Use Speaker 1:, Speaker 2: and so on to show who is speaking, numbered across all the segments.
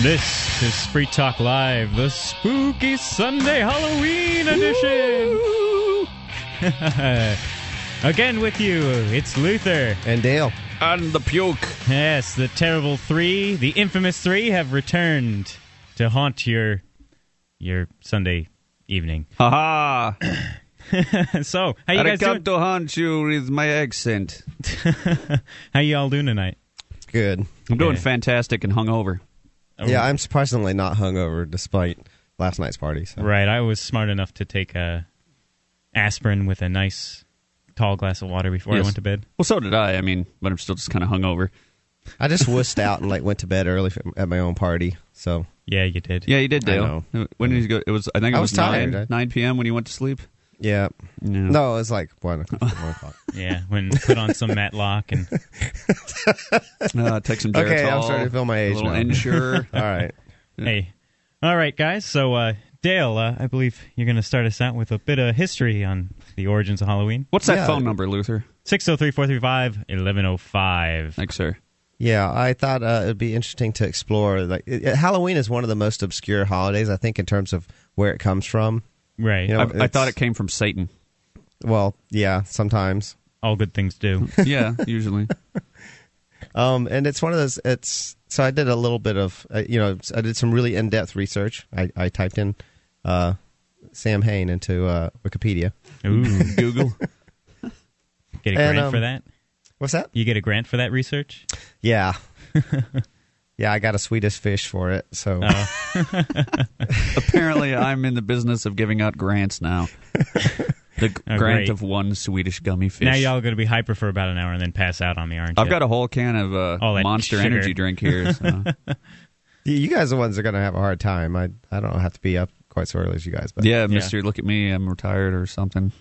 Speaker 1: This is Free Talk Live, the spooky Sunday Halloween edition. Again with you, it's Luther.
Speaker 2: And Dale.
Speaker 3: And the puke.
Speaker 1: Yes, the terrible three, the infamous three, have returned to haunt your your Sunday evening.
Speaker 3: Haha.
Speaker 1: so, how you
Speaker 3: I
Speaker 1: guys
Speaker 3: come
Speaker 1: doing?
Speaker 3: to haunt you with my accent.
Speaker 1: How you all doing tonight?
Speaker 2: Good.
Speaker 3: I'm doing
Speaker 1: Yeah.
Speaker 3: fantastic and hungover.
Speaker 2: Yeah, I'm surprisingly not hungover despite last night's party. So.
Speaker 1: Right, I was smart enough to take a aspirin with a nice tall glass of water before I
Speaker 3: Yes.
Speaker 1: went to bed.
Speaker 3: Well, so did I. I mean, but I'm still just kind of hungover.
Speaker 2: I just wussed out and like went to bed early f- at my own party. So
Speaker 1: Yeah, you did.
Speaker 3: Yeah, you did,
Speaker 2: I
Speaker 3: Dale. Uh, When did you go? It was. I think it
Speaker 2: I
Speaker 3: was,
Speaker 2: was tired.
Speaker 3: nine
Speaker 2: I-
Speaker 3: nine p.m. when you went to sleep.
Speaker 2: yeah,
Speaker 3: Yeah.
Speaker 2: no, it was like one o'clock. one o'clock.
Speaker 1: Yeah, when put on some Matlock and
Speaker 3: Uh, take some
Speaker 2: Okay,
Speaker 3: Geritol,
Speaker 2: I'm starting to feel my age
Speaker 3: A little
Speaker 2: now.
Speaker 3: Ensure.
Speaker 2: All right.
Speaker 1: hey, all right, guys. So uh, Dale, uh, I believe you're going to start us out with a bit of history on the origins of Halloween.
Speaker 3: What's that
Speaker 2: Yeah.
Speaker 3: phone number, Luther?
Speaker 1: 603-435-1105.
Speaker 3: Thanks, sir.
Speaker 2: Yeah, I thought uh, it'd be interesting to explore. Like it, it- Halloween is one of the most obscure holidays, I think, in terms of where it comes from.
Speaker 1: Right.
Speaker 2: You know,
Speaker 3: I, I
Speaker 2: Oh, it's-
Speaker 3: thought it came from Satan.
Speaker 2: Well, yeah, sometimes.
Speaker 1: all good things do.
Speaker 3: Yeah, usually.
Speaker 2: Um, and it's one of those. It's so I did a little bit of uh, you know I did some really in depth research. I, I typed in uh, Sam Hain into uh, Wikipedia.
Speaker 1: Ooh.
Speaker 3: Google.
Speaker 1: Get a
Speaker 2: And,
Speaker 1: grant
Speaker 2: um,
Speaker 1: for that?
Speaker 2: What's that?
Speaker 1: You get a grant for that research?
Speaker 2: Yeah, yeah. I got a Swedish fish for it. So
Speaker 1: Oh. Uh,
Speaker 3: Apparently, I'm in the business of giving out grants now. The g-
Speaker 1: Oh,
Speaker 3: grant
Speaker 1: great.
Speaker 3: of one Swedish gummy fish.
Speaker 1: Now y'all going to be hyper for about an hour and then pass out on me, aren't you?
Speaker 3: I've got a whole can of uh,
Speaker 1: All that
Speaker 3: Monster
Speaker 1: sugar.
Speaker 3: Energy drink here. So.
Speaker 2: you- you guys are the ones that are gonna have a hard time. I I don't have to be up quite so early as you guys, but
Speaker 3: yeah, Mister, look at me. I'm retired or something.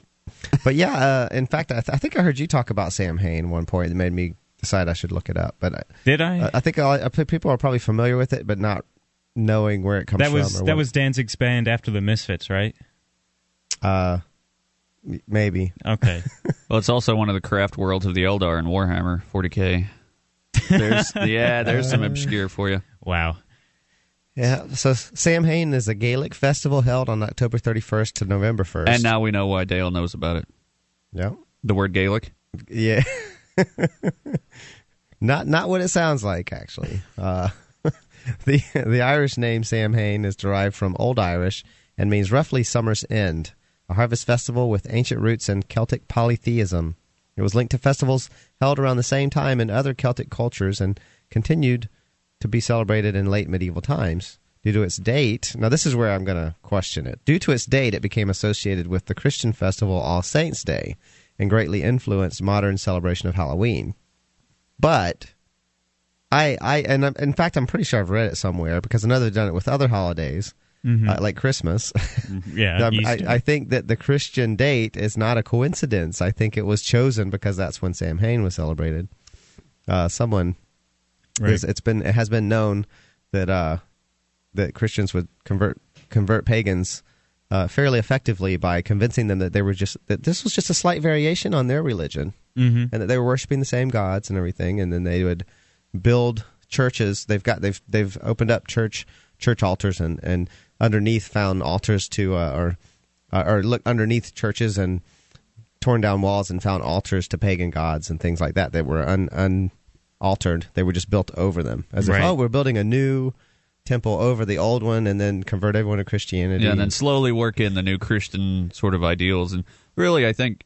Speaker 2: but yeah. Uh, in fact, I, th- I think I heard you talk about Sam Hain one point that made me decide I should look it up. But I,
Speaker 1: Did I?
Speaker 2: I- I think I, I think people are probably familiar with it, but not knowing where it comes
Speaker 1: that
Speaker 2: from.
Speaker 1: was
Speaker 2: or
Speaker 1: that
Speaker 2: what-
Speaker 1: was Danzig's band after the Misfits, right?
Speaker 2: uh, m- maybe.
Speaker 1: Okay.
Speaker 3: Well, it's also one of the craft worlds of the Eldar and Warhammer 40k. There's yeah, there's some obscure for you.
Speaker 1: wow.
Speaker 2: Yeah, so Sam Hain is a Gaelic festival held on October 31st to November 1st.
Speaker 3: And now we know why Dale knows about it.
Speaker 2: yeah,
Speaker 3: The word Gaelic.
Speaker 2: yeah, not not what it sounds like actually. Uh, the the Irish name Sam Hain is derived from Old Irish and means roughly summer's end, a harvest festival with ancient roots in Celtic polytheism. It was linked to festivals held around the same time in other Celtic cultures and continued to be celebrated in late medieval times. Due to its date, now this is where I'm going to question it. Due to its date, it became associated with the Christian festival All Saints' Day and greatly influenced modern celebration of Halloween. But I, I, and I'm, in fact, I'm pretty sure I've read it somewhere because I know they've done it with other holidays, uh, like Christmas.
Speaker 1: Mm-hmm. Yeah.
Speaker 2: Um, I,
Speaker 1: Easter.
Speaker 2: I think that the Christian date is not a coincidence. I think it was chosen because that's when Sam Hain was celebrated. Uh, someone,
Speaker 1: Right.
Speaker 2: it's- it's been it has been known that uh, that Christians would convert convert pagans uh, fairly effectively by convincing them that they were just that this was just a slight variation on their religion, mm-hmm. and that they were worshiping the same gods and everything, and then they would build churches. They've got they've they've opened up church church altars and and underneath found altars to uh, or uh, or look underneath churches and torn down walls and found altars to pagan gods and things like that that were un, unaltered. They were just built over them as
Speaker 1: Right.
Speaker 2: if oh we're building a new temple over the old one and then convert everyone to Christianity.
Speaker 3: Yeah, and then slowly work in the new Christian sort of ideals. And really, I think,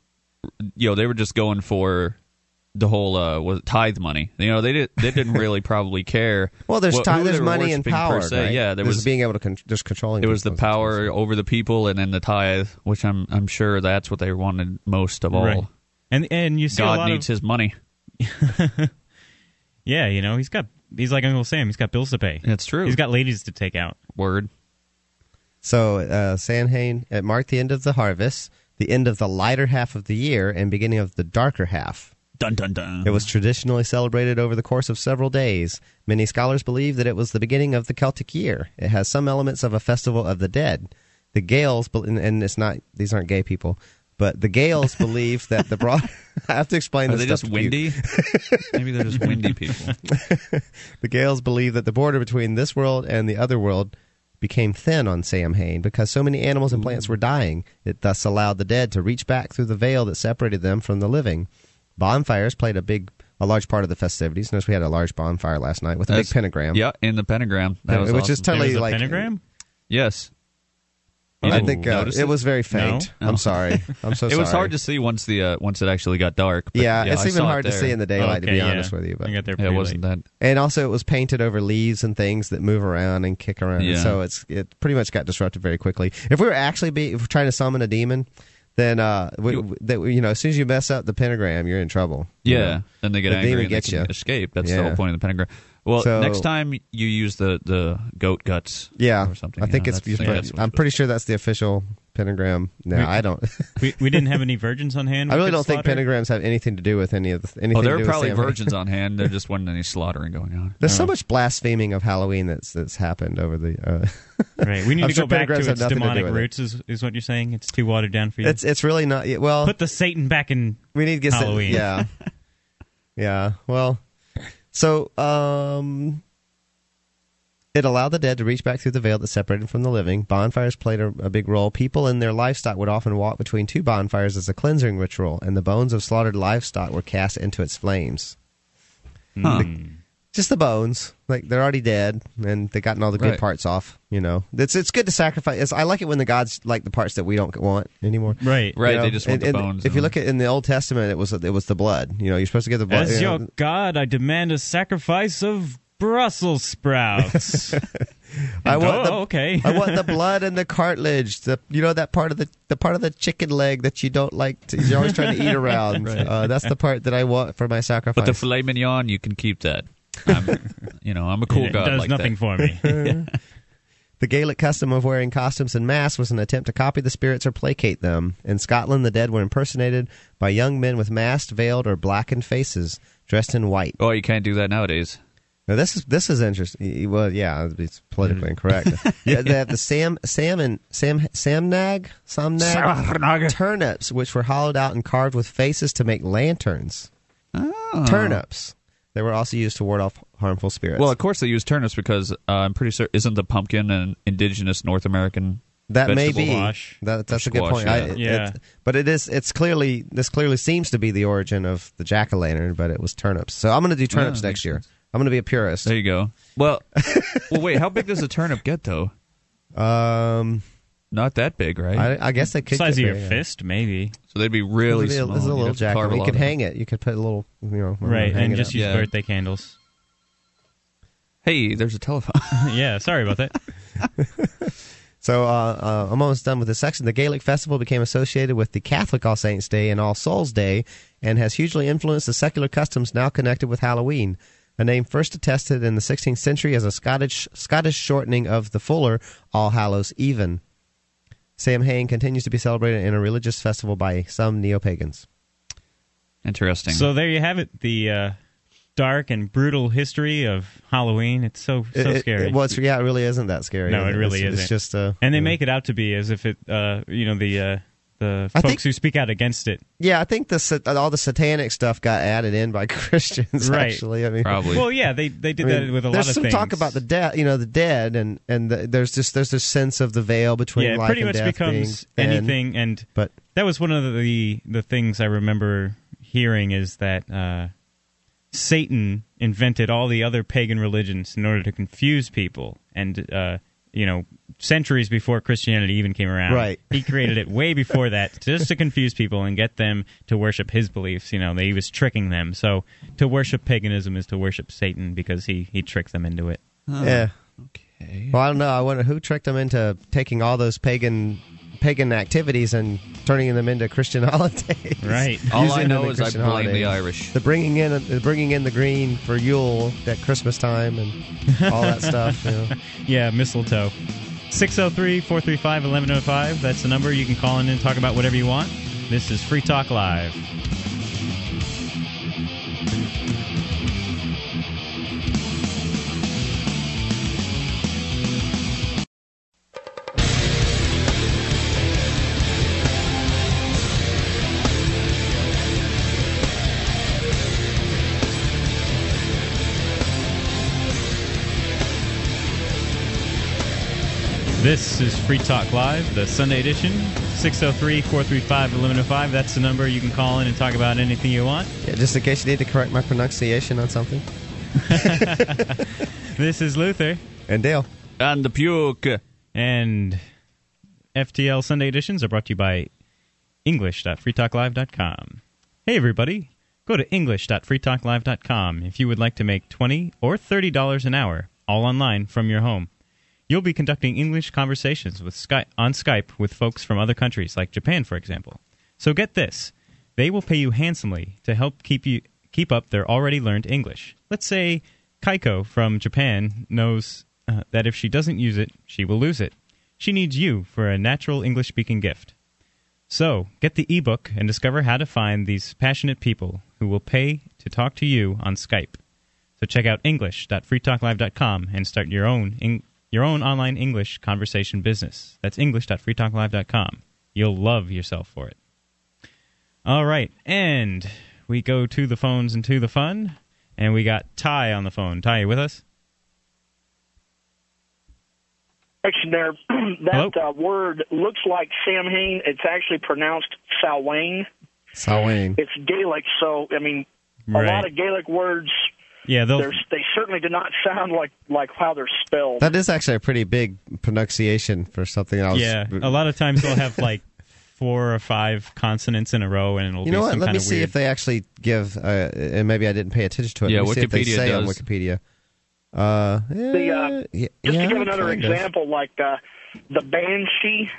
Speaker 3: you know, they were just going for the whole uh, was it tithe money. You know, they did they didn't really probably care.
Speaker 2: well, there's
Speaker 3: what-
Speaker 2: ti-
Speaker 3: who they
Speaker 2: there's
Speaker 3: were
Speaker 2: money and
Speaker 3: worshiping per
Speaker 2: power.
Speaker 3: se.
Speaker 2: right?
Speaker 3: Yeah, there
Speaker 2: There's
Speaker 3: was
Speaker 2: being able to con- just controlling.
Speaker 3: it was the
Speaker 2: people.
Speaker 3: power over the people, and then the tithe, which I'm I'm sure that's what they wanted most of all.
Speaker 1: Right. And and you see a
Speaker 3: God
Speaker 1: lot
Speaker 3: needs
Speaker 1: of,
Speaker 3: his money.
Speaker 1: Yeah, you know, he's got he's like Uncle Sam, he's got bills to pay.
Speaker 3: That's true.
Speaker 1: He's got ladies to take out.
Speaker 3: word.
Speaker 2: So uh, Samhain it marked the end of the harvest, the end of the lighter half of the year, and beginning of the darker half.
Speaker 3: Dun dun dun.
Speaker 2: It was traditionally celebrated over the course of several days. Many scholars believe that it was the beginning of the Celtic year. It has some elements of a festival of the dead. The Gaels, bel- and- and it's not; these aren't gay people. But the Gales believe that the broad. I have to explain
Speaker 3: Are
Speaker 2: this.
Speaker 3: they
Speaker 2: stuff
Speaker 3: just
Speaker 2: to you.
Speaker 3: windy? Maybe they're just windy people.
Speaker 2: The Gales believe that the border between this world and the other world became thin on Samhain because so many animals and plants were dying. It thus allowed the dead to reach back through the veil that separated them from the living. Bonfires played a big, a large part of the festivities. Notice we had a large bonfire last night with a
Speaker 3: That's-
Speaker 2: big pentagram.
Speaker 3: Yeah, in the pentagram. That was
Speaker 2: Which
Speaker 3: awesome.
Speaker 2: is totally
Speaker 1: there was a
Speaker 2: like
Speaker 1: pentagram.
Speaker 3: yes. You
Speaker 2: I
Speaker 3: didn't
Speaker 2: think uh,
Speaker 3: notice
Speaker 2: it was very faint.
Speaker 3: No?
Speaker 2: I'm sorry. I'm so
Speaker 3: It
Speaker 2: sorry.
Speaker 3: was hard to see once the uh, once it actually got dark. but,
Speaker 2: Yeah,
Speaker 3: I
Speaker 2: it's even
Speaker 3: saw it
Speaker 2: hard to
Speaker 3: there.
Speaker 2: see in the daylight.
Speaker 1: Oh,
Speaker 2: to be
Speaker 1: okay,
Speaker 2: honest
Speaker 1: yeah.
Speaker 2: with you, but
Speaker 1: I got there
Speaker 3: Yeah, it
Speaker 1: pretty
Speaker 3: wasn't
Speaker 1: late.
Speaker 3: that.
Speaker 2: and also it was painted over leaves and things that move around and kick around.
Speaker 3: Yeah.
Speaker 2: So it's it pretty much got disrupted very quickly. If we were actually be if we're trying to summon a demon, then uh, we,
Speaker 3: You-
Speaker 2: that we- you know as soon as you mess up the pentagram, you're in trouble. you
Speaker 3: Yeah,
Speaker 2: know?
Speaker 3: then they get
Speaker 2: The demon
Speaker 3: angry and they
Speaker 2: gets
Speaker 3: can
Speaker 2: ya.
Speaker 3: escape. That's the
Speaker 2: Yeah.
Speaker 3: whole point of the pentagram. Well,
Speaker 2: So-
Speaker 3: next time you use the, the goat guts,
Speaker 2: yeah,
Speaker 3: or something.
Speaker 2: I
Speaker 3: yeah,
Speaker 2: think
Speaker 3: that's-
Speaker 2: it's.
Speaker 3: yeah, that's what
Speaker 2: I'm
Speaker 3: it
Speaker 2: pretty sure that's the official pentagram. No,
Speaker 1: We-
Speaker 2: I don't.
Speaker 1: We, we didn't have any virgins on hand.
Speaker 2: I
Speaker 1: we
Speaker 2: really
Speaker 1: could
Speaker 2: don't think
Speaker 1: slaughter?
Speaker 2: pentagrams have anything to do with any of the anything.
Speaker 3: Oh,
Speaker 2: to
Speaker 3: there
Speaker 2: do
Speaker 3: are
Speaker 2: with
Speaker 3: probably
Speaker 2: Samhain.
Speaker 3: virgins Uh-huh. on hand. There just wasn't any slaughtering going on.
Speaker 2: There's so much blaspheming of Halloween that's that's happened over the. Uh,
Speaker 1: Right. We need
Speaker 2: I'm
Speaker 1: to
Speaker 2: sure
Speaker 1: go back to
Speaker 2: pentagrams have
Speaker 1: its
Speaker 2: nothing to do
Speaker 1: demonic
Speaker 2: with it.
Speaker 1: roots. Is is what you're saying? It's too watered down for you.
Speaker 2: it's it's really not. Well,
Speaker 1: Put the Satan back in.
Speaker 2: We need to get some-
Speaker 1: Halloween.
Speaker 2: yeah, yeah. Well, so um, it allowed the dead to reach back through the veil that separated them from the living. Bonfires played a, a big role. People and their livestock would often walk between two bonfires as a cleansing ritual, and the bones of slaughtered livestock were cast into its flames. Hmm.
Speaker 3: Huh.
Speaker 2: Just the bones, like they're already dead, and they gotten all the good
Speaker 3: Right.
Speaker 2: parts off. You know, it's it's good to sacrifice. It's, I like it when the gods like the parts that we don't want anymore.
Speaker 1: Right.
Speaker 3: Right,
Speaker 2: You know,
Speaker 3: they just want
Speaker 2: and-
Speaker 3: the
Speaker 2: and
Speaker 3: bones
Speaker 2: If you
Speaker 3: and-
Speaker 2: look at in the Old Testament, it was it was the blood. You know, you're supposed to get the blood.
Speaker 1: As
Speaker 2: you know,
Speaker 1: your god, I demand a sacrifice of Brussels sprouts.
Speaker 2: I want
Speaker 1: oh,
Speaker 2: the,
Speaker 1: okay.
Speaker 2: I want the blood and the cartilage. The you know that part of the the part of the chicken leg that you don't like. To, you're always trying to eat around. uh, that's the part that I want for my sacrifice.
Speaker 3: But the filet mignon, you can keep that. I'm, you know, I'm a cool
Speaker 1: it
Speaker 3: guy
Speaker 1: does
Speaker 3: like
Speaker 1: nothing
Speaker 3: that.
Speaker 1: for me.
Speaker 2: The Gaelic custom of wearing costumes and masks was an attempt to copy the spirits or placate them. In Scotland, the dead were impersonated by young men with masked, veiled, or blackened faces, dressed in white.
Speaker 3: Oh, you can't do that nowadays.
Speaker 2: Now this is this is interesting. E, Well, yeah, it's politically incorrect. yeah, they have the Sam Sam and Sam Samnag Samnag turnips, which were hollowed out and carved with faces to make lanterns. Turnips. They were also used to ward off harmful spirits.
Speaker 3: Well, of course they use turnips because uh, I'm pretty sure isn't the pumpkin an indigenous North American
Speaker 2: that may
Speaker 3: vegetable?
Speaker 2: be
Speaker 1: squash.
Speaker 2: that, that's a good
Speaker 3: Squash,
Speaker 2: point.
Speaker 3: yeah.
Speaker 2: it-
Speaker 1: Yeah.
Speaker 2: it's- but it is. It's clearly this clearly seems to be the origin of the jack o' lantern, but it was turnips. So I'm going to do turnips
Speaker 3: Yeah,
Speaker 2: next
Speaker 3: makes
Speaker 2: year. I'm going to be a purist.
Speaker 3: There you go. Well, well, wait. How big does a turnip get though?
Speaker 2: Um,
Speaker 3: Not that big, right?
Speaker 2: I, I guess they could
Speaker 1: Size of
Speaker 2: get
Speaker 1: your
Speaker 2: there, yeah.
Speaker 1: fist, maybe.
Speaker 3: so they'd be really
Speaker 2: This is a-
Speaker 3: small.
Speaker 2: This is a
Speaker 3: You'd
Speaker 2: little
Speaker 3: have to
Speaker 2: jacket.
Speaker 3: carve a
Speaker 2: You
Speaker 3: lot
Speaker 2: could
Speaker 3: of
Speaker 2: hang it. You could put a little, you know,
Speaker 1: Right.
Speaker 2: hang
Speaker 1: And
Speaker 2: it
Speaker 1: just
Speaker 2: up.
Speaker 1: use
Speaker 3: Yeah.
Speaker 1: birthday candles.
Speaker 3: it. Hey, there's a telephone.
Speaker 1: yeah. Sorry about that.
Speaker 2: So uh, uh, I'm almost done with this section. The Gaelic festival became associated with the Catholic All Saints Day and All Souls Day, and has hugely influenced the secular customs now connected with Halloween. A name first attested in the 16th century as a Scottish Scottish shortening of the fuller All Hallows Even. Samhain continues to be celebrated in a religious festival by some neo pagans.
Speaker 3: Interesting.
Speaker 1: So there you have it. The uh, dark and brutal history of Halloween. It's so so
Speaker 2: It- it-
Speaker 1: scary.
Speaker 2: well, it's, yeah, it really isn't that scary.
Speaker 1: No,
Speaker 2: is
Speaker 1: it really
Speaker 2: It's-
Speaker 1: isn't.
Speaker 2: It's just, uh,
Speaker 1: and they
Speaker 2: yeah.
Speaker 1: make it out to be as if it, uh, you know, the uh, the
Speaker 2: I
Speaker 1: folks
Speaker 2: think-
Speaker 1: who speak out against it.
Speaker 2: Yeah, I think the sa- all the satanic stuff got added in by Christians.
Speaker 1: Right.
Speaker 2: Actually, I mean,
Speaker 3: probably.
Speaker 1: Well, yeah, they they
Speaker 2: I
Speaker 1: did
Speaker 2: mean,
Speaker 1: that with a lot of
Speaker 2: there's
Speaker 1: things.
Speaker 2: some talk about the dead, you know, the dead, and and the, there's just there's this sense of the veil between
Speaker 1: yeah, it
Speaker 2: life
Speaker 1: pretty
Speaker 2: and
Speaker 1: much
Speaker 2: death
Speaker 1: becomes
Speaker 2: being thin.
Speaker 1: anything. And
Speaker 2: But
Speaker 1: that was one of the the things I remember hearing is that uh, Satan invented all the other pagan religions in order to confuse people, and uh, you know, centuries before Christianity even came around,
Speaker 2: Right.
Speaker 1: He created it way before that, just to confuse people and get them to worship his beliefs. You know, that he was tricking them. So to worship paganism is to worship Satan because he he tricked them into it.
Speaker 3: Huh.
Speaker 2: yeah,
Speaker 3: Okay.
Speaker 2: well, I don't know. I wonder who tricked them into taking all those pagan pagan activities and turning them into Christian holidays.
Speaker 1: Right.
Speaker 3: All
Speaker 2: Using
Speaker 3: I
Speaker 2: them
Speaker 3: know
Speaker 2: in
Speaker 3: is I
Speaker 2: Christian
Speaker 3: blame the
Speaker 2: holidays.
Speaker 3: Irish.
Speaker 2: The bringing in the bringing in the green for Yule at Christmas time and all that stuff. You know.
Speaker 1: Yeah, mistletoe. 603 435 1105. That's the number. You can call in and talk about whatever you want. This is Free Talk Live. This is Free Talk Live, the Sunday edition, 603 435 1105. That's the number you can call in and talk about anything you want.
Speaker 2: Yeah, just in case you need to correct my pronunciation on something.
Speaker 1: This is Luther
Speaker 2: And Dale.
Speaker 3: And the puke.
Speaker 1: and FTL Sunday editions are brought to you by English.freetalklive.com. Hey, everybody. Go to English.freetalklive.com if you would like to make 20 or $30 an hour, all online from your home. You'll be conducting English conversations with Sky- on Skype with folks from other countries, like Japan, for example. So get this they will pay you handsomely to help keep, you, keep up their already learned English. Let's say Kaiko from Japan knows uh, that if she doesn't use it, she will lose it. She needs you for a natural English speaking gift. So, get the ebook and discover how to find these passionate people who will pay to talk to you on Skype. So check out english.freetalklive.com and start your own Eng- your own online English conversation business. That's english.freetalklive.com. You'll love yourself for it. All right, and we go to the phones and to the fun, and we got Ty on the phone. Ty, you with us?
Speaker 4: correction there. that uh, word looks like Samhain. It's actually pronounced Salwain.
Speaker 2: Sawing.
Speaker 4: It's Gaelic, so I mean, a lot
Speaker 1: Right. Oh.
Speaker 4: of Gaelic words.
Speaker 1: Yeah, they'll
Speaker 4: They're, they certainly do not sound like like how they're spelled.
Speaker 2: That is actually a pretty big pronunciation for something else.
Speaker 1: yeah. A lot of times they'll have like four or five consonants in a row, and it'll be
Speaker 2: You know
Speaker 1: some
Speaker 2: what? Let
Speaker 1: kind
Speaker 2: me
Speaker 1: of
Speaker 2: see
Speaker 1: weird.
Speaker 2: if they actually give, uh, and maybe I didn't pay attention to it.
Speaker 3: Yeah,
Speaker 2: Let me see if they
Speaker 3: Wikipedia
Speaker 2: say on
Speaker 3: does.
Speaker 2: Wikipedia. Uh,
Speaker 4: The, uh,
Speaker 2: yeah,
Speaker 4: Just
Speaker 2: yeah,
Speaker 4: to give another
Speaker 2: kind of.
Speaker 4: example, like uh, the banshee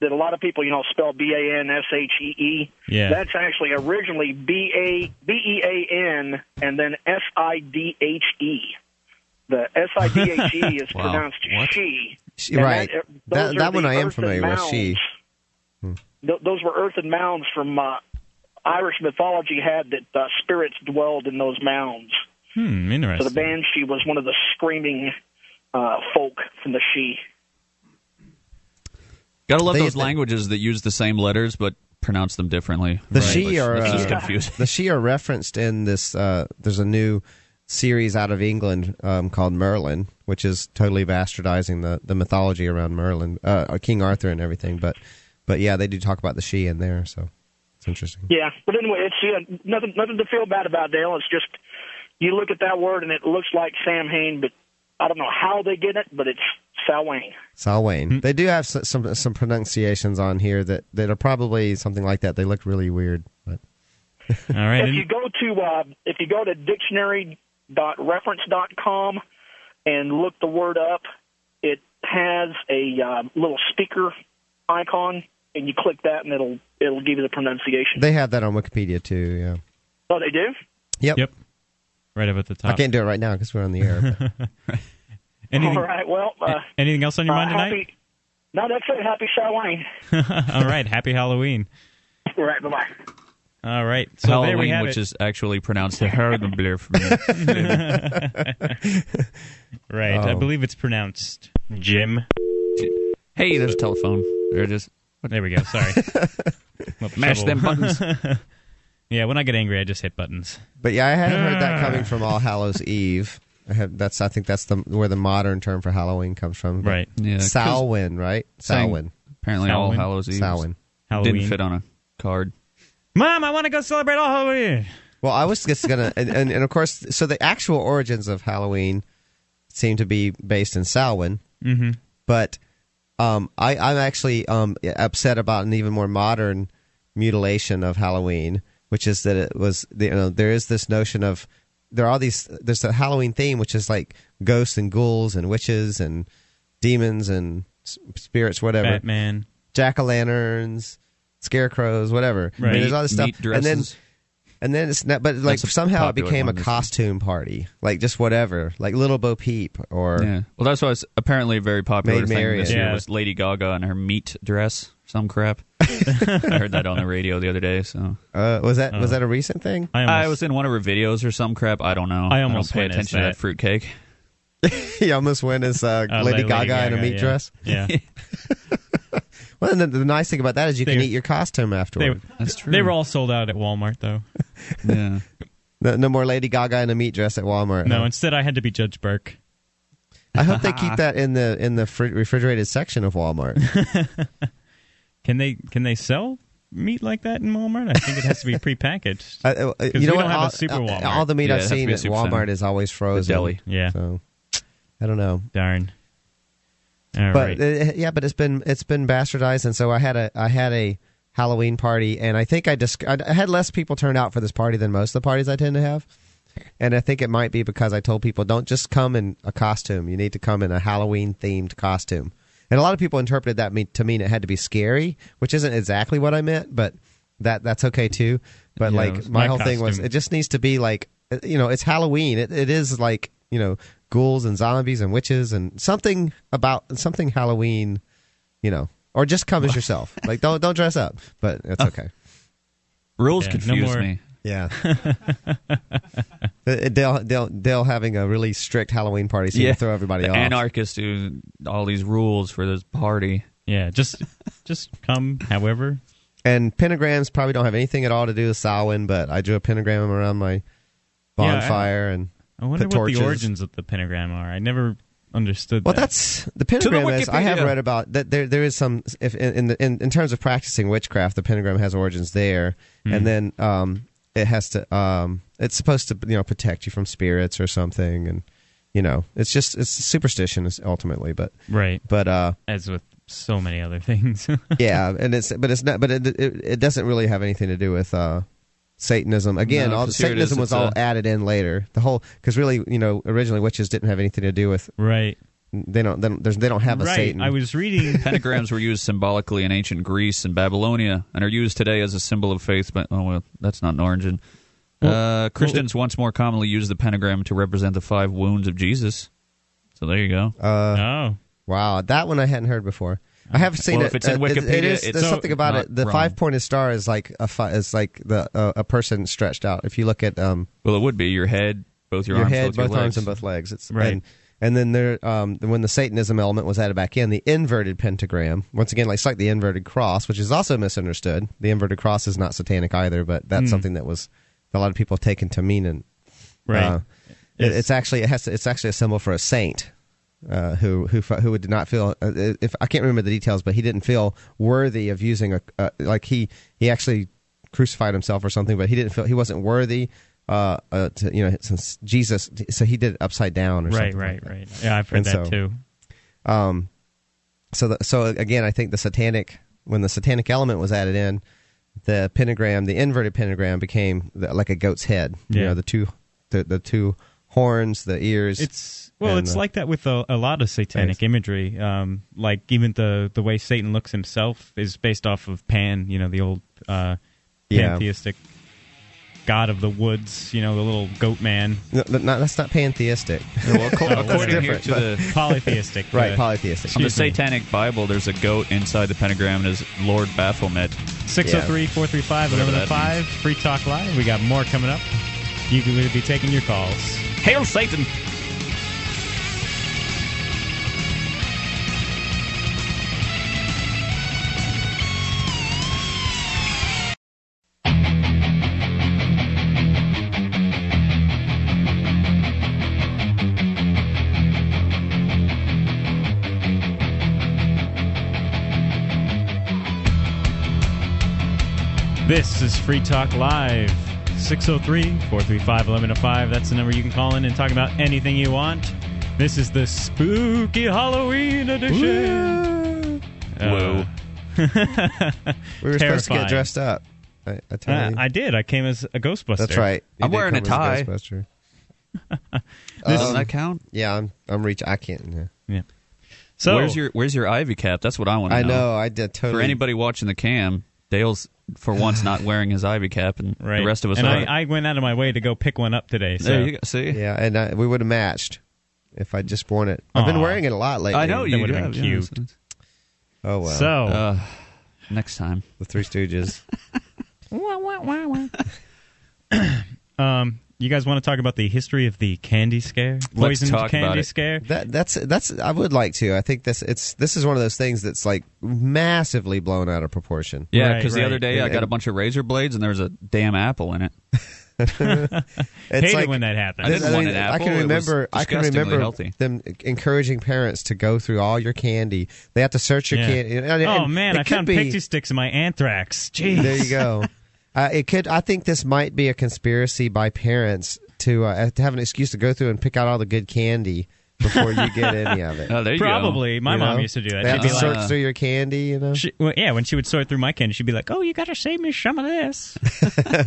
Speaker 4: that a lot of people you know spell B A N S H E E.
Speaker 1: Yeah.
Speaker 4: That's actually originally B A B E A N and then S I D H E. The S I D H E is
Speaker 3: Wow.
Speaker 4: pronounced
Speaker 3: What?
Speaker 4: she.
Speaker 2: She-
Speaker 4: And
Speaker 2: right.
Speaker 4: That, uh,
Speaker 2: That-
Speaker 4: those are
Speaker 2: that one
Speaker 4: the
Speaker 2: I am
Speaker 4: earthen
Speaker 2: familiar with, she. Hmm.
Speaker 4: mounds. Th- those were earthen mounds from uh, Irish mythology had that uh, spirits dwelled in those mounds.
Speaker 1: Hmm,
Speaker 4: So
Speaker 1: interesting.
Speaker 4: the banshee was one of the screaming uh, folk from the she.
Speaker 3: Gotta love
Speaker 2: They-
Speaker 3: those
Speaker 2: they-
Speaker 3: languages that use the same letters but pronounce them differently.
Speaker 2: The
Speaker 3: Right.
Speaker 2: she
Speaker 3: Which-
Speaker 2: are
Speaker 3: that's just
Speaker 2: uh,
Speaker 3: confusing.
Speaker 2: the she are referenced in this. Uh, there's a new series out of England um, called Merlin, which is totally bastardizing the, the mythology around Merlin, uh, King Arthur, and everything. But but yeah, they do talk about the she in there, so it's interesting.
Speaker 4: Yeah, but anyway, it's yeah, nothing nothing to feel bad about, Dale. It's just you look at that word and it looks like Sam Hain, but I don't know how they get it, but it's Salwane.
Speaker 2: Salwain. They do have s- some some pronunciations on here that, that are probably something like that. They look really weird, but
Speaker 1: All right.
Speaker 4: If you
Speaker 1: and-
Speaker 4: go to uh, if you go to dictionary.reference.com and look the word up, it has a uh, little speaker icon, and you click that, and it'll it'll give you the pronunciation.
Speaker 2: they have that on Wikipedia too. Yeah.
Speaker 4: oh, they do.
Speaker 2: Yep.
Speaker 1: yep. Right up at the
Speaker 2: I
Speaker 1: top.
Speaker 2: can't do it right now because we're on the air. but-
Speaker 1: Anything,
Speaker 4: All right. Well, uh,
Speaker 1: anything else on your
Speaker 4: uh,
Speaker 1: mind tonight?
Speaker 4: happy. No, that's it. Happy Salwane.
Speaker 1: All right. Happy Halloween.
Speaker 4: All right. Bye bye.
Speaker 1: All right. So there we
Speaker 3: Halloween,
Speaker 1: have
Speaker 3: which
Speaker 1: it.
Speaker 3: is actually pronounced Hergenblir for me.
Speaker 1: right. I
Speaker 2: Oh.
Speaker 1: believe it's pronounced Jim.
Speaker 3: hey, there's a telephone. They're just
Speaker 1: Oh, There we go. Sorry. Little
Speaker 3: mash
Speaker 1: trouble.
Speaker 3: them buttons.
Speaker 1: Yeah, when I get angry, I just hit buttons.
Speaker 2: But yeah, I hadn't heard that coming from All Hallows Eve. I had, that's I think that's the where the modern term for Halloween comes from. But-
Speaker 1: Right.
Speaker 3: Yeah, 'cause
Speaker 2: Salwin, right?
Speaker 3: saying-
Speaker 2: Salwin.
Speaker 3: Apparently, All
Speaker 1: Samhain.
Speaker 3: Hallows Eve
Speaker 2: Salwin.
Speaker 1: Halloween.
Speaker 3: didn't fit on a card.
Speaker 1: Mom, I want to go celebrate all Halloween.
Speaker 2: Well, I was just gonna, and, and, and of course, so the actual origins of Halloween seem to be based in Salwin, mm-hmm. but um, I, I'm actually um, upset about an even more modern mutilation of Halloween, which is that it was you know there is this notion of there are these there's a Halloween theme which is like ghosts and ghouls and witches and demons and s- spirits whatever
Speaker 1: Batman.
Speaker 2: jack o' lanterns, scarecrows, whatever. I mean,
Speaker 1: Right.
Speaker 2: there's all this stuff,
Speaker 3: Meat
Speaker 2: and then
Speaker 3: dresses.
Speaker 2: and then it's not, but like
Speaker 3: That's a
Speaker 2: somehow it
Speaker 3: popular
Speaker 2: became a
Speaker 3: one, this
Speaker 2: costume party, like just whatever, like Little Bo Peep or
Speaker 3: Yeah. Well, that's why it's apparently a very popular
Speaker 2: Maid
Speaker 3: thing
Speaker 2: Marian.
Speaker 3: this year
Speaker 1: Yeah.
Speaker 3: was Lady Gaga and her meat dress, some crap. I heard that on the radio the other day. So
Speaker 2: uh, was that was that a recent thing?
Speaker 1: I, almost,
Speaker 3: I was in one of her videos or some crap. I don't know.
Speaker 1: I almost
Speaker 3: don't pay
Speaker 1: witnessed
Speaker 3: attention to
Speaker 1: that.
Speaker 3: that fruitcake.
Speaker 2: he almost went as uh,
Speaker 1: uh,
Speaker 2: Lady, Gaga, in a meat
Speaker 1: yeah.
Speaker 2: dress.
Speaker 1: Yeah.
Speaker 2: Well, and the, the nice thing about that is you can
Speaker 1: They-
Speaker 2: eat your costume
Speaker 1: they,
Speaker 2: afterward.
Speaker 3: That's true. Uh-huh.
Speaker 1: they were all sold out at Walmart, though.
Speaker 3: Yeah.
Speaker 2: No, no more Lady Gaga in a meat dress at Walmart.
Speaker 1: No,
Speaker 2: huh?
Speaker 1: instead I had to be Judge Burke.
Speaker 2: I hope they keep that in the in the fri- refrigerated section of Walmart.
Speaker 1: Can they can they sell meat like that in Walmart? I think it has to be prepackaged.
Speaker 2: I- uh, you know
Speaker 1: we
Speaker 2: what?
Speaker 1: don't have a
Speaker 2: all,
Speaker 1: super
Speaker 2: uh,
Speaker 1: Walmart.
Speaker 2: all the meat
Speaker 3: Yeah, it
Speaker 2: I've
Speaker 3: has to
Speaker 2: seen
Speaker 3: be a
Speaker 2: at
Speaker 3: super
Speaker 2: Walmart
Speaker 3: center.
Speaker 2: is always frozen.
Speaker 3: deli.
Speaker 1: Yeah.
Speaker 2: So I don't know.
Speaker 1: Darn. All right.
Speaker 2: but uh, yeah, but it's been it's been bastardized, and so I had a I had a Halloween party, and I think I dis- I I had less people turn out for this party than most of the parties I tend to have, and I think it might be because I told people don't just come in a costume; you need to come in a Halloween themed costume, and a lot of people interpreted that mean, to mean it had to be scary, which isn't exactly what I meant, but that that's okay too. But
Speaker 1: Yeah, it
Speaker 2: like
Speaker 1: was
Speaker 2: my,
Speaker 1: my
Speaker 2: whole thing was
Speaker 1: costume.
Speaker 2: it just needs to be like uh, you know it's Halloween. It, it is like you know ghouls and zombies and witches and something about something Halloween. You know, or just come as yourself. Like don't don't dress up, but it's
Speaker 1: Oh.
Speaker 2: okay.
Speaker 3: Rules
Speaker 1: Yeah, no
Speaker 3: confuse
Speaker 1: more-
Speaker 3: me.
Speaker 2: Yeah, Uh, Dale Dale Dale having a really strict Halloween party, so you throw everybody
Speaker 3: the
Speaker 2: off.
Speaker 3: Anarchists do all these rules for this party.
Speaker 1: yeah. Just just come. However.
Speaker 2: and pentagrams probably don't have anything at all to do with Samhain, but I drew a pentagram around my
Speaker 1: Yeah, I-
Speaker 2: bonfire and
Speaker 1: I wonder
Speaker 2: put
Speaker 1: what
Speaker 2: torches.
Speaker 1: the origins of the pentagram are. I never understood.
Speaker 2: Well,
Speaker 1: that.
Speaker 2: that's the pentagram is. I have
Speaker 3: Wikipedia.
Speaker 2: read about that. There, there is some if in in, the, in in terms of practicing witchcraft, the pentagram has origins there,
Speaker 1: Hmm.
Speaker 2: and then um, it has to. Um, it's supposed to you know protect you from spirits or something, and you know it's just it's superstition is ultimately, but
Speaker 1: right.
Speaker 2: but uh,
Speaker 1: As with so many other things.
Speaker 2: yeah, and it's but it's not but it, it it doesn't really have anything to do with uh Satanism. Again,
Speaker 3: No,
Speaker 2: all
Speaker 3: 'cause here it is,
Speaker 2: Satanism was
Speaker 3: it's uh,
Speaker 2: all
Speaker 3: a-
Speaker 2: added in later. The whole because really you know originally witches didn't have anything to do with
Speaker 1: right.
Speaker 2: they don't they don't, there's- they don't have a
Speaker 1: right.
Speaker 2: Satan.
Speaker 1: I was reading.
Speaker 3: Pentagrams were used symbolically in ancient Greece and Babylonia, and are used today as a symbol of faith. But oh well, that's not an origin. uh, Christians once more commonly use the pentagram to represent the five wounds of Jesus. So there you go.
Speaker 1: oh.
Speaker 2: Uh, Wow, that one I hadn't heard before. I have seen
Speaker 3: Well,
Speaker 2: it.
Speaker 3: if it's in
Speaker 2: uh, it-
Speaker 3: Wikipedia,
Speaker 2: it is,
Speaker 3: it's
Speaker 2: there's
Speaker 3: so-
Speaker 2: something about
Speaker 3: not
Speaker 2: it. The
Speaker 3: wrong.
Speaker 2: five-pointed star is like a fi- is like the uh, a person stretched out. If you look at um,
Speaker 3: well, it would be your head, both your,
Speaker 2: your
Speaker 3: arms,
Speaker 2: head,
Speaker 3: both,
Speaker 2: both
Speaker 3: your legs.
Speaker 2: arms, and both legs, it's
Speaker 1: Right.
Speaker 2: And, and then there, um, when the Satanism element was added back in, the inverted pentagram once again, like it's like the inverted cross, which is also misunderstood. The inverted cross is not satanic either, but
Speaker 3: Hmm.
Speaker 2: that's something that was a lot of people have taken to mean and
Speaker 1: Right.
Speaker 2: Uh, it- it's actually it has to, it's actually a symbol for a saint uh, who who fe- who did not feel uh, if I can't remember the details, but he didn't feel worthy of using a uh, like he he actually crucified himself or something, but he didn't feel he wasn't worthy. Uh, uh, to, you know, since Jesus, so he did it upside down or
Speaker 1: right.
Speaker 2: something.
Speaker 1: Right.
Speaker 2: like that.
Speaker 1: Right. Yeah, I've heard
Speaker 2: And
Speaker 1: that
Speaker 2: so-
Speaker 1: too.
Speaker 2: So, the, so again, I think the satanic when the satanic element was added in, the pentagram, the inverted pentagram, became the, like a goat's head. You
Speaker 1: Yeah.
Speaker 2: know, the two, the, the two horns, the ears.
Speaker 1: It's well,
Speaker 2: and,
Speaker 1: it's
Speaker 2: uh,
Speaker 1: like that with a, a lot of satanic
Speaker 2: Thanks.
Speaker 1: imagery. Um, like even the the way Satan looks himself is based off of Pan. You know, the old uh,
Speaker 2: Yeah.
Speaker 1: pantheistic god of the woods. You know, the little goat man,
Speaker 2: No, no, no, that's not pantheistic.
Speaker 3: Well, acco-
Speaker 1: Oh,
Speaker 3: according
Speaker 1: that's
Speaker 3: here
Speaker 2: different,
Speaker 3: to
Speaker 2: but-
Speaker 3: the
Speaker 1: polytheistic.
Speaker 2: right,
Speaker 1: uh,
Speaker 2: polytheistic.
Speaker 3: on the
Speaker 1: Excuse me.
Speaker 3: Satanic Bible, there's a goat inside the pentagram, and is Lord Baphomet.
Speaker 1: 603 435
Speaker 3: Whatever that
Speaker 1: 1105. Free Talk Live. We got more coming up. You can we'll be taking your calls.
Speaker 3: Hail Satan!
Speaker 1: This is Free Talk Live. 603 435 1105. That's the number you can call in and talk about anything you want. This is the spooky Halloween
Speaker 2: Mm-hmm.
Speaker 1: edition.
Speaker 3: Whoa.
Speaker 2: we were supposed to
Speaker 1: Terrifying.
Speaker 2: get dressed up. I, I tell
Speaker 1: Uh,
Speaker 2: you.
Speaker 1: I did. I came as a Ghostbuster.
Speaker 2: that's right. You
Speaker 3: I'm
Speaker 2: did
Speaker 3: wearing a
Speaker 2: come as
Speaker 3: tie.
Speaker 2: Ghostbuster.
Speaker 3: Doesn't that count?
Speaker 2: Yeah, I'm. I'm reaching. I can't. yeah.
Speaker 1: Yeah. So,
Speaker 3: where's your Where's your ivy cap? That's what I want to
Speaker 2: I know. I did totally.
Speaker 3: For anybody watching the cam, Dale's for once not wearing his ivy cap, and
Speaker 1: right.
Speaker 3: the rest of us
Speaker 1: And
Speaker 3: are.
Speaker 1: I, I went out of my way to go pick one up today. So.
Speaker 3: there you go. See,
Speaker 2: Yeah, and I, we would have matched if I'd just worn it. I've been
Speaker 1: Aw.
Speaker 2: wearing it a lot lately.
Speaker 3: I know you
Speaker 1: would've
Speaker 3: have,
Speaker 1: been
Speaker 3: yeah,
Speaker 1: cute.
Speaker 3: that's-
Speaker 2: Oh wow.
Speaker 1: So,
Speaker 3: Uh, next time,
Speaker 2: the Three Stooges.
Speaker 3: uh,
Speaker 1: um, you guys want to talk about the history of the candy scare?
Speaker 3: Let's
Speaker 1: Poisoned
Speaker 3: talk
Speaker 1: candy
Speaker 3: about it.
Speaker 1: scare?
Speaker 2: That that's that's I would like to. I think this it's this is one of those things that's like massively blown out of proportion.
Speaker 3: yeah,
Speaker 1: Right,
Speaker 3: because
Speaker 1: right.
Speaker 3: the other day I
Speaker 2: And-
Speaker 3: got a bunch of razor blades, and there was a damn apple in it.
Speaker 2: It's
Speaker 1: Hated
Speaker 2: like-
Speaker 1: when that happened.
Speaker 3: I didn't want an
Speaker 2: I can
Speaker 3: apple. It was
Speaker 2: remember. I can
Speaker 3: disgustingly
Speaker 2: remember
Speaker 3: healthy.
Speaker 2: them encouraging parents to go through all your candy. They have to search your
Speaker 1: Yeah.
Speaker 2: candy. and- and-
Speaker 1: oh
Speaker 2: and
Speaker 1: man,
Speaker 2: it
Speaker 1: I
Speaker 2: could
Speaker 1: found
Speaker 2: be-
Speaker 1: pixie sticks in my anthrax. Jeez.
Speaker 2: There you go. Uh, it could. I think this might be a conspiracy by parents to uh, to have an excuse to go through and pick out all the good candy before you get any of it.
Speaker 3: Oh, there you go.
Speaker 1: Probably. Uh, My
Speaker 2: You
Speaker 1: mom
Speaker 2: know?
Speaker 1: used to do
Speaker 2: They
Speaker 1: that.
Speaker 2: have
Speaker 1: She'd be
Speaker 2: to
Speaker 1: like,
Speaker 2: search
Speaker 3: uh,
Speaker 2: through your candy. You know.
Speaker 1: she, well, yeah, when she would sort through my candy, she'd be like, "Oh, you got to save me some of this."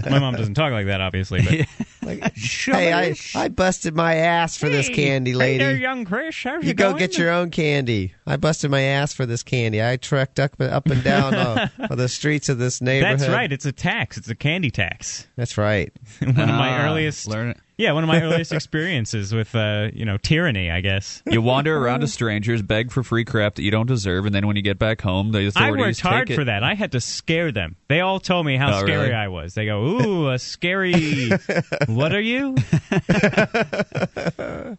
Speaker 1: my mom doesn't talk like that, obviously. But
Speaker 2: Like, hey, I, I busted my ass for this candy, lady.
Speaker 1: Hey there, young Chris. How's
Speaker 2: you
Speaker 1: it
Speaker 2: go
Speaker 1: going?
Speaker 2: get your own candy. I busted my ass for this candy. I trekked up, up and down uh, the streets of this neighborhood.
Speaker 1: That's right. It's a tax. It's a candy tax.
Speaker 2: That's right.
Speaker 1: one of
Speaker 3: Ah,
Speaker 1: my earliest.
Speaker 3: learn it.
Speaker 1: Yeah, one of my earliest experiences with uh, you know tyranny. I guess.
Speaker 3: You wander around to strangers, beg for free crap that you don't deserve, and then when you get back home, the
Speaker 1: I
Speaker 3: authorities
Speaker 1: worked
Speaker 3: take
Speaker 1: hard
Speaker 3: it.
Speaker 1: for that. I had to scare them. They all told me how
Speaker 3: Oh,
Speaker 1: scary
Speaker 3: really?
Speaker 1: I was. They go, "Ooh, a scary. what are you?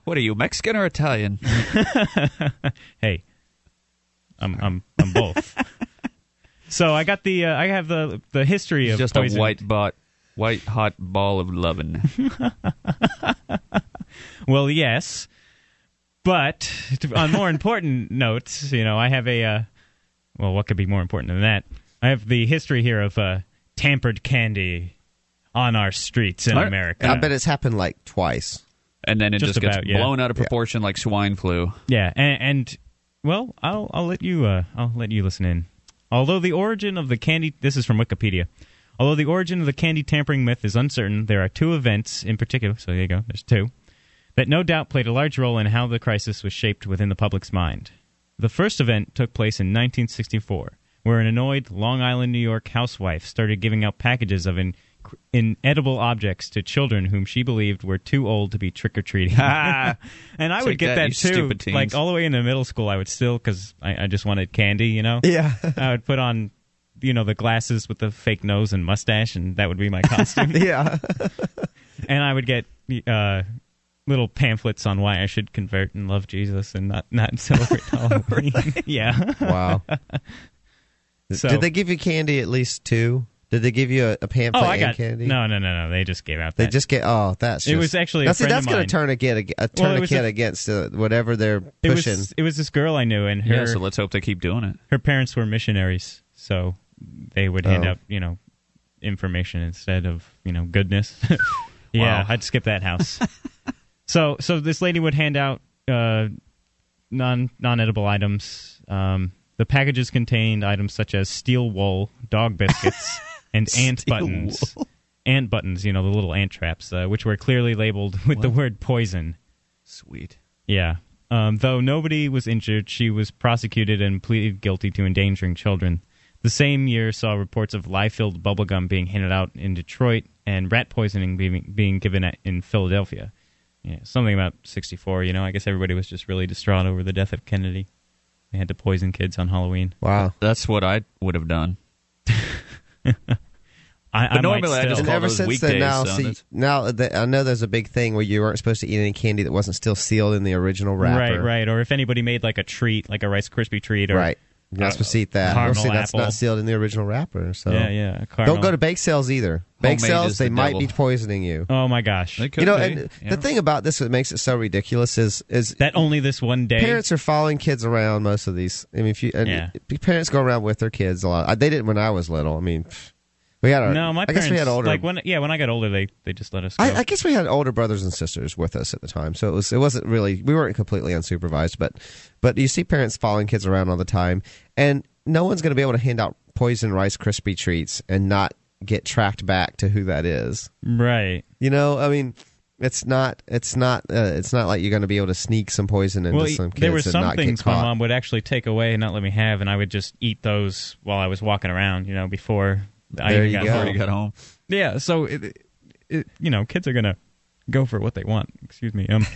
Speaker 3: What are you, Mexican or Italian?
Speaker 1: Hey, I'm I'm I'm both." so I got the uh, I have the the history of
Speaker 3: Just
Speaker 1: poison.
Speaker 3: a white bot, white hot ball of lovin'.
Speaker 1: Well, yes, but to- on more important notes, you know, I have a uh, well, what could be more important than that? I have the history here of uh, tampered candy on our streets in
Speaker 3: All right.
Speaker 1: America.
Speaker 2: I bet it's happened like twice.
Speaker 3: and then it
Speaker 1: Just
Speaker 3: just, gets
Speaker 1: about, yeah.
Speaker 3: blown out of proportion like swine flu.
Speaker 1: Yeah, and, and well, I'll I'll let you uh, I'll let you listen in. Although the origin of the candy this is from Wikipedia. Although the origin of the candy tampering myth is uncertain, there are two events in particular. So there you go. There's two that no doubt played a large role in how the crisis was shaped within the public's mind. The first event took place in 1964, where an annoyed Long Island, New York housewife started giving out packages of in- inedible objects to children whom she believed were too old to be trick or treating. and I would
Speaker 3: Take
Speaker 1: get
Speaker 3: that,
Speaker 1: that,
Speaker 3: you
Speaker 1: too.
Speaker 3: stupid teens.
Speaker 1: Like all the way into middle school, I would still because I, I just wanted candy, you know.
Speaker 2: Yeah.
Speaker 1: I would put on, you know, the glasses with the fake nose and mustache, and that would be my costume.
Speaker 2: yeah.
Speaker 1: and I would get uh, little pamphlets on why I should convert and love Jesus and not not celebrate Halloween. yeah.
Speaker 2: Wow.
Speaker 1: So-
Speaker 2: Did they give you candy at least two? Did they give you a, a pamphlet
Speaker 1: Oh, I
Speaker 2: and
Speaker 1: got
Speaker 2: candy?
Speaker 1: no, no, no, no. They just gave out.
Speaker 2: They
Speaker 1: that.
Speaker 2: just get oh that's
Speaker 1: It
Speaker 2: just-
Speaker 1: was actually a
Speaker 2: now, see,
Speaker 1: friend
Speaker 2: that's
Speaker 1: of
Speaker 2: gonna
Speaker 1: mine.
Speaker 2: turn a kid ag- a, turn
Speaker 1: it
Speaker 2: a
Speaker 1: was
Speaker 2: kid
Speaker 1: a-
Speaker 2: against uh, whatever they're
Speaker 1: it
Speaker 2: pushing.
Speaker 1: was it was this girl I knew, and her
Speaker 3: Yeah, so let's hope they keep doing it.
Speaker 1: her parents were missionaries, so they would hand
Speaker 2: Oh.
Speaker 1: out you know information instead of you know goodness. yeah,
Speaker 3: Wow.
Speaker 1: I'd skip that house. so so this lady would hand out uh, non non edible items. Um, the packages contained items such as steel wool, dog biscuits, and ant buttons. Ant buttons, you know the little ant traps, uh, which were clearly labeled with the word poison.
Speaker 3: Sweet.
Speaker 1: Yeah. Um, though nobody was injured, she was prosecuted and pleaded guilty to endangering children. The same year saw reports of lye filled bubblegum being handed out in Detroit and rat poisoning being, being given at, in Philadelphia. Yeah, something about 64, you know. I guess everybody was just really distraught over the death of Kennedy. They had to poison kids on Halloween.
Speaker 2: wow.
Speaker 3: That's what I would have done.
Speaker 1: I, I might
Speaker 3: normally I
Speaker 1: still-
Speaker 3: just
Speaker 2: And
Speaker 3: call
Speaker 2: ever
Speaker 3: those
Speaker 2: since
Speaker 3: weekdays,
Speaker 2: then, now
Speaker 3: so
Speaker 2: see,
Speaker 3: that's-
Speaker 2: now that I know there's a big thing where you weren't supposed to eat any candy that wasn't still sealed in the original
Speaker 1: Right,
Speaker 2: wrapper.
Speaker 1: right. Or if anybody made like a treat, like a Rice Krispie treat or.
Speaker 2: right. You're not supposed to eat that.
Speaker 1: caramel
Speaker 2: Obviously, that's
Speaker 1: apple.
Speaker 2: not sealed in the original wrapper. So
Speaker 1: Yeah, yeah. a
Speaker 2: don't
Speaker 1: caramel.
Speaker 2: go to bake sales either. Bake
Speaker 3: Homemade
Speaker 2: sales,
Speaker 3: is
Speaker 2: they
Speaker 3: the
Speaker 2: might
Speaker 3: devil.
Speaker 2: be poisoning you.
Speaker 1: Oh, my gosh.
Speaker 3: It could
Speaker 2: You know,
Speaker 3: be,
Speaker 2: and
Speaker 3: yeah.
Speaker 2: the thing about this that makes it so ridiculous is is
Speaker 1: That only this one day.
Speaker 2: parents are following kids around most of these. I mean, if you and
Speaker 1: Yeah.
Speaker 2: if parents go around with their kids a lot. I- They didn't when I was little. I mean, pff, we had our
Speaker 1: No, my
Speaker 2: I
Speaker 1: parents
Speaker 2: guess we had older.
Speaker 1: like when yeah when I got older they they just let us go.
Speaker 2: I, I guess we had older brothers and sisters with us at the time, so it was it wasn't really we weren't completely unsupervised, but but you see parents following kids around all the time, and no one's going to be able to hand out poison Rice Krispie treats and not get tracked back to who that is.
Speaker 1: right.
Speaker 2: You know, I mean, it's not it's not uh, it's not like you're going to be able to sneak some poison into
Speaker 1: Well,
Speaker 2: some kids
Speaker 1: there were
Speaker 2: and
Speaker 1: some
Speaker 2: not
Speaker 1: things
Speaker 2: get
Speaker 1: my
Speaker 2: caught.
Speaker 1: mom would actually take away and not let me have, and I would just eat those while I was walking around. You know, before I even
Speaker 2: There you
Speaker 1: got
Speaker 2: go.
Speaker 1: home.
Speaker 3: Already got home.
Speaker 1: Yeah, so it, it, you know, kids are gonna go for what they want. Excuse me. Um,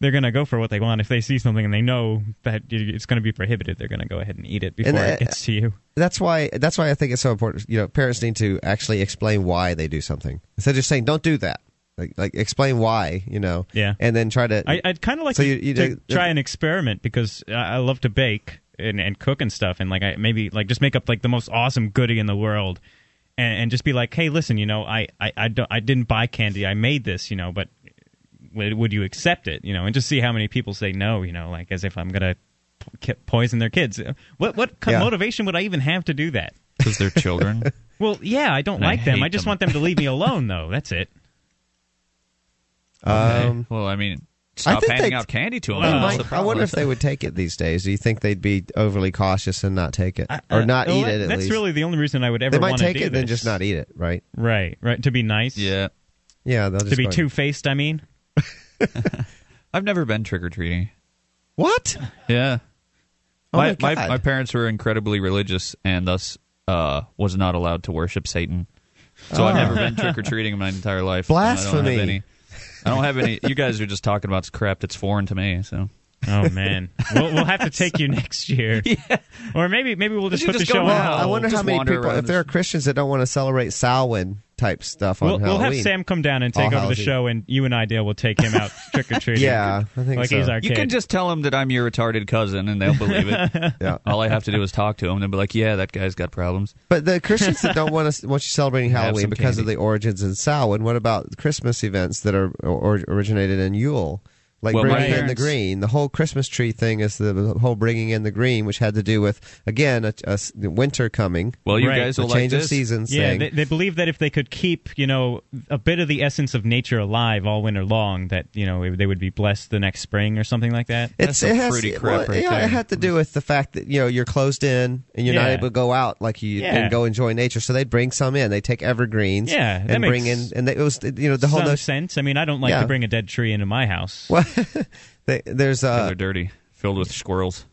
Speaker 1: they're gonna go for what they want if they see something and they know that it- it's gonna be prohibited. They're gonna go ahead and eat it before
Speaker 2: uh,
Speaker 1: it gets to you.
Speaker 2: that's why that's why I think it's so important. You know, parents need to actually explain why they do something instead of just saying "don't do that." Like, like explain why, you know,
Speaker 1: Yeah.
Speaker 2: and then try to.
Speaker 1: I, I'd kind of like
Speaker 2: So
Speaker 1: to,
Speaker 2: you- you
Speaker 1: to
Speaker 2: do-
Speaker 1: try an experiment because I, I love to bake and, and cook and stuff, and like I maybe like just make up like the most awesome goodie in the world, and, and just be like, hey, listen, you know, I I I, don't, I didn't buy candy, I made this, you know, but would, would you accept it, you know, and just see how many people say no, you know, like as if I'm gonna po- ki- poison their kids. What what kind
Speaker 2: Yeah.
Speaker 1: of motivation would I even have to do that?
Speaker 3: because they're children.
Speaker 1: Well, yeah, I don't
Speaker 3: And I
Speaker 1: like them.
Speaker 3: hate
Speaker 1: I just
Speaker 3: them.
Speaker 1: want them to leave me alone, though. That's it.
Speaker 2: Um,
Speaker 3: Okay. well, I mean, stop
Speaker 2: think
Speaker 3: handing
Speaker 2: they-
Speaker 3: out candy to them.
Speaker 1: They
Speaker 2: They
Speaker 1: Uh,
Speaker 2: might-
Speaker 1: what's
Speaker 2: Um, I wonder if they would take it these days. Do you think they'd be overly cautious and not take it, or not
Speaker 1: Well,
Speaker 2: eat
Speaker 1: that-
Speaker 2: it? At
Speaker 1: Uh, That's
Speaker 2: least
Speaker 1: really the only reason I would ever
Speaker 2: they might
Speaker 1: want to
Speaker 2: take
Speaker 1: do
Speaker 2: it and
Speaker 1: this.
Speaker 2: then just not eat it, right?
Speaker 1: Right, right. To be nice.
Speaker 3: Yeah,
Speaker 2: Yeah, they'll just
Speaker 1: To be
Speaker 2: go-
Speaker 1: two faced. I mean.
Speaker 3: I've never been trick or treating.
Speaker 2: What?
Speaker 3: Yeah,
Speaker 2: Oh
Speaker 3: my,
Speaker 2: my
Speaker 3: my,
Speaker 2: God.
Speaker 3: my parents were incredibly religious and thus uh, was not allowed to worship Satan. So I've never been trick or treating in my entire life. and I don't
Speaker 2: Ah. Blasphemy.
Speaker 3: have any. I don't have any. You guys are just talking about crap that's foreign to me. So
Speaker 1: Oh man, we'll, we'll have to take you next year, or maybe maybe we'll just
Speaker 3: You
Speaker 1: put
Speaker 3: just
Speaker 1: the show
Speaker 3: go
Speaker 1: on
Speaker 2: Well,
Speaker 3: Wow.
Speaker 2: I
Speaker 1: hold.
Speaker 2: wonder how
Speaker 3: Just
Speaker 2: many
Speaker 3: wander
Speaker 2: people,
Speaker 3: around
Speaker 2: if there are
Speaker 3: this-
Speaker 2: Christians that don't want to celebrate Samhain type stuff on
Speaker 1: We'll, we'll
Speaker 2: Halloween.
Speaker 1: have Sam come down and
Speaker 2: All
Speaker 1: take over the
Speaker 2: Hallows Eve.
Speaker 1: show, and you and I, Dale, will take him out trick or treating.
Speaker 2: Yeah, I think
Speaker 1: like
Speaker 2: so.
Speaker 1: he's our
Speaker 3: you
Speaker 1: kid.
Speaker 3: can just tell them that I'm your retarded cousin and they'll believe it.
Speaker 2: Yeah.
Speaker 3: All I have to do is talk to them. They'll be like, "Yeah, that guy's got problems."
Speaker 2: But the Christians that don't want to want you celebrating
Speaker 3: Have
Speaker 2: Halloween
Speaker 3: some
Speaker 2: because of
Speaker 3: candy.
Speaker 2: the origins in Samhain, what about Christmas events that are or, originated in Yule? Like
Speaker 3: Well, my
Speaker 2: bringing in the
Speaker 3: parents-
Speaker 2: green. The whole Christmas tree thing is the whole bringing in the green, which had to do with again a, a s- the winter coming,
Speaker 3: Well, you
Speaker 1: Right.
Speaker 3: guys
Speaker 2: the
Speaker 3: will like
Speaker 2: change
Speaker 3: this.
Speaker 2: of seasons
Speaker 1: yeah,
Speaker 2: thing.
Speaker 1: they, they believe that if they could keep you know a bit of the essence of nature alive all winter long, that you know they would be blessed the next spring or something like that.
Speaker 2: it's
Speaker 3: That's
Speaker 2: it
Speaker 3: some
Speaker 2: has
Speaker 3: fruity
Speaker 2: well,
Speaker 3: crap right
Speaker 2: yeah,
Speaker 3: there.
Speaker 2: it had to do with the fact that you know you're closed in and you're not
Speaker 1: Yeah.
Speaker 2: able to go out like you
Speaker 1: Yeah.
Speaker 2: and go enjoy nature. So they'd bring some in. They take evergreens,
Speaker 1: Yeah, that
Speaker 2: and bring in
Speaker 1: makes
Speaker 2: and they, it was you know the whole
Speaker 1: Some
Speaker 2: notion.
Speaker 1: sense. I mean, I don't like
Speaker 2: Yeah.
Speaker 1: to bring a dead tree into my house.
Speaker 2: Well, they, there's uh,
Speaker 3: they're dirty, filled with squirrels.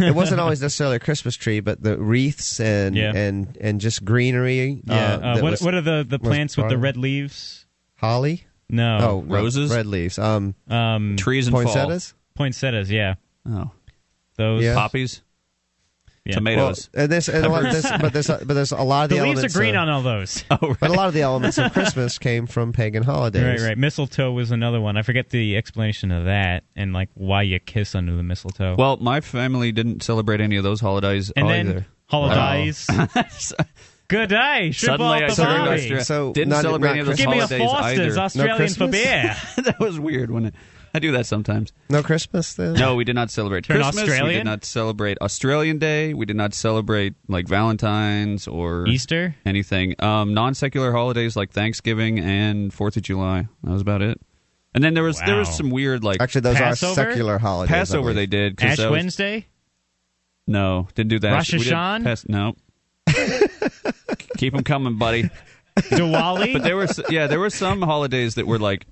Speaker 2: it wasn't always necessarily a Christmas tree, but the wreaths and
Speaker 1: Yeah.
Speaker 2: and and just greenery.
Speaker 1: yeah.
Speaker 2: uh,
Speaker 1: Uh,
Speaker 2: that
Speaker 1: what
Speaker 2: was
Speaker 1: what are the the
Speaker 2: was Oh,
Speaker 1: plants with the
Speaker 2: garlic.
Speaker 1: red leaves?
Speaker 2: holly?
Speaker 1: No.
Speaker 2: no,
Speaker 3: roses?
Speaker 2: red leaves, um,
Speaker 1: Um,
Speaker 3: Trees and fall.
Speaker 2: poinsettias,
Speaker 1: poinsettias. Yeah.
Speaker 3: Oh,
Speaker 1: Those.
Speaker 2: Yeah.
Speaker 3: poppies,
Speaker 1: yeah.
Speaker 2: Well,
Speaker 3: tomatoes.
Speaker 2: and this, and a lot of this, but there's but there's a lot of the,
Speaker 1: The leaves are
Speaker 2: elements
Speaker 1: green
Speaker 2: of-
Speaker 1: on all those.
Speaker 2: But a lot of the elements of Christmas came from pagan holidays.
Speaker 1: Right, right. Mistletoe was another one. I forget the explanation of that and like why you kiss under the mistletoe.
Speaker 3: well, my family didn't celebrate any of those holidays
Speaker 2: Oh,
Speaker 1: and then
Speaker 3: either.
Speaker 1: holidays. Good day. Ship
Speaker 3: Suddenly, I
Speaker 1: off the
Speaker 2: turned
Speaker 1: Bobby.
Speaker 2: Australia-
Speaker 3: Austra-
Speaker 2: So,
Speaker 3: didn't
Speaker 2: not-
Speaker 3: celebrate
Speaker 2: not
Speaker 3: any of those
Speaker 1: Give me a
Speaker 3: holidays
Speaker 1: Foster's
Speaker 3: either.
Speaker 1: Australian for
Speaker 2: Christmas?
Speaker 1: beer.
Speaker 3: that was weird when it, I do that sometimes.
Speaker 2: No Christmas then.
Speaker 3: No, we did not celebrate
Speaker 1: Turn
Speaker 3: Christmas. We
Speaker 1: Australian?
Speaker 3: did not celebrate Australian Day. We did not celebrate like Valentine's or
Speaker 1: Easter.
Speaker 3: anything. Um, non secular holidays like Thanksgiving and Fourth of July. That was about it. And then there was there was
Speaker 1: Wow.
Speaker 3: some weird like
Speaker 2: actually, those
Speaker 1: Passover?
Speaker 2: are secular holidays. I
Speaker 3: Passover they
Speaker 2: believe.
Speaker 3: did. 'cause
Speaker 1: Ash
Speaker 3: that was-
Speaker 1: Wednesday.
Speaker 3: No, didn't do that.
Speaker 1: Rosh
Speaker 3: We did
Speaker 1: Hashan?
Speaker 3: Pas- no. Keep them coming, buddy.
Speaker 1: Diwali.
Speaker 3: But there were s- yeah there were some holidays that were like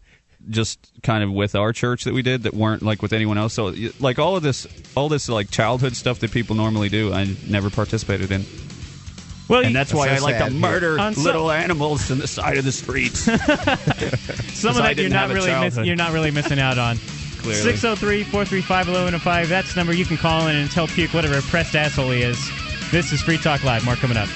Speaker 3: just kind of with our church that we did that weren't like with anyone else so y- like all of this all this like childhood stuff that people normally do i never participated in
Speaker 1: well,
Speaker 3: and
Speaker 1: you-
Speaker 3: that's why
Speaker 2: so
Speaker 3: i like
Speaker 2: sad.
Speaker 3: to murder
Speaker 1: On some-
Speaker 3: little animals in the side of the streets
Speaker 1: some
Speaker 3: I
Speaker 1: of that you're
Speaker 3: didn't
Speaker 1: not
Speaker 3: have a
Speaker 1: really miss,
Speaker 3: childhood.
Speaker 1: you're not really missing out on.
Speaker 3: Clearly.
Speaker 1: 603-435-1105. That's the number you can call in and tell Puke what a repressed asshole he is. This is Free Talk Live. More coming up.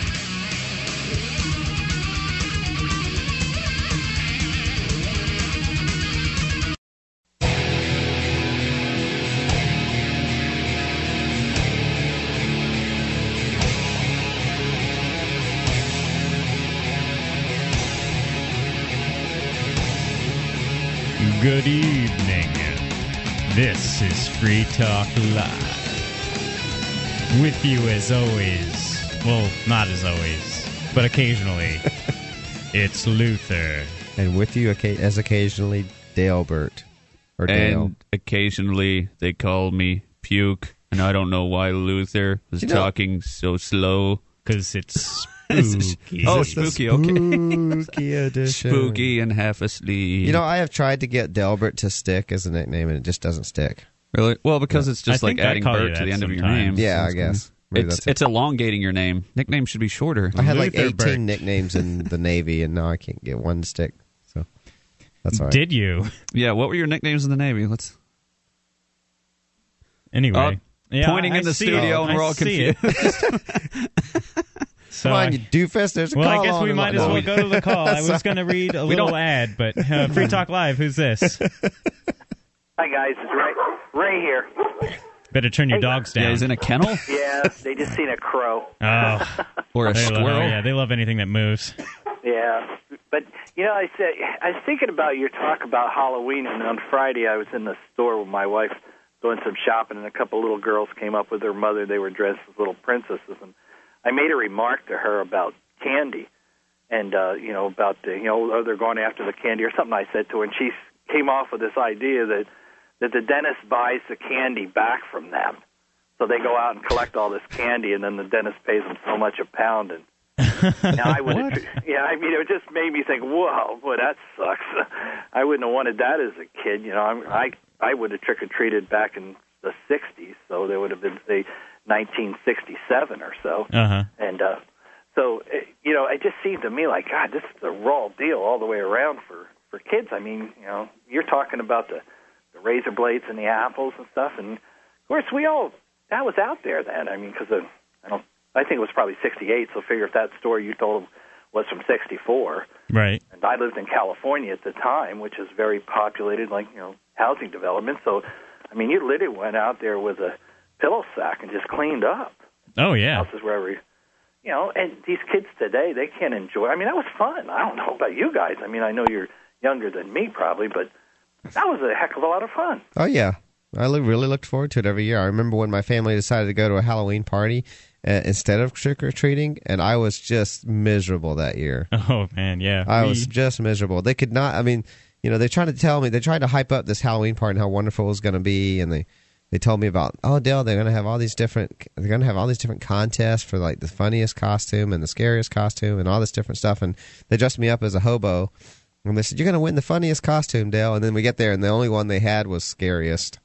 Speaker 1: Good evening. This is Free Talk Live. With you as always. Well, not as always, but occasionally. it's Luther.
Speaker 2: And with you, occa- as occasionally, Dalebert or Dale.
Speaker 3: and occasionally they call me puke and i don't know why luther was
Speaker 2: You know-
Speaker 3: talking so slow
Speaker 1: Because it's spooky.
Speaker 3: oh
Speaker 2: The
Speaker 3: spooky okay
Speaker 2: Spooky edition.
Speaker 3: spooky and half asleep
Speaker 2: You know, I have tried to get Delbert to stick as a nickname, and it just doesn't stick.
Speaker 3: Really? Well, because it's just
Speaker 1: I
Speaker 3: like
Speaker 1: think I
Speaker 3: adding
Speaker 1: call you
Speaker 3: Bert to
Speaker 1: that
Speaker 3: the end of your name.
Speaker 1: sometimes.
Speaker 2: Yeah,
Speaker 3: So
Speaker 2: I guess. Maybe
Speaker 3: It's,
Speaker 2: that's it.
Speaker 3: it's elongating your name. Nickname should be shorter.
Speaker 2: I had like
Speaker 1: Luther Burke.
Speaker 2: 18 nicknames in the Navy, and now I can't get one to stick. So that's all right.
Speaker 1: Did you?
Speaker 3: Yeah. What were your nicknames in the Navy? Let's
Speaker 1: Anyway.
Speaker 3: Uh,
Speaker 1: Yeah,
Speaker 3: pointing
Speaker 1: I-
Speaker 3: in the
Speaker 1: I see
Speaker 3: studio,
Speaker 1: it.
Speaker 3: and we're
Speaker 1: I
Speaker 3: all
Speaker 1: see
Speaker 3: confused.
Speaker 1: it. so
Speaker 2: Come
Speaker 1: I-
Speaker 2: on, you doofus. There's a
Speaker 1: well,
Speaker 2: call
Speaker 1: I guess
Speaker 2: on
Speaker 1: we
Speaker 2: and
Speaker 1: might as well
Speaker 2: whatnot.
Speaker 1: go to the call. I was going to read a little
Speaker 3: don't-
Speaker 1: ad, but uh, Free Talk Live, who's this?
Speaker 5: Hi guys, it's Ray. Ray here.
Speaker 1: Better turn your dogs down.
Speaker 3: Yeah, he's in a kennel
Speaker 5: Yeah, they just seen a crow.
Speaker 1: oh,
Speaker 3: or a
Speaker 1: they love,
Speaker 3: squirrel.
Speaker 1: yeah, they love anything that moves.
Speaker 5: Yeah, but you know, I said I was thinking about your talk about Halloween, and on Friday I was in the store with my wife doing some shopping, and a couple little girls came up with their mother. They were dressed as little princesses, and I made a remark to her about candy, and uh, you know about the you know oh they're going after the candy or something. I said to her, and she came off with this idea that that the dentist buys the candy back from them. So they go out and collect all this candy, and then the dentist pays them so much a pound, and now, I would. Yeah, I mean, it just made me think. Whoa, boy, that sucks. I wouldn't have wanted that as a kid. You know, I'm, I I would have trick or treated back in the '60s, so there would have been say 1967 or so.
Speaker 1: Uh huh.
Speaker 5: And uh, so, it, you know, it just seemed to me like God, this is a raw deal all the way around for for kids. I mean, you know, you're talking about the the razor blades and the apples and stuff, and of course, we all that was out there then. I mean, because I don't, I think it was probably '68. So figure if that story you told was from '64,
Speaker 1: Right.
Speaker 5: and I lived in California at the time, which is very populated, like you know, housing development. So, I mean, you literally went out there with a pillow sack and just cleaned up
Speaker 1: Oh yeah.
Speaker 5: houses where we, you know, and these kids today they can't enjoy. I mean, that was fun. I don't know about you guys. I mean, I know you're younger than me probably, but that was a heck of a lot of fun.
Speaker 2: Oh yeah, I look, really looked forward to it every year. I remember when my family decided to go to a Halloween party uh, instead of trick or treating, and I was just miserable that year.
Speaker 1: Oh man, yeah.
Speaker 2: I
Speaker 1: We-
Speaker 2: was
Speaker 3: Mm-hmm.
Speaker 2: just miserable. They could not. I mean, you know, they tried to tell me they tried to hype up this Halloween party and how wonderful it was going to be, and they they told me about oh Dale, they're going to have all these different they're going to have all these different contests for like the funniest costume and the scariest costume and all this different stuff, and they dressed me up as a hobo. And they said, You're going to win the funniest costume, Dale. And then we get there, and the only one they had was scariest.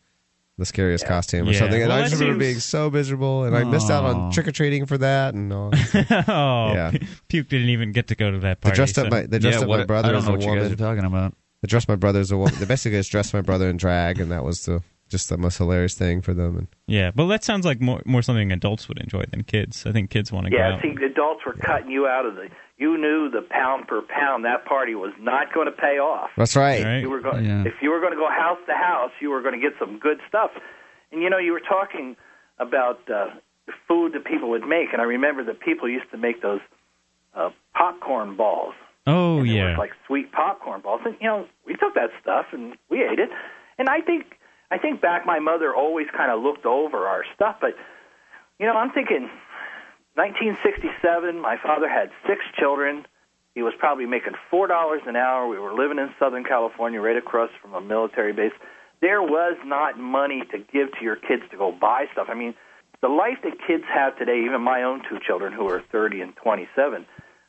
Speaker 2: The scariest costume or
Speaker 1: Yeah.
Speaker 2: something. And
Speaker 1: Well,
Speaker 2: I
Speaker 1: that
Speaker 2: just remember
Speaker 1: seems-
Speaker 2: being so miserable, and I missed out on
Speaker 3: Aw.
Speaker 2: trick or treating for that. And all.
Speaker 1: oh,
Speaker 2: Yeah.
Speaker 1: Puke didn't even get to go to that
Speaker 2: they
Speaker 1: party.
Speaker 2: dressed up
Speaker 1: so-
Speaker 2: my they dressed
Speaker 3: Yeah,
Speaker 2: up
Speaker 3: what-
Speaker 2: my brother
Speaker 3: I don't
Speaker 2: as
Speaker 3: know
Speaker 2: a
Speaker 3: what you guys are
Speaker 2: woman.
Speaker 3: talking about.
Speaker 2: They dressed my brother as a woman. They basically just dressed my brother in drag, and that was the just the most hilarious thing for them. And
Speaker 1: yeah, but that sounds like more more something adults would enjoy than kids. I think kids want to go
Speaker 5: Yeah,
Speaker 1: out.
Speaker 5: see, the adults were cutting you out of the. You knew the pound per pound that party was not going to pay off.
Speaker 2: that's right.
Speaker 1: Right.
Speaker 5: You were going
Speaker 3: Yeah.
Speaker 5: if you were going to go house to house, you were going to get some good stuff. And you know, you were talking about uh, food that people would make, and I remember that people used to make those uh, popcorn balls.
Speaker 1: Oh
Speaker 5: And they were
Speaker 1: yeah.
Speaker 5: like sweet popcorn balls. And you know, we took that stuff and we ate it. And I think I think back my mother always kind of looked over our stuff, but you know, I'm thinking 1967, my father had six children. He was probably making $4 an hour. We were living in Southern California right across from a military base. There was not money to give to your kids to go buy stuff. I mean, the life that kids have today, even my own two children who are 30 and 27,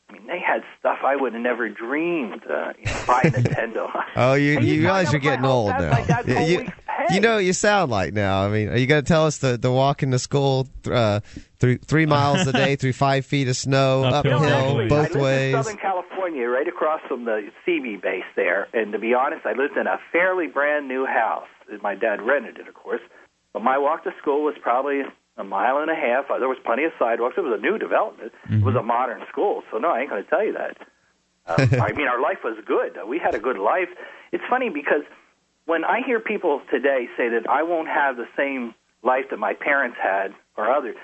Speaker 5: I mean, they had stuff I would have never dreamed uh, you know, buy a Nintendo.
Speaker 2: Oh, you,
Speaker 5: And
Speaker 2: you
Speaker 5: find
Speaker 2: realize
Speaker 5: out
Speaker 2: you're
Speaker 5: about
Speaker 2: getting
Speaker 5: how
Speaker 2: old
Speaker 5: that's
Speaker 2: now.
Speaker 5: like that's
Speaker 2: You-
Speaker 5: whole
Speaker 2: you,
Speaker 5: week's pay.
Speaker 2: you know what you sound like now. I mean, are you going to tell us the, the walk into school uh, through three miles a day through five feet of snow,
Speaker 1: Uphill
Speaker 2: uphill,
Speaker 1: both
Speaker 5: actually,
Speaker 1: ways.
Speaker 5: I
Speaker 2: both
Speaker 5: lived in
Speaker 2: ways?
Speaker 5: Southern California, right across from the CB base there. And to be honest, I lived in a fairly brand new house. And My dad rented it, of course. But my walk to school was probably a mile and a half. Uh, There was plenty of sidewalks. It was a new development. It was a
Speaker 2: Mm-hmm.
Speaker 5: modern school. So no, I ain't going to tell you that. Um, I mean, our life was good. We had a good life. It's funny because when I hear people today say that I won't have the same life that my parents had or others,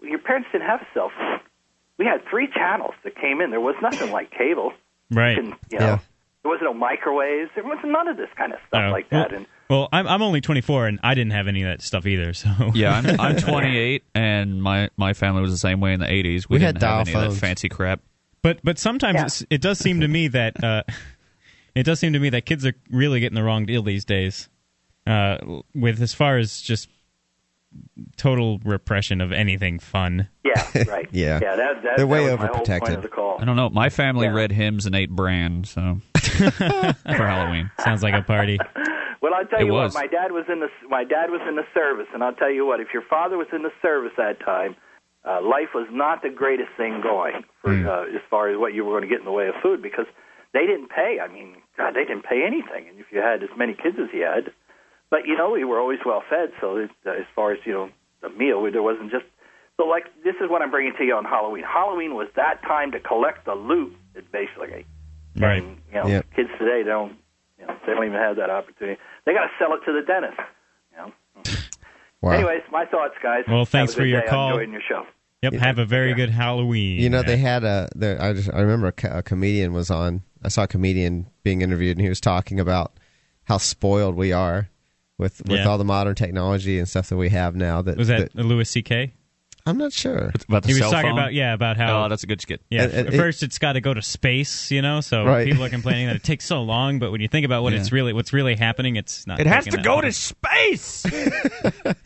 Speaker 5: your parents didn't have a cell phone. We had three channels that came in. There was nothing like cable.
Speaker 1: right.
Speaker 5: And, you know,
Speaker 2: Yeah.
Speaker 5: There was no microwaves. There was none of this kind of stuff
Speaker 1: Oh,
Speaker 5: like that.
Speaker 1: Well,
Speaker 5: And
Speaker 1: well, I'm I'm only 24 and I didn't have any of that stuff either. So
Speaker 3: Yeah, I'm, I'm 28, and my, my family was the same way in the 80s. We,
Speaker 2: We had
Speaker 3: didn't have
Speaker 2: dial
Speaker 3: any of
Speaker 2: phones.
Speaker 3: that fancy crap.
Speaker 1: But but sometimes
Speaker 5: Yeah.
Speaker 1: it's, it does seem to me that uh, it does seem to me that kids are really getting the wrong deal these days. Uh, with as far as just total repression of anything fun.
Speaker 5: yeah, right.
Speaker 2: Yeah.
Speaker 5: Yeah, that, that,
Speaker 2: They're way
Speaker 5: that was my whole point
Speaker 2: overprotected.
Speaker 5: of the call.
Speaker 3: I don't know. My family
Speaker 5: Yeah.
Speaker 3: read hymns and ate bran, so for Halloween.
Speaker 1: Sounds like a party.
Speaker 5: Well, I'll tell
Speaker 3: It
Speaker 5: you
Speaker 3: was.
Speaker 5: what. My dad was in the my dad was in the service, and I'll tell you what. If your father was in the service that time, uh, life was not the greatest thing going for
Speaker 3: Hmm.
Speaker 5: uh, as far as what you were going to get in the way of food because they didn't pay. I mean, God, they didn't pay anything. And if you had as many kids as he had, but you know, we were always well fed. So it, uh, as far as you know, the meal there wasn't just so like this is what I'm bringing to you on Halloween. Halloween was that time to collect the loot, basically.
Speaker 1: Right.
Speaker 3: Mm-hmm.
Speaker 5: And, you know,
Speaker 2: Yeah.
Speaker 5: kids today don't, you know, they don't even have that opportunity. They got to sell it to the dentist. You know,
Speaker 2: Wow.
Speaker 5: Anyways, my thoughts, guys.
Speaker 1: Well, thanks
Speaker 5: Have a
Speaker 1: for
Speaker 5: good
Speaker 1: your
Speaker 5: day. I'm
Speaker 1: call.
Speaker 5: Enjoying your show.
Speaker 1: Yep. Have a very good Halloween.
Speaker 2: You know, they had a. There, I just I remember a, co- a comedian was on. I saw a comedian being interviewed, and he was talking about how spoiled we are with with
Speaker 1: Yeah.
Speaker 2: all the modern technology and stuff that we have now. That
Speaker 1: was that Louis C.K.
Speaker 2: I'm not sure.
Speaker 3: About the
Speaker 1: He was
Speaker 3: cell
Speaker 1: talking
Speaker 3: phone?
Speaker 1: about yeah about how
Speaker 3: Oh, that's a good skit.
Speaker 1: yeah
Speaker 2: It- it-
Speaker 1: at first it's got to go to space, you know. So
Speaker 2: Right.
Speaker 1: people are complaining that it takes so long, but when you think about what
Speaker 3: Yeah.
Speaker 1: it's really what's really happening, it's not.
Speaker 3: It has
Speaker 1: taking
Speaker 3: to
Speaker 1: that
Speaker 3: go
Speaker 1: long.
Speaker 3: to space.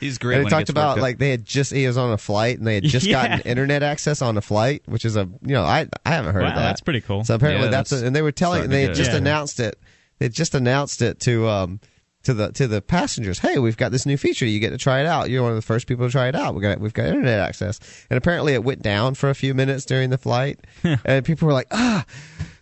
Speaker 3: He's great.
Speaker 2: And it
Speaker 3: when he
Speaker 2: talked
Speaker 3: gets
Speaker 2: about
Speaker 3: worked up.
Speaker 2: like they had just he was on a flight and they had just
Speaker 1: Yeah.
Speaker 2: gotten internet access on a flight, which is a you know I I haven't heard
Speaker 1: Wow,
Speaker 2: of that.
Speaker 1: that's pretty cool.
Speaker 2: So apparently
Speaker 3: Yeah,
Speaker 2: that's,
Speaker 3: that's
Speaker 2: a, and they were telling
Speaker 3: starting
Speaker 2: they
Speaker 3: to
Speaker 2: had
Speaker 3: get-
Speaker 2: just
Speaker 1: Yeah.
Speaker 2: announced it. They had just announced it to um to the to the passengers. Hey, we've got this new feature. You get to try it out. You're one of the first people to try it out. We got we've got internet access. And apparently it went down for a few minutes during the flight, and people were like ah.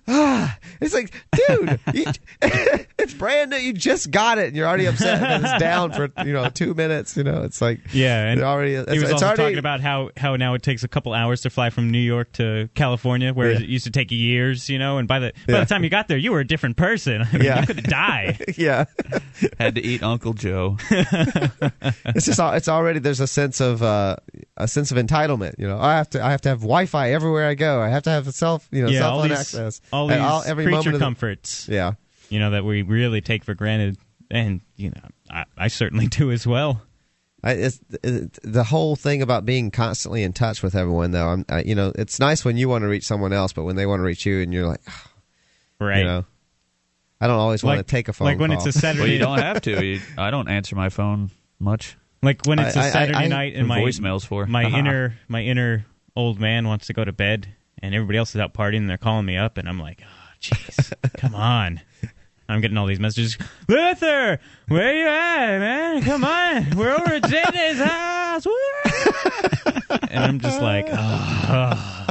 Speaker 2: Ah, it's like, dude, you, it's brand new. You just got it, and you're already upset that it's down for you know two minutes. You know, it's like,
Speaker 1: Yeah, and
Speaker 2: it already.
Speaker 1: he
Speaker 2: it's-
Speaker 1: was
Speaker 2: it's
Speaker 1: also
Speaker 2: already-
Speaker 1: talking about how, how now it takes a couple hours to fly from New York to California, whereas
Speaker 2: Yeah.
Speaker 1: it used to take years, you know. And by the by
Speaker 2: Yeah.
Speaker 1: the time you got there, you were a different person. I mean,
Speaker 2: Yeah.
Speaker 1: you could die.
Speaker 2: Yeah,
Speaker 3: had to eat Uncle Joe.
Speaker 2: it's just al- it's already there's a sense of uh, a sense of entitlement. You know, I have to I have to have Wi-Fi everywhere I go. I have to have self you know
Speaker 1: yeah,
Speaker 2: cell
Speaker 1: all
Speaker 2: phone
Speaker 1: these
Speaker 2: access.
Speaker 1: all these
Speaker 2: At every moment
Speaker 1: creature
Speaker 2: of the-
Speaker 1: comforts,
Speaker 2: yeah,
Speaker 1: you know, that we really take for granted, and you know, I, I certainly do as well.
Speaker 2: I, it's it, the whole thing about being constantly in touch with everyone. Though I'm I, you know it's nice when you want to reach someone else, but when they want to reach you, and you're like,
Speaker 1: Right.
Speaker 2: you know, I don't always want
Speaker 1: Like-
Speaker 2: to take a phone.
Speaker 1: like when
Speaker 2: call.
Speaker 1: it's a Saturday,
Speaker 3: well, you don't have to. You, I don't answer my phone much.
Speaker 1: like when it's a
Speaker 2: I- I-
Speaker 1: Saturday
Speaker 2: I-
Speaker 1: night, and
Speaker 3: Who
Speaker 1: my
Speaker 3: voicemails for?
Speaker 1: my inner my inner old man wants to go to bed, and everybody else is out partying, and they're calling me up, and I'm like, oh, jeez, come on. I'm getting all these messages. Luther, where you at, man? Come on, we're over at Jenny's house. Woo!" and I'm just like, oh,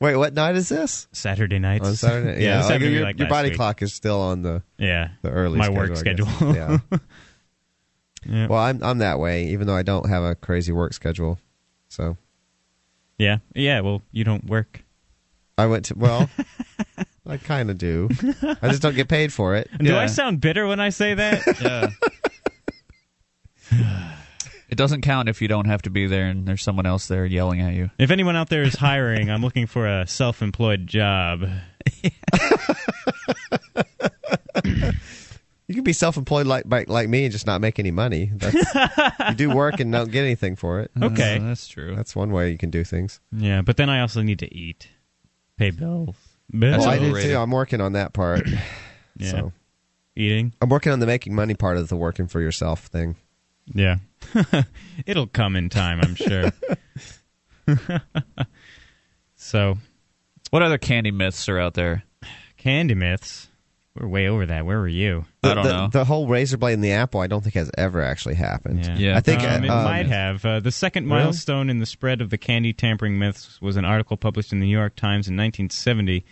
Speaker 2: Wait, what night is this?
Speaker 1: Saturday nights.
Speaker 2: On Saturday,
Speaker 1: yeah, this
Speaker 2: like,
Speaker 1: happened to me
Speaker 2: your,
Speaker 1: like
Speaker 2: your
Speaker 1: last
Speaker 2: body
Speaker 1: week.
Speaker 2: clock is still on the
Speaker 1: Yeah,
Speaker 2: the early
Speaker 1: my
Speaker 2: schedule,
Speaker 1: work
Speaker 2: I
Speaker 1: schedule.
Speaker 2: guess. Yeah.
Speaker 1: Yeah.
Speaker 2: Well, I'm I'm that way, even though I don't have a crazy work schedule. So
Speaker 1: yeah, yeah. Well, you don't work.
Speaker 2: I went to well, I kind of do. I just don't get paid for it.
Speaker 1: Do I
Speaker 3: Yeah.
Speaker 1: sound bitter when I say that?
Speaker 3: Yeah. it doesn't count if you don't have to be there and there's someone else there yelling at you.
Speaker 1: If anyone out there is hiring, I'm looking for a self-employed job.
Speaker 2: You can be self-employed like like, like me and just not make any money. That's, you do work and don't get anything for it.
Speaker 1: Okay.
Speaker 3: Uh, that's true.
Speaker 2: That's one way you can do things.
Speaker 1: Yeah, but then I also need to eat, pay bills.
Speaker 3: That's
Speaker 2: Well, I
Speaker 1: Bills.
Speaker 2: do
Speaker 3: overrated.
Speaker 2: too. I'm working on that part.
Speaker 1: Yeah.
Speaker 2: So
Speaker 1: Eating.
Speaker 2: I'm working on the making money part of the working for yourself thing.
Speaker 1: Yeah. It'll come in time, I'm sure. so,
Speaker 3: what other candy myths are out there?
Speaker 1: candy myths. We're way over that. Where were you?
Speaker 2: The,
Speaker 3: I don't
Speaker 2: the,
Speaker 3: know.
Speaker 2: The whole razor blade in the apple, I don't think has ever actually happened.
Speaker 3: Yeah.
Speaker 2: I think
Speaker 1: Um, it
Speaker 2: uh,
Speaker 1: might have. Uh, the second
Speaker 2: Really?
Speaker 1: milestone in the spread of the candy tampering myths was an article published in the New York Times in 1970.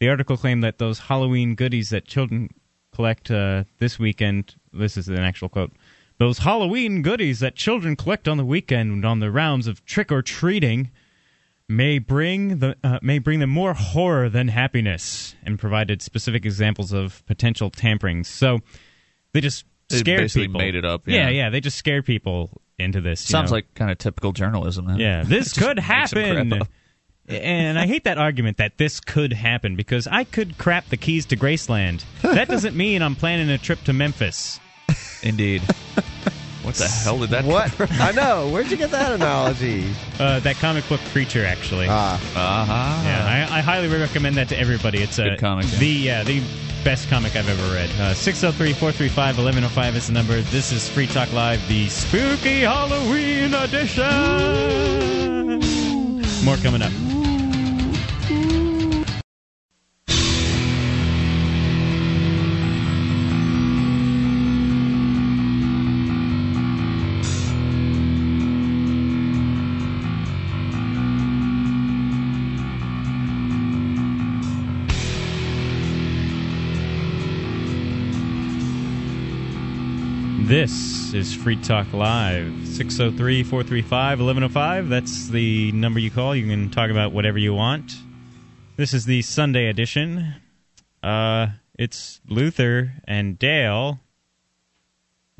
Speaker 1: The article claimed that those Halloween goodies that children collect uh, this weekend, this is an actual quote, those Halloween goodies that children collect on the weekend on the rounds of trick or treating may bring the uh, may bring them more horror than happiness and provided specific examples of potential tamperings. So they just
Speaker 3: They
Speaker 1: scared
Speaker 3: basically
Speaker 1: people.
Speaker 3: made it up,
Speaker 1: Yeah. yeah,
Speaker 3: yeah.
Speaker 1: They just scared people into this. you
Speaker 3: Sounds
Speaker 1: know.
Speaker 3: like kind of typical journalism. Then.
Speaker 1: yeah, this could
Speaker 3: make some crap
Speaker 1: happen.
Speaker 3: up.
Speaker 1: And I hate that argument that this could happen because I could crap the keys to Graceland. That doesn't mean I'm planning a trip to Memphis.
Speaker 3: Indeed. what the hell did that?
Speaker 2: what? I know. Where'd you get that analogy?
Speaker 1: Uh, that comic book creature, actually.
Speaker 2: Ah,
Speaker 3: Uh huh.
Speaker 1: Yeah, I, I highly recommend that to everybody. It's a
Speaker 3: Good comic, yeah.
Speaker 1: The yeah, the best comic I've ever read. Uh, 603-435-1105 is the number. This is Free Talk Live, the spooky Halloween edition. More coming up. This is Free Talk Live, 603-435-1105. That's the number you call. You can talk about whatever you want. This is the Sunday edition. Uh, it's Luther and Dale.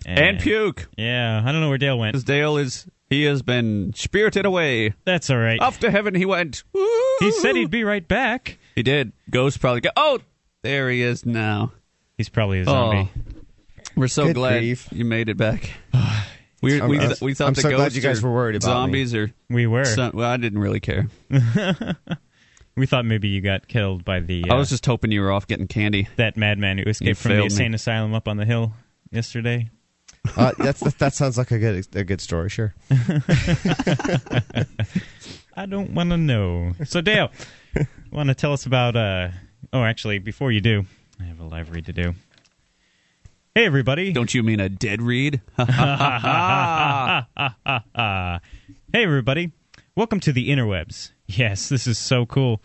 Speaker 3: And, puke.
Speaker 1: Yeah, I don't know where Dale went.
Speaker 3: Because Dale is he has been spirited away.
Speaker 1: That's all right.
Speaker 3: Up to heaven he went.
Speaker 1: He said he'd be right back.
Speaker 3: He did. Ghost probably go. Oh, there he is now.
Speaker 1: He's probably a zombie.
Speaker 3: Oh. We're so
Speaker 2: Good
Speaker 3: glad
Speaker 2: grief.
Speaker 3: you made it back. We
Speaker 2: I'm-
Speaker 3: we,
Speaker 2: I'm-
Speaker 3: we thought
Speaker 2: I'm
Speaker 3: the
Speaker 2: so glad
Speaker 3: ghosts
Speaker 2: you guys
Speaker 3: or
Speaker 2: were worried about me.
Speaker 3: zombies or
Speaker 1: We were.
Speaker 3: some- well, I didn't really care.
Speaker 1: we thought maybe you got killed by the uh,
Speaker 3: I was just hoping you were off getting candy.
Speaker 1: that madman who escaped from the
Speaker 3: failed me.
Speaker 1: insane asylum up on the hill yesterday.
Speaker 2: Uh, that's that, that sounds like a good a good story. Sure.
Speaker 1: I don't want to know. So Dale, want to tell us about? Uh, oh, actually, before you do, I have a live read to do. Hey everybody!
Speaker 3: Don't you mean a dead read?
Speaker 1: Hey, everybody. Welcome to the interwebs. Yes, this is so cool.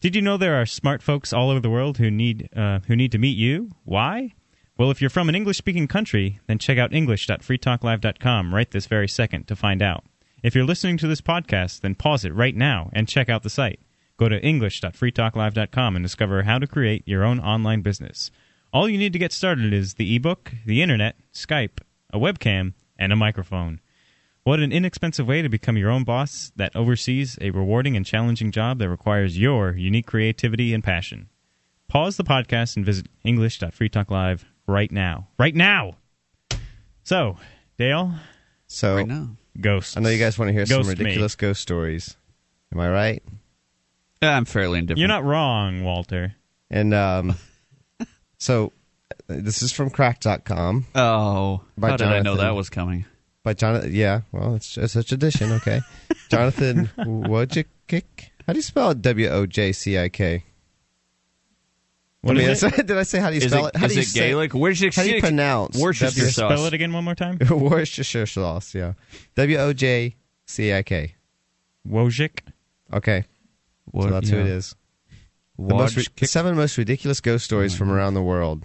Speaker 1: Did you know there are smart folks all over the world who need uh, who need to meet you? Why? Well, if you're from an English-speaking country, then check out english.freetalklive.com right this very second to find out. If you're listening to this podcast, then pause it right now and check out the site. Go to english.freetalklive.com and discover how to create your own online business. All you need to get started is the ebook, the internet, Skype, a webcam, and a microphone. What an inexpensive way to become your own boss that oversees a rewarding and challenging job that requires your unique creativity and passion. Pause the podcast and visit English.freetalklive right now. Right now! So, Dale,
Speaker 2: So
Speaker 3: right now.
Speaker 1: ghosts.
Speaker 2: I know you guys want to hear some
Speaker 1: Ghost me.
Speaker 2: ridiculous ghost stories. Am I right?
Speaker 3: Yeah, I'm fairly indifferent.
Speaker 1: You're not wrong, Walter.
Speaker 2: And um, so uh, this is from crack.com
Speaker 3: Oh,
Speaker 2: By
Speaker 3: how did I know
Speaker 2: Jonathan.
Speaker 3: that was coming?
Speaker 2: by Jonathan. Yeah, well, it's, it's a tradition. Okay. Jonathan Wojcik. How do you spell it? W O J C I K.
Speaker 1: What
Speaker 2: I mean,
Speaker 1: is it?
Speaker 2: did I say how do you
Speaker 3: Is
Speaker 2: spell
Speaker 3: it,
Speaker 2: it? How
Speaker 3: is
Speaker 2: do you
Speaker 3: it
Speaker 2: say-
Speaker 3: Gaelic? Where's your
Speaker 2: how do you pronounce
Speaker 3: Worcestershire
Speaker 2: W-
Speaker 3: sauce?
Speaker 1: Spell it again one more time.
Speaker 2: Worcestershire sauce, yeah. W O J C I K.
Speaker 1: Wojcik.
Speaker 2: Okay,
Speaker 3: What,
Speaker 2: so that's who it is. The most ri- seven most ridiculous ghost
Speaker 3: Oh
Speaker 2: stories from around the world.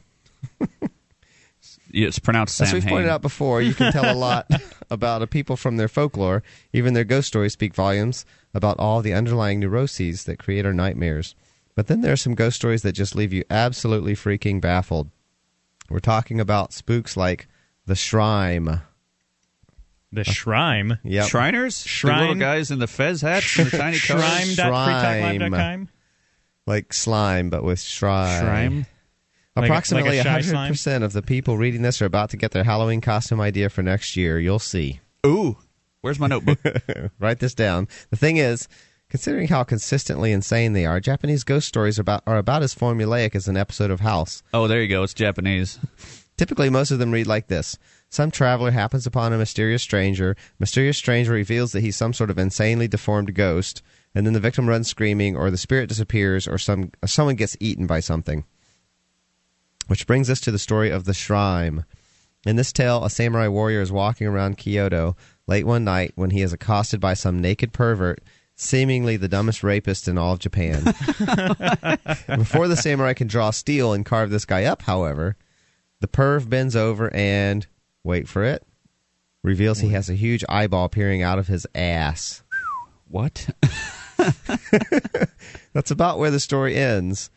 Speaker 3: Yeah, it's pronounced
Speaker 2: As
Speaker 3: Samhain.
Speaker 2: we've pointed out before, you can tell a lot about a people from their folklore. Even their ghost stories speak volumes about all the underlying neuroses that create our nightmares. But then there are some ghost stories that just leave you absolutely freaking baffled. We're talking about spooks like the Shrine.
Speaker 1: The Shrine.
Speaker 2: Yep.
Speaker 3: Shriners? The
Speaker 1: Shrine.
Speaker 3: little guys in the fez hats and the tiny
Speaker 2: Shrine.
Speaker 3: colours?
Speaker 1: Shrine.freetalklive.com.
Speaker 2: Like slime, but with shrine.
Speaker 3: Shrine.
Speaker 1: Like a-
Speaker 2: Approximately
Speaker 1: like a shy
Speaker 2: 100% of the people reading this are about to get their Halloween costume idea for next year. You'll see.
Speaker 3: Ooh. Where's my notebook?
Speaker 2: Write this down. The thing is, considering how consistently insane they are, Japanese ghost stories are about, are about as formulaic as an episode of House.
Speaker 3: oh, there you go. It's Japanese.
Speaker 2: Typically, most of them read like this Some traveler happens upon a mysterious stranger. Mysterious stranger reveals that he's some sort of insanely deformed ghost, and then the victim runs screaming, or the spirit disappears, or some or someone gets eaten by something. Which brings us to the story of the shrine. In this tale, a samurai warrior is walking around Kyoto late one night when he is accosted by some naked pervert, seemingly the dumbest rapist in all of Japan. Before the samurai can draw steel and carve this guy up, however, the perv bends over and, wait for it, reveals he has a huge eyeball peering out of his ass.
Speaker 3: What?
Speaker 2: That's about where the story ends.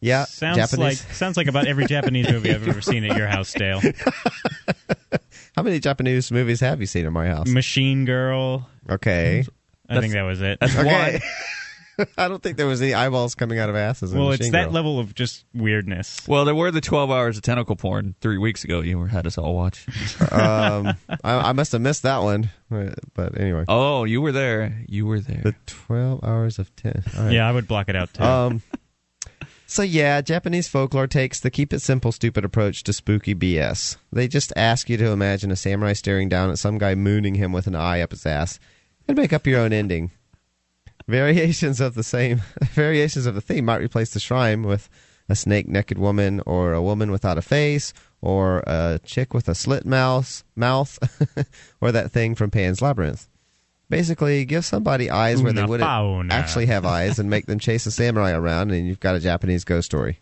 Speaker 2: Yeah,
Speaker 1: Sounds
Speaker 2: Uh, Japanese.
Speaker 1: like sounds like about every Japanese movie I've ever seen at your house, Dale.
Speaker 2: How many Japanese movies have you seen at my house?
Speaker 1: Machine Girl.
Speaker 2: Okay.
Speaker 1: I think that was it.
Speaker 2: Okay. I don't think there was any eyeballs coming out of asses. in
Speaker 1: Well,
Speaker 2: Machine
Speaker 1: it's that
Speaker 2: Girl.
Speaker 1: level of just weirdness.
Speaker 3: Well, there were the 12 hours of tentacle porn three weeks ago you were, had us all watch.
Speaker 2: um, I, I must have missed that one, Uh, but anyway,
Speaker 3: Oh, you were there. You were there.
Speaker 2: the twelve hours of ten. All right.
Speaker 1: Yeah, I would block it out too.
Speaker 2: Um, so yeah, Japanese folklore takes the keep it simple, stupid approach to spooky BS. They just ask you to imagine a samurai staring down at some guy mooning him with an eye up his ass, and make up your own ending. Variations of the same variations of the theme might replace the shrine with a snake-necked woman, or a woman without a face, or a chick with a slit mouth, mouth, or that thing from Pan's Labyrinth. Basically, give somebody eyes where they
Speaker 1: Una
Speaker 2: wouldn't
Speaker 1: fauna.
Speaker 2: actually have eyes, and make them chase a samurai around, and you've got a Japanese ghost story.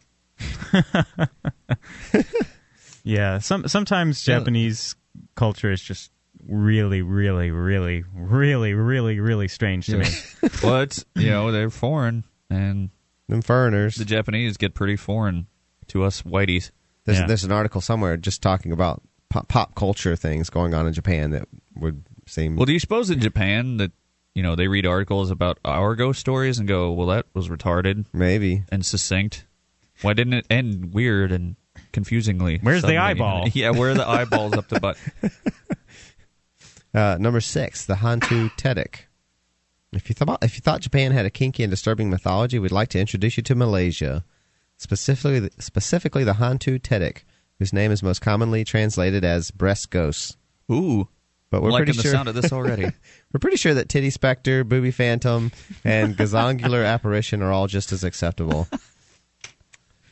Speaker 1: yeah, some sometimes Japanese culture is just really, really, really, really, really, really strange to me.
Speaker 3: but, you know, they're foreign. And
Speaker 2: Them foreigners.
Speaker 3: the Japanese get pretty foreign to us whiteys.
Speaker 2: There's,
Speaker 1: Yeah.
Speaker 2: there's an article somewhere just talking about pop, pop culture things going on in Japan that would seem.
Speaker 3: Well, do you suppose in Japan that you know they read articles about our ghost stories and go, "Well, that was retarded
Speaker 2: maybe.
Speaker 3: and succinct. Why didn't it end weird and confusingly?
Speaker 1: Where's the
Speaker 3: suddenly?"
Speaker 1: eyeball?
Speaker 3: Yeah, where are the eyeballs up the butt?
Speaker 2: Uh, number six, the Hantu Tedic. If you thought if you thought Japan had a kinky and disturbing mythology, we'd like to introduce you to Malaysia, specifically specifically the Hantu Tedic, whose name is most commonly translated as breast ghosts.
Speaker 3: Ooh,
Speaker 2: But we're
Speaker 3: I'm liking
Speaker 2: pretty
Speaker 3: the
Speaker 2: sure
Speaker 3: sound of this already.
Speaker 2: we're pretty sure that titty specter, booby phantom, and gazongular apparition are all just as acceptable.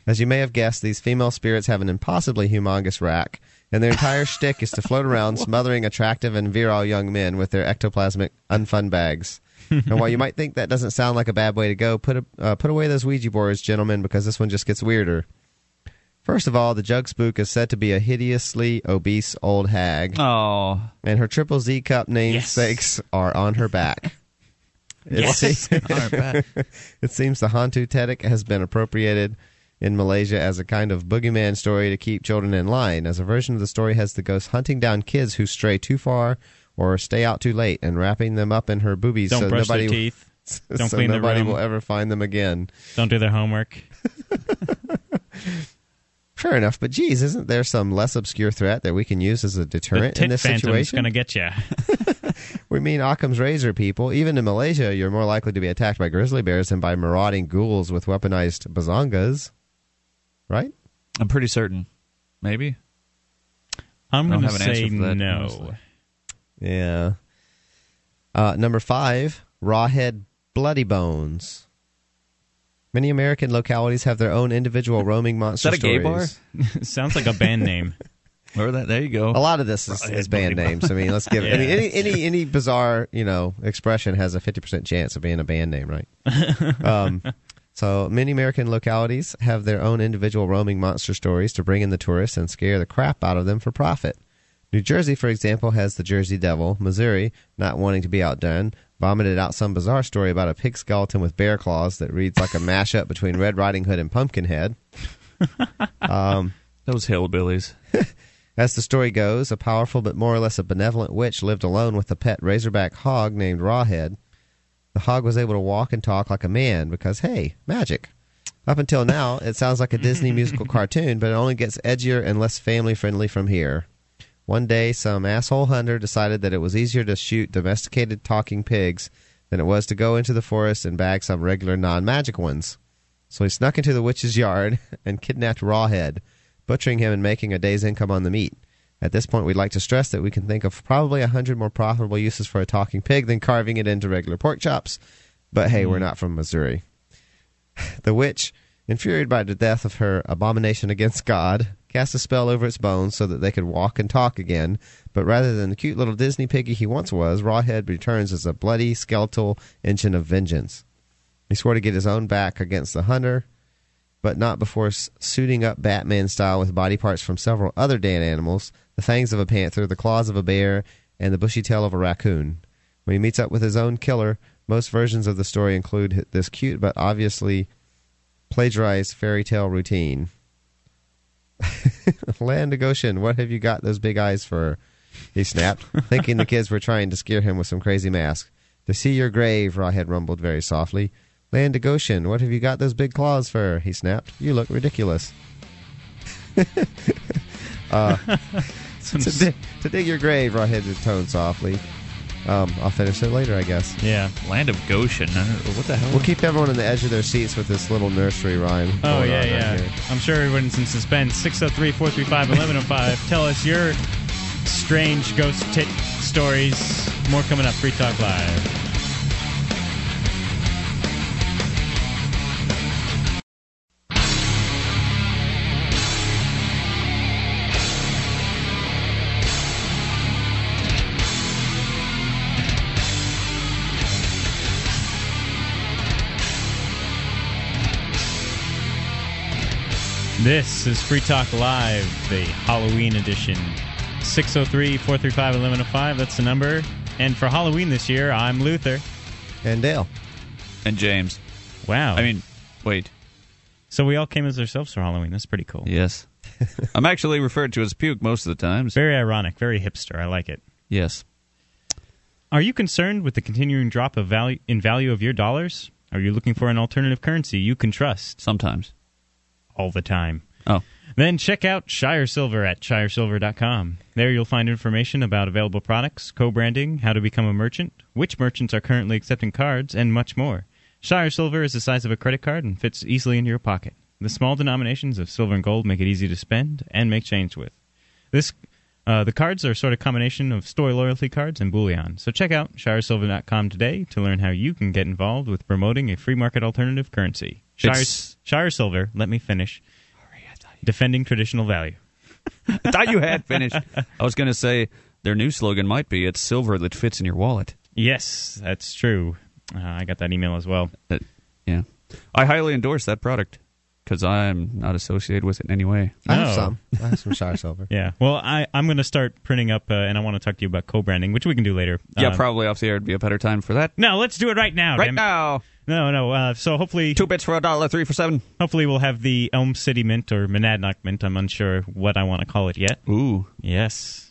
Speaker 2: As you may have guessed, these female spirits have an impossibly humongous rack, and their entire shtick is to float around smothering attractive and virile young men with their ectoplasmic unfun bags. and while you might think that doesn't sound like a bad way to go, put a, uh, put away those Ouija boards, gentlemen, because this one just gets weirder. First of all, the jug spook is said to be a hideously obese old hag
Speaker 3: Oh,
Speaker 2: and her triple Z cup namesakes are on her back. It, seems, it seems the Hantu Tedic has been appropriated in Malaysia as a kind of boogeyman story to keep children in line, as a version of the story has the ghost hunting down kids who stray too far or stay out too late and wrapping them up in her boobies
Speaker 1: Don't
Speaker 2: so
Speaker 1: brush
Speaker 2: nobody
Speaker 1: their teeth. Don't
Speaker 2: so
Speaker 1: clean their
Speaker 2: nobody
Speaker 1: room.
Speaker 2: will ever find them again.
Speaker 1: Don't do their homework.
Speaker 2: Fair enough, but geez, isn't there some less obscure threat that we can use as a
Speaker 1: The
Speaker 2: deterrent in
Speaker 1: tit
Speaker 2: this
Speaker 1: phantom's
Speaker 2: situation?
Speaker 1: going to get you.
Speaker 2: We mean Occam's razor people. Even in Malaysia, you're more likely to be attacked by grizzly bears than by marauding ghouls with weaponized bazongas. Right?
Speaker 3: I'm pretty certain. Maybe.
Speaker 1: I'm
Speaker 3: I
Speaker 1: going
Speaker 3: don't
Speaker 1: to
Speaker 3: have an answer
Speaker 1: say
Speaker 3: for that,
Speaker 1: no.
Speaker 3: honestly.
Speaker 2: Yeah. Uh, number five, rawhead bloody bones. Many American localities have their own individual roaming monster
Speaker 3: that a gay bar?
Speaker 2: stories.
Speaker 1: Sounds like a band name.
Speaker 3: Or that? There you go.
Speaker 1: Oh.
Speaker 2: A lot of this is, is band names. I mean, let's give I mean,
Speaker 1: Yeah.
Speaker 2: any any any bizarre you know expression has a fifty percent chance of being a band name, right? um, so many American localities have their own individual roaming monster stories to bring in the tourists and scare the crap out of them for profit. New Jersey, for example, has the Jersey Devil. Missouri, not wanting to be outdone, vomited out some bizarre story about a pig skeleton with bear claws that reads like a mashup between Red Riding Hood and Pumpkinhead.
Speaker 3: Those hillbillies.
Speaker 2: As the story goes, a powerful but more or less a benevolent witch lived alone with a pet razorback hog named Rawhead. The hog was able to walk and talk like a man because, hey, magic. Up until now, it sounds like a Disney musical cartoon, but it only gets edgier and less family friendly from here. One day, some asshole hunter decided that it was easier to shoot domesticated talking pigs than it was to go into the forest and bag some regular non magic ones. So he snuck into the witch's yard and kidnapped Rawhead, butchering him and making a day's income on the meat. At this point, we'd like to stress that we can think of probably a hundred more profitable uses for a talking pig than carving it into regular pork chops. But hey, we're not from Missouri. The witch, infuriated by the death of her abomination against God, cast a spell over its bones so that they could walk and talk again. But rather than the cute little Disney piggy he once was, Rawhead returns as a bloody, skeletal engine of vengeance. He swore to get his own back against the hunter, but not before s- suiting up Batman style with body parts from several other damn animals the fangs of a panther, the claws of a bear, and the bushy tail of a raccoon. When he meets up with his own killer, most versions of the story include hi- this cute but obviously plagiarized fairy tale routine. Land of Goshen, what have you got those big eyes for? He snapped, thinking the kids were trying to scare him with some crazy mask. To see your grave, Rawhead rumbled very softly. Land of Goshen, what have you got those big claws for? He snapped. You look ridiculous.
Speaker 1: Some
Speaker 2: To,
Speaker 1: s-
Speaker 2: dig- to dig your grave, Rawhead intoned softly. Um, I'll finish it later, I guess.
Speaker 1: yeah.
Speaker 3: Land of Goshen. I don't- What the hell?
Speaker 2: We'll keep everyone on the edge of their seats with this little nursery rhyme.
Speaker 1: Oh,
Speaker 2: going
Speaker 1: yeah,
Speaker 2: on right
Speaker 1: yeah.
Speaker 2: here.
Speaker 1: I'm sure everyone's in suspense. 603 435 1105. Tell us your strange ghost tit stories. More coming up. Free Talk Live. This is Free Talk Live, the Halloween edition. 603 435 1105. That's the number. And for Halloween this year, I'm Luther.
Speaker 2: And Dale.
Speaker 3: And James.
Speaker 1: Wow.
Speaker 3: I mean, wait.
Speaker 1: so we all came as ourselves for Halloween. That's pretty cool.
Speaker 3: Yes. I'm actually referred to as puke most of the times.
Speaker 1: Very ironic, very hipster. I like it.
Speaker 3: Yes.
Speaker 1: Are you concerned with the continuing drop of value in value of your dollars? Are you looking for an alternative currency you can trust
Speaker 3: Sometimes.
Speaker 1: all the time?
Speaker 3: Oh.
Speaker 1: Then check out Shire Silver at shiresilver.com. There you'll find information about available products, co branding, how to become a merchant, which merchants are currently accepting cards, and much more. Shire Silver is the size of a credit card and fits easily into your pocket. The small denominations of silver and gold make it easy to spend and make change with. This, uh, the cards are sort of combination of store loyalty cards and bullion. So check out shiresilver.com today to learn how you can get involved with promoting a free market alternative currency. Shire,
Speaker 3: It's-
Speaker 1: Shire Silver, let me finish defending traditional value.
Speaker 3: I thought you had finished. I was going to say their new slogan might be it's silver that fits in your wallet.
Speaker 1: Yes, that's true. Uh, I got that email as well.
Speaker 3: That- yeah. I highly endorse that product because I'm not associated with it in any way.
Speaker 2: I have
Speaker 1: No.
Speaker 2: some. I have some Shire Silver.
Speaker 1: Yeah. Well, I, I'm going to start printing up, uh, and I want to talk to you about co-branding, which we can do later.
Speaker 3: Yeah,
Speaker 1: Uh,
Speaker 3: probably off the air would be a better time for that.
Speaker 1: No, let's do it right now.
Speaker 3: right
Speaker 1: damn it.
Speaker 3: now,
Speaker 1: No, no. Uh, so hopefully,
Speaker 3: two bits for a dollar, three for seven.
Speaker 1: hopefully we'll have the Elm City Mint or Monadnock Mint. I'm unsure what I want to call it yet.
Speaker 3: Ooh,
Speaker 1: Yes.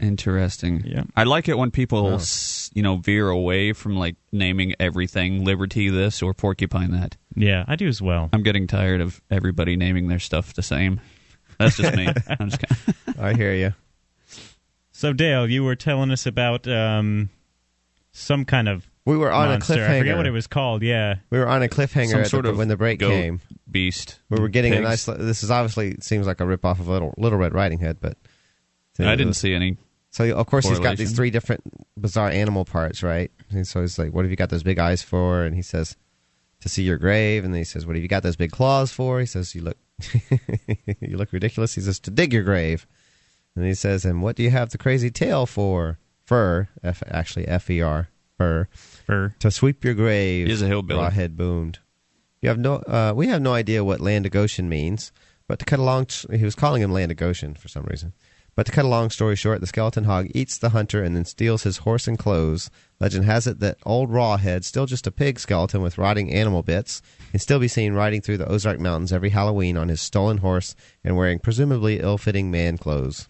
Speaker 3: interesting.
Speaker 1: Yeah.
Speaker 3: I like it when people, s you know, veer away from like naming everything Liberty this or Porcupine that.
Speaker 1: Yeah, I do as well.
Speaker 3: I'm getting tired of everybody naming their stuff the same. That's just me. I'm just kind of,
Speaker 2: I hear you.
Speaker 1: So Dale, you were telling us about um, some kind of
Speaker 2: We were on
Speaker 1: monster.
Speaker 2: a cliffhanger.
Speaker 1: I forget what it was called. Yeah.
Speaker 2: We were on a cliffhanger
Speaker 3: some
Speaker 2: at
Speaker 3: sort
Speaker 2: the,
Speaker 3: of
Speaker 2: when the break
Speaker 3: goat
Speaker 2: came.
Speaker 3: beast.
Speaker 2: We were getting
Speaker 3: Pigs.
Speaker 2: a nice. This is obviously seems like a ripoff of Little Little Red Riding Hood, but
Speaker 3: I didn't see any.
Speaker 2: So of course he's got these
Speaker 3: correlation.
Speaker 2: three different bizarre animal parts, right? And so he's like, "What have you got those big eyes for?" And he says, "To see your grave." And then he says, "What have you got those big claws for?" He says, "You look, you look ridiculous." He says, "To dig your grave." And he says, "And what do you have the crazy tail for?" Fur, F actually F E R, fur
Speaker 1: For
Speaker 2: to sweep your grave.
Speaker 3: He's a hillbilly.
Speaker 2: Rawhead boomed. You have no. Uh, we have no idea what land of Goshen means, but to cut a long, he was calling him land of Goshen for some reason. But to cut a long story short, the skeleton hog eats the hunter and then steals his horse and clothes. Legend has it that old Rawhead, still just a pig skeleton with rotting animal bits, can still be seen riding through the Ozark Mountains every Halloween on his stolen horse and wearing presumably ill-fitting man clothes.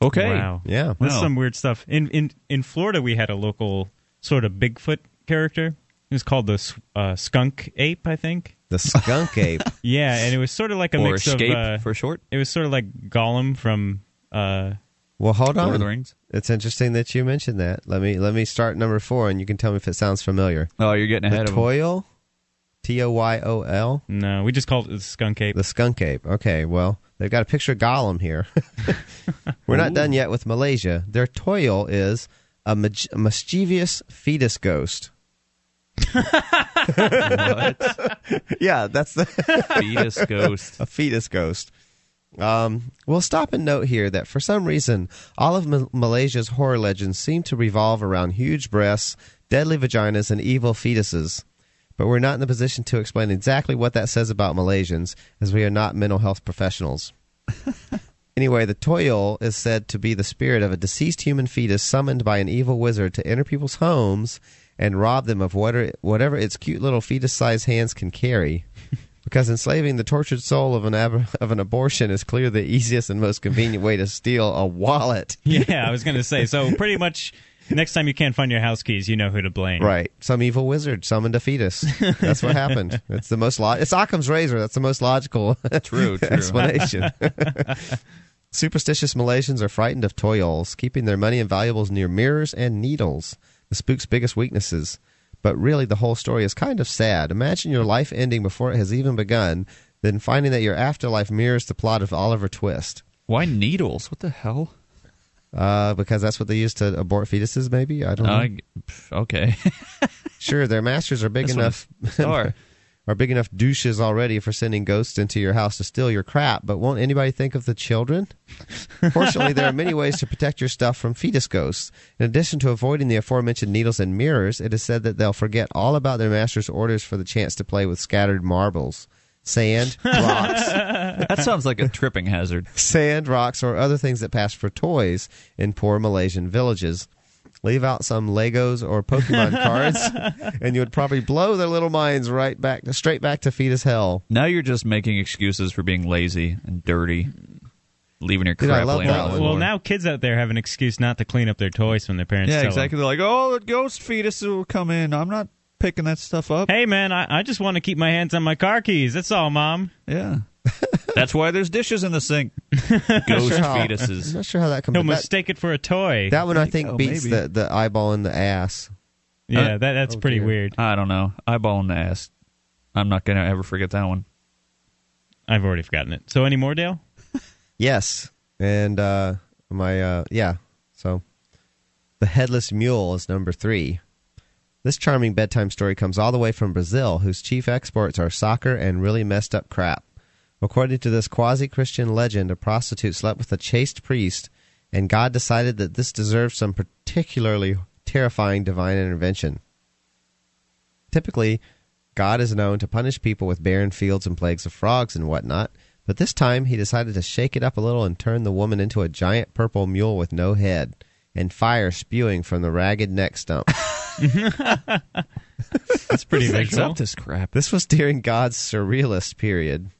Speaker 3: Okay.
Speaker 1: Wow.
Speaker 2: Yeah.
Speaker 1: That's
Speaker 3: Wow.
Speaker 1: some weird stuff. In in in Florida, we had a local sort of Bigfoot character. It was called the s- uh, skunk ape, I think.
Speaker 2: The skunk ape.
Speaker 1: Yeah, and it was sort of like a
Speaker 3: Or
Speaker 1: mix
Speaker 3: escape
Speaker 1: of. Uh,
Speaker 3: for short.
Speaker 1: it was sort of like Gollum from. Uh,
Speaker 2: Well, hold on.
Speaker 3: Lord of the Rings.
Speaker 2: It's interesting that you mentioned that. Let me let me start number four, and you can tell me if it sounds familiar.
Speaker 3: Oh, you're getting
Speaker 2: The
Speaker 3: ahead of him.
Speaker 2: toil, T O Y O L,
Speaker 1: no, we just called it the skunk ape.
Speaker 2: the skunk ape. Okay, well they've got a picture of Gollum here. We're not done yet with Malaysia. Their toil is a maj- mischievous fetus ghost.
Speaker 3: What?
Speaker 2: yeah, that's the
Speaker 3: Fetus ghost.
Speaker 2: a fetus ghost. Um, we'll stop and note here that for some reason, all of Ma- Malaysia's horror legends seem to revolve around huge breasts, deadly vaginas, and evil fetuses. But we're not in the position to explain exactly what that says about Malaysians, as we are not mental health professionals. anyway, the toil is said to be the spirit of a deceased human fetus summoned by an evil wizard to enter people's homes and rob them of what are- whatever its cute little fetus-sized hands can carry. Because enslaving the tortured soul of an ab- of an abortion is clearly the easiest and most convenient way to steal a wallet.
Speaker 1: yeah, I was gonna say. So pretty much, next time you can't find your house keys, you know who to blame.
Speaker 2: Right, some evil wizard summoned a fetus. That's what happened. It's the most lo- it's Occam's razor. That's the most logical
Speaker 3: True, true.
Speaker 2: explanation. Superstitious Malaysians are frightened of toils, keeping their money and valuables near mirrors and needles, the spook's biggest weaknesses. But really, the whole story is kind of sad. Imagine your life ending before it has even begun, then finding that your afterlife mirrors the plot of Oliver Twist.
Speaker 3: Why needles? What the hell?
Speaker 2: Uh, because that's what they use to abort fetuses, maybe? I don't know.
Speaker 3: I, pff, okay.
Speaker 2: Sure, their masters are big
Speaker 3: This
Speaker 2: enough
Speaker 3: one's bizarre.
Speaker 2: are big enough douches already for sending ghosts into your house to steal your crap, but won't anybody think of the children? Fortunately, there are many ways to protect your stuff from fetus ghosts. In addition to avoiding the aforementioned needles and mirrors, it is said that they'll forget all about their master's orders for the chance to play with scattered marbles, sand, rocks,
Speaker 3: that sounds like a tripping hazard.
Speaker 2: sand, rocks, or other things that pass for toys in poor Malaysian villages. leave out some Legos or Pokemon cards, and you would probably blow their little minds right back, straight back to feet as hell.
Speaker 3: Now you're just making excuses for being lazy and dirty, leaving your
Speaker 2: Dude, I
Speaker 3: crap
Speaker 2: love
Speaker 3: laying
Speaker 2: that
Speaker 3: around. on the
Speaker 2: one.
Speaker 1: Well,
Speaker 3: floor.
Speaker 1: now kids out there have an excuse not to clean up their toys when their parents
Speaker 3: yeah,
Speaker 1: tell
Speaker 3: exactly. They're like, oh, the ghost fetuses will come in. I'm not picking that stuff up.
Speaker 1: them. Hey, man, I, I just want to keep my hands on my car keys. That's all, Mom.
Speaker 3: Yeah. That's why there's dishes in the sink. Ghost
Speaker 2: I'm
Speaker 3: fetuses.
Speaker 2: not sure how that comes.
Speaker 1: He'll
Speaker 2: That,
Speaker 1: mistake it for a toy.
Speaker 2: that one I think
Speaker 3: Oh,
Speaker 2: beats
Speaker 3: maybe.
Speaker 2: the, the eyeball in the ass.
Speaker 1: yeah, that, that's
Speaker 2: Oh,
Speaker 1: pretty
Speaker 2: dear.
Speaker 1: weird.
Speaker 3: I don't know. Eyeball in the ass. I'm not going to ever forget that one.
Speaker 1: I've already forgotten it. So, any more, Dale?
Speaker 2: Yes, and uh, my uh, yeah. So the headless mule is number three. This charming bedtime story comes all the way from Brazil, whose chief exports are soccer and really messed up crap. According to this quasi Christian legend, a prostitute slept with a chaste priest, and God decided that this deserved some particularly terrifying divine intervention. Typically, God is known to punish people with barren fields and plagues of frogs and whatnot, but this time he decided to shake it up a little and turn the woman into a giant purple mule with no head and fire spewing from the ragged neck stump.
Speaker 1: That's pretty
Speaker 3: What's
Speaker 1: visual.
Speaker 3: up this crap?
Speaker 2: This was during God's surrealist period.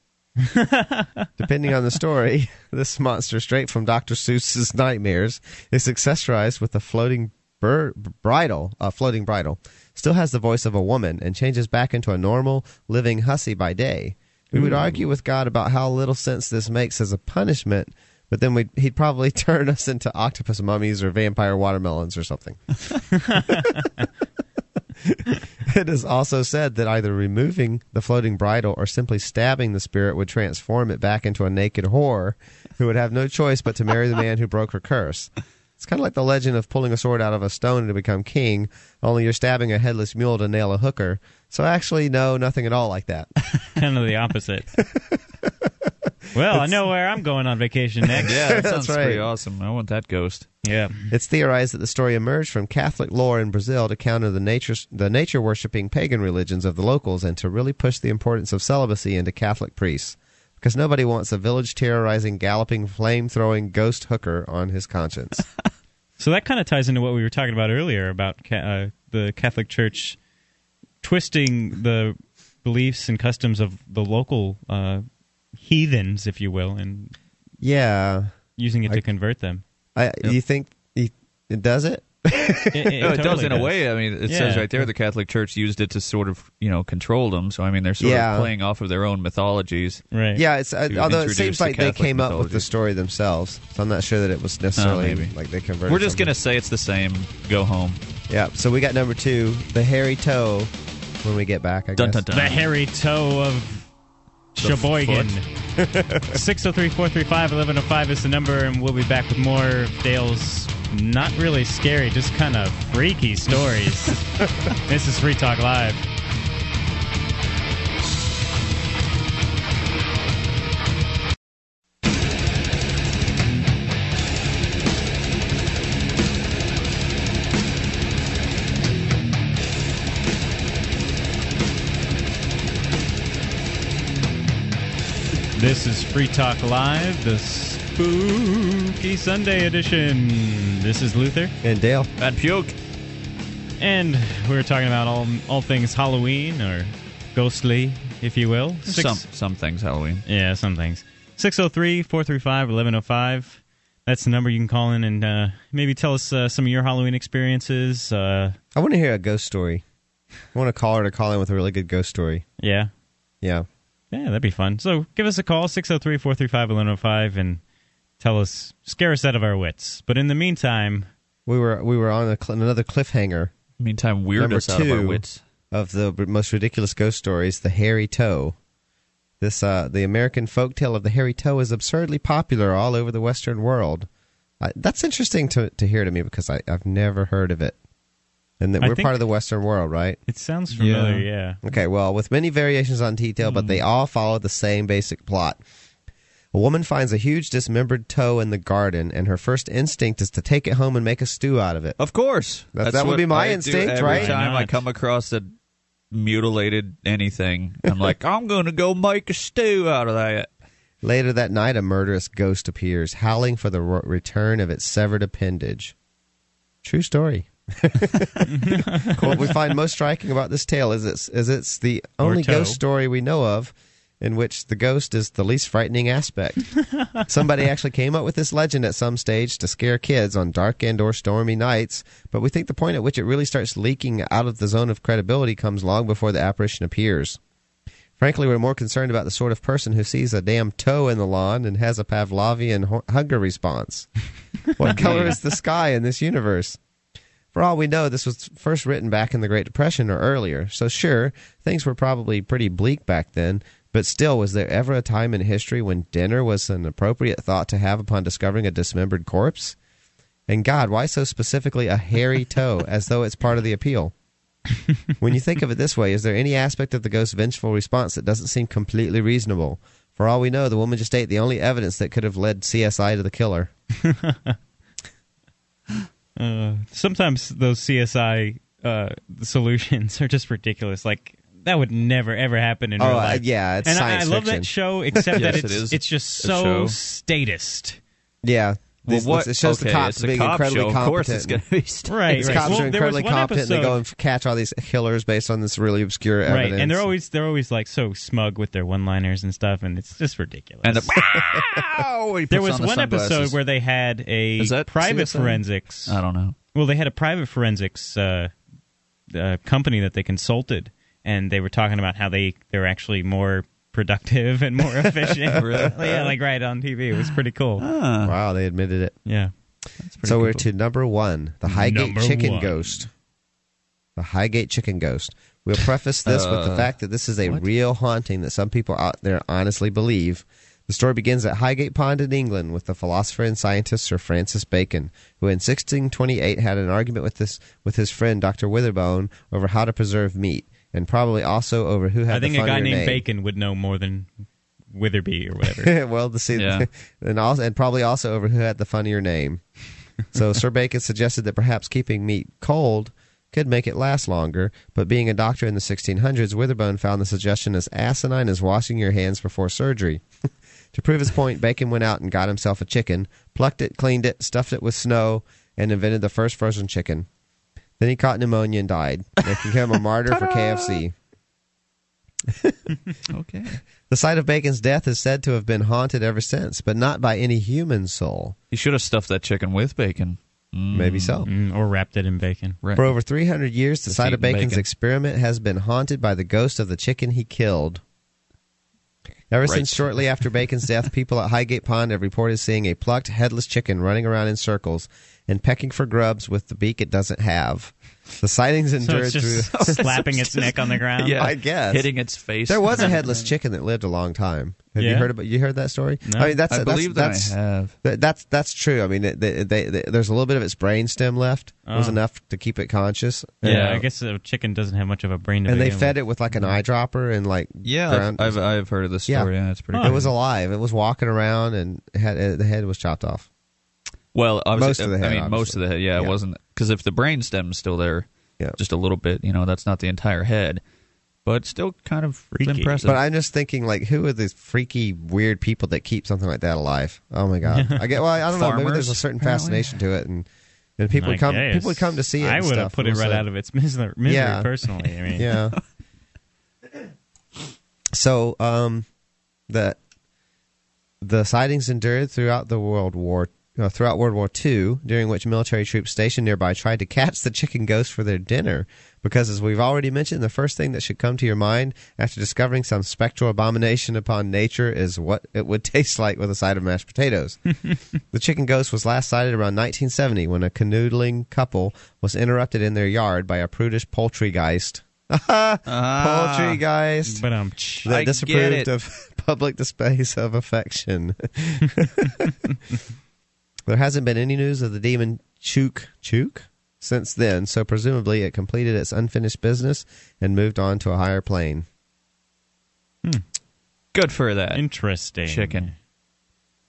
Speaker 2: Depending on the story, this monster, straight from Dr. Seuss's nightmares, is accessorized with a floating bur- bridle. A floating bridle still has the voice of a woman and changes back into a normal living hussy by day. We would argue with God about how little sense this makes as a punishment, but then we'd, he'd probably turn us into octopus mummies or vampire watermelons or something. It is also said that either removing the floating bridle or simply stabbing the spirit would transform it back into a naked whore who would have no choice but to marry the man who broke her curse. It's kind of like the legend of pulling a sword out of a stone to become king, only you're stabbing a headless mule to nail a hooker. So actually, no, nothing at all like that.
Speaker 1: kind of the opposite. well, I know where I'm going on vacation next.
Speaker 3: Yeah, that
Speaker 2: That's
Speaker 3: sounds pretty
Speaker 2: right.
Speaker 3: awesome. I want that ghost.
Speaker 1: yeah.
Speaker 2: It's theorized that the story emerged from Catholic lore in Brazil to counter the nature the nature worshipping pagan religions of the locals and to really push the importance of celibacy into Catholic priests because nobody wants a village terrorizing galloping flame throwing ghost hooker on his conscience.
Speaker 1: So that kind of ties into what we were talking about earlier about ca- uh, the Catholic Church twisting the beliefs and customs of the local uh, heathens, if you will, and
Speaker 2: yeah,
Speaker 1: using it to
Speaker 2: I-
Speaker 1: convert them.
Speaker 2: I, you think you, it does it?
Speaker 1: It, it,
Speaker 3: no, it does
Speaker 1: totally
Speaker 3: in a way. I mean, it says
Speaker 1: Yeah.
Speaker 3: right there the Catholic Church used it to sort of, you know, control them. So I mean, they're sort
Speaker 2: Yeah.
Speaker 3: of playing off of their own mythologies.
Speaker 1: Right.
Speaker 2: Yeah, it's uh,
Speaker 3: To
Speaker 2: although it
Speaker 3: introduce
Speaker 2: seems
Speaker 3: the
Speaker 2: like they
Speaker 3: Catholic
Speaker 2: came up with
Speaker 3: mythology. Oh,
Speaker 2: the story themselves, so I'm not sure that it was necessarily
Speaker 3: maybe.
Speaker 2: like they converted.
Speaker 3: We're just
Speaker 2: something.
Speaker 3: gonna say it's the same. Go home.
Speaker 2: yeah. So we got number two, the hairy toe. When we get back, I
Speaker 3: Dun
Speaker 2: guess.
Speaker 3: dun dun.
Speaker 1: The hairy toe of Sheboygan. 603 435 1105 is the number, and we'll be back with more of Dale's not really scary, just kind of freaky stories. this is Free Talk Live. This is Free Talk Live, the spooky Sunday edition. This is Luther,
Speaker 2: And Dale.
Speaker 3: And puke.
Speaker 1: and we're talking about all all things Halloween or ghostly, if you will. Six-
Speaker 3: Some some things Halloween.
Speaker 1: Yeah, some things. 603 435 1105. That's the number you can call in and uh, maybe tell us uh, some of your Halloween experiences. Uh,
Speaker 2: I want to hear a ghost story. I want to call her to call in with a really good ghost story.
Speaker 1: yeah.
Speaker 2: Yeah.
Speaker 1: Yeah, that'd be fun. So give us a call, 603 435 1105, and tell us, scare us out of our wits. But in the meantime,
Speaker 2: We were we were on a cl- another cliffhanger
Speaker 3: Meantime, weird
Speaker 2: Number
Speaker 3: us out of our
Speaker 2: two.
Speaker 3: wits.
Speaker 2: of the b- most ridiculous ghost stories, the hairy toe. This uh, the American folktale of the hairy toe is absurdly popular all over the Western world. I, that's interesting to to hear to me because I, I've never heard of it, and that
Speaker 1: I
Speaker 2: we're
Speaker 1: think-
Speaker 2: part of the Western world, right?
Speaker 1: it sounds familiar, yeah.
Speaker 2: Okay, well, with many variations on detail, but they all follow the same basic plot. A woman finds a huge dismembered toe in the garden, and her first instinct is to take it home and make a stew out of it.
Speaker 3: Of course.
Speaker 2: That- that would
Speaker 3: what
Speaker 2: be my
Speaker 3: I do
Speaker 2: instinct,
Speaker 3: every
Speaker 2: right?
Speaker 3: time
Speaker 1: Why
Speaker 3: I
Speaker 1: not?
Speaker 3: come across a mutilated anything, I'm like, I'm going to go make a stew out of that.
Speaker 2: Later that night, a murderous ghost appears, howling for the r- return of its severed appendage. True story. what we find most striking about this tale is it's, is it's the
Speaker 1: Or
Speaker 2: only
Speaker 1: toe.
Speaker 2: ghost story we know of in which the ghost is the least frightening aspect. Somebody actually came up with this legend at some stage to scare kids on dark and or stormy nights, but we think the point at which it really starts leaking out of the zone of credibility comes long before the apparition appears. Frankly, we're more concerned about the sort of person who sees a damn toe in the lawn and has a Pavlovian hu- hunger response. what color is the sky in this universe? For all we know, this was first written back in the Great Depression or earlier, so sure, things were probably pretty bleak back then, but still, was there ever a time in history when dinner was an appropriate thought to have upon discovering a dismembered corpse? And God, why so specifically a hairy toe, as though it's part of the appeal? when you think of it this way, is there any aspect of the ghost's vengeful response that doesn't seem completely reasonable? For all we know, the woman just ate the only evidence that could have led CSI to the killer.
Speaker 1: Uh, sometimes those CSI uh, solutions are just ridiculous. Like that would never ever happen in
Speaker 2: Oh,
Speaker 1: real
Speaker 2: uh,
Speaker 1: life.
Speaker 2: yeah, it's
Speaker 1: and I- I,
Speaker 2: science
Speaker 1: love
Speaker 2: fiction.
Speaker 1: that show, except
Speaker 3: Yes,
Speaker 1: that
Speaker 3: it
Speaker 1: it's
Speaker 3: is.
Speaker 1: it's just
Speaker 3: A show.
Speaker 1: so statist.
Speaker 2: Yeah.
Speaker 3: Well,
Speaker 2: This-
Speaker 3: what?
Speaker 2: It shows
Speaker 3: okay,
Speaker 2: the cops
Speaker 3: it's a
Speaker 2: being
Speaker 3: cop
Speaker 2: incredibly
Speaker 3: show. Of
Speaker 2: competent.
Speaker 3: course, it's going to be. st-
Speaker 1: Right,
Speaker 2: These
Speaker 1: right.
Speaker 2: cops
Speaker 1: Well,
Speaker 2: are
Speaker 1: there was
Speaker 2: incredibly
Speaker 1: one
Speaker 2: competent. and They go
Speaker 1: episode-
Speaker 2: and catch all these killers based on this really obscure
Speaker 1: Right,
Speaker 2: evidence.
Speaker 1: and they're always they're always like so smug with their one-liners and stuff, and it's just ridiculous.
Speaker 3: And the, Wow! He
Speaker 1: there
Speaker 3: puts
Speaker 1: was
Speaker 3: on the
Speaker 1: one episode
Speaker 3: sunglasses.
Speaker 1: where they had a
Speaker 3: Is that
Speaker 1: private
Speaker 3: CSI?
Speaker 1: forensics.
Speaker 3: I don't know.
Speaker 1: Well, they had a private forensics uh, uh, company that they consulted, and they were talking about how they they're actually more productive and more efficient. yeah, like right on TV. It was pretty cool.
Speaker 2: wow, they admitted it.
Speaker 1: Yeah.
Speaker 2: So we're to number one, the Highgate
Speaker 1: Number
Speaker 2: Chicken
Speaker 1: one.
Speaker 2: Ghost. The Highgate Chicken Ghost. We'll preface this with
Speaker 1: Uh,
Speaker 2: the fact that this is a real haunting that some people out there honestly believe. The story begins at Highgate Pond in England with the philosopher and scientist Sir Francis Bacon, who in 1628 had an argument with this with his friend Dr. Witherbone over how to preserve meat, and probably also over who had
Speaker 1: I think
Speaker 2: the
Speaker 1: a guy
Speaker 2: funnier
Speaker 1: named
Speaker 2: name.
Speaker 1: Bacon would know more than Witherby or whatever.
Speaker 2: well, to see,
Speaker 3: Yeah.
Speaker 2: and also, and probably also over who had the funnier name. So Sir Bacon suggested that perhaps keeping meat cold could make it last longer. But being a doctor in the 1600s, Witherbone found the suggestion as asinine as washing your hands before surgery. to prove his point, Bacon went out and got himself a chicken, plucked it, cleaned it, stuffed it with snow, and invented the first frozen chicken. Then he caught pneumonia and died, making him a martyr for KFC.
Speaker 3: Okay.
Speaker 2: The site of Bacon's death is said to have been haunted ever since, but not by any human soul.
Speaker 3: He should have stuffed that chicken with bacon.
Speaker 2: Maybe so.
Speaker 1: Mm, or wrapped it in bacon.
Speaker 3: Right.
Speaker 2: For over 300 years, the
Speaker 3: Just
Speaker 2: site of
Speaker 3: eating
Speaker 2: Bacon's
Speaker 3: bacon.
Speaker 2: experiment has been haunted by the ghost of the chicken he killed. Ever
Speaker 3: Right.
Speaker 2: since shortly after Bacon's death, people at Highgate Pond have reported seeing a plucked, headless chicken running around in circles and pecking for grubs with the beak it doesn't have. The sightings
Speaker 1: So
Speaker 2: endured
Speaker 1: it's just
Speaker 2: through.
Speaker 1: slapping its neck on the ground.
Speaker 3: yeah,
Speaker 2: I guess.
Speaker 3: hitting its face.
Speaker 2: There was a headless chicken that lived a long time. Have you
Speaker 1: Yeah.
Speaker 2: heard about? You heard that story?
Speaker 1: No.
Speaker 2: I mean, that's
Speaker 3: I
Speaker 2: that's,
Speaker 3: believe that
Speaker 2: that's
Speaker 3: I have.
Speaker 2: That, that's that's true. I mean, it, they, they, they, there's a little bit of its brain stem left. It was
Speaker 1: Oh.
Speaker 2: enough to keep it conscious.
Speaker 1: Yeah,
Speaker 3: Yeah.
Speaker 1: I guess a chicken doesn't have much of a brain. To
Speaker 2: And they
Speaker 1: begin
Speaker 2: fed
Speaker 1: with.
Speaker 2: it with like an eyedropper and like
Speaker 3: Yeah,
Speaker 2: ground-
Speaker 3: I've, I've I've heard of this
Speaker 2: Yeah.
Speaker 3: story. Yeah, it's pretty.
Speaker 1: Huh.
Speaker 3: good.
Speaker 2: it was alive. It was walking around and it had uh, the head was chopped off.
Speaker 3: well, obviously,
Speaker 2: Most of the head,
Speaker 3: I mean, most
Speaker 2: obviously.
Speaker 3: of the head. Yeah,
Speaker 2: Yeah.
Speaker 3: it wasn't because if the brain stem's still there,
Speaker 2: Yeah.
Speaker 3: just a little bit, you know, that's not the entire head, but still kind of
Speaker 1: Freaky.
Speaker 3: impressive.
Speaker 2: But I'm just thinking, like, who are these freaky, weird people that keep something like that alive? Oh my god! I get. Well, I don't know. Maybe
Speaker 3: Farmers,
Speaker 2: there's a certain
Speaker 3: apparently.
Speaker 2: fascination to it, and and people
Speaker 1: I
Speaker 2: would come.
Speaker 1: guess.
Speaker 2: People would come to see it.
Speaker 1: I
Speaker 2: and
Speaker 1: would have
Speaker 2: stuff.
Speaker 1: put it
Speaker 2: was
Speaker 1: right
Speaker 2: a-
Speaker 1: out of its misery. misery
Speaker 2: Yeah.
Speaker 1: Personally, I mean,
Speaker 2: yeah. so um, the the sightings endured throughout the World War uh, throughout World War II, during which military troops stationed nearby tried to catch the chicken ghost for their dinner. Because, as we've already mentioned, the first thing that should come to your mind after discovering some spectral abomination upon nature is what it would taste like with a side of mashed potatoes. The chicken ghost was last sighted around 1970 when a canoodling couple was interrupted in their yard by a prudish poultrygeist. poultrygeist
Speaker 1: but um,
Speaker 2: that
Speaker 3: I get
Speaker 2: disapproved
Speaker 3: it.
Speaker 2: of public displays of affection. there hasn't been any news of the demon Chook Chook since then, so presumably it completed its unfinished business and moved on to a higher plane.
Speaker 3: good for that
Speaker 1: interesting
Speaker 3: chicken.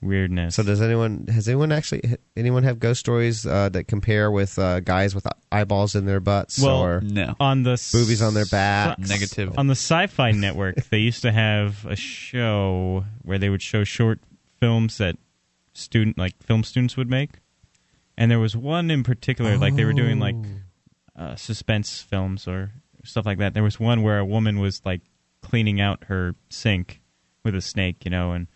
Speaker 1: weirdness.
Speaker 2: So does anyone has anyone actually anyone have ghost stories uh, that compare with uh, guys with eyeballs in their butts
Speaker 1: Well,
Speaker 2: or
Speaker 3: No,
Speaker 1: on the
Speaker 2: boobies on their
Speaker 1: s-
Speaker 2: backs?
Speaker 3: negative.
Speaker 1: on the Sci-Fi Network, they used to have a show where they would show short films that student like film students would make, and there was one in particular like they were doing like
Speaker 2: Oh.
Speaker 1: uh, suspense films or stuff like that there was one where a woman was like cleaning out her sink with a snake you know and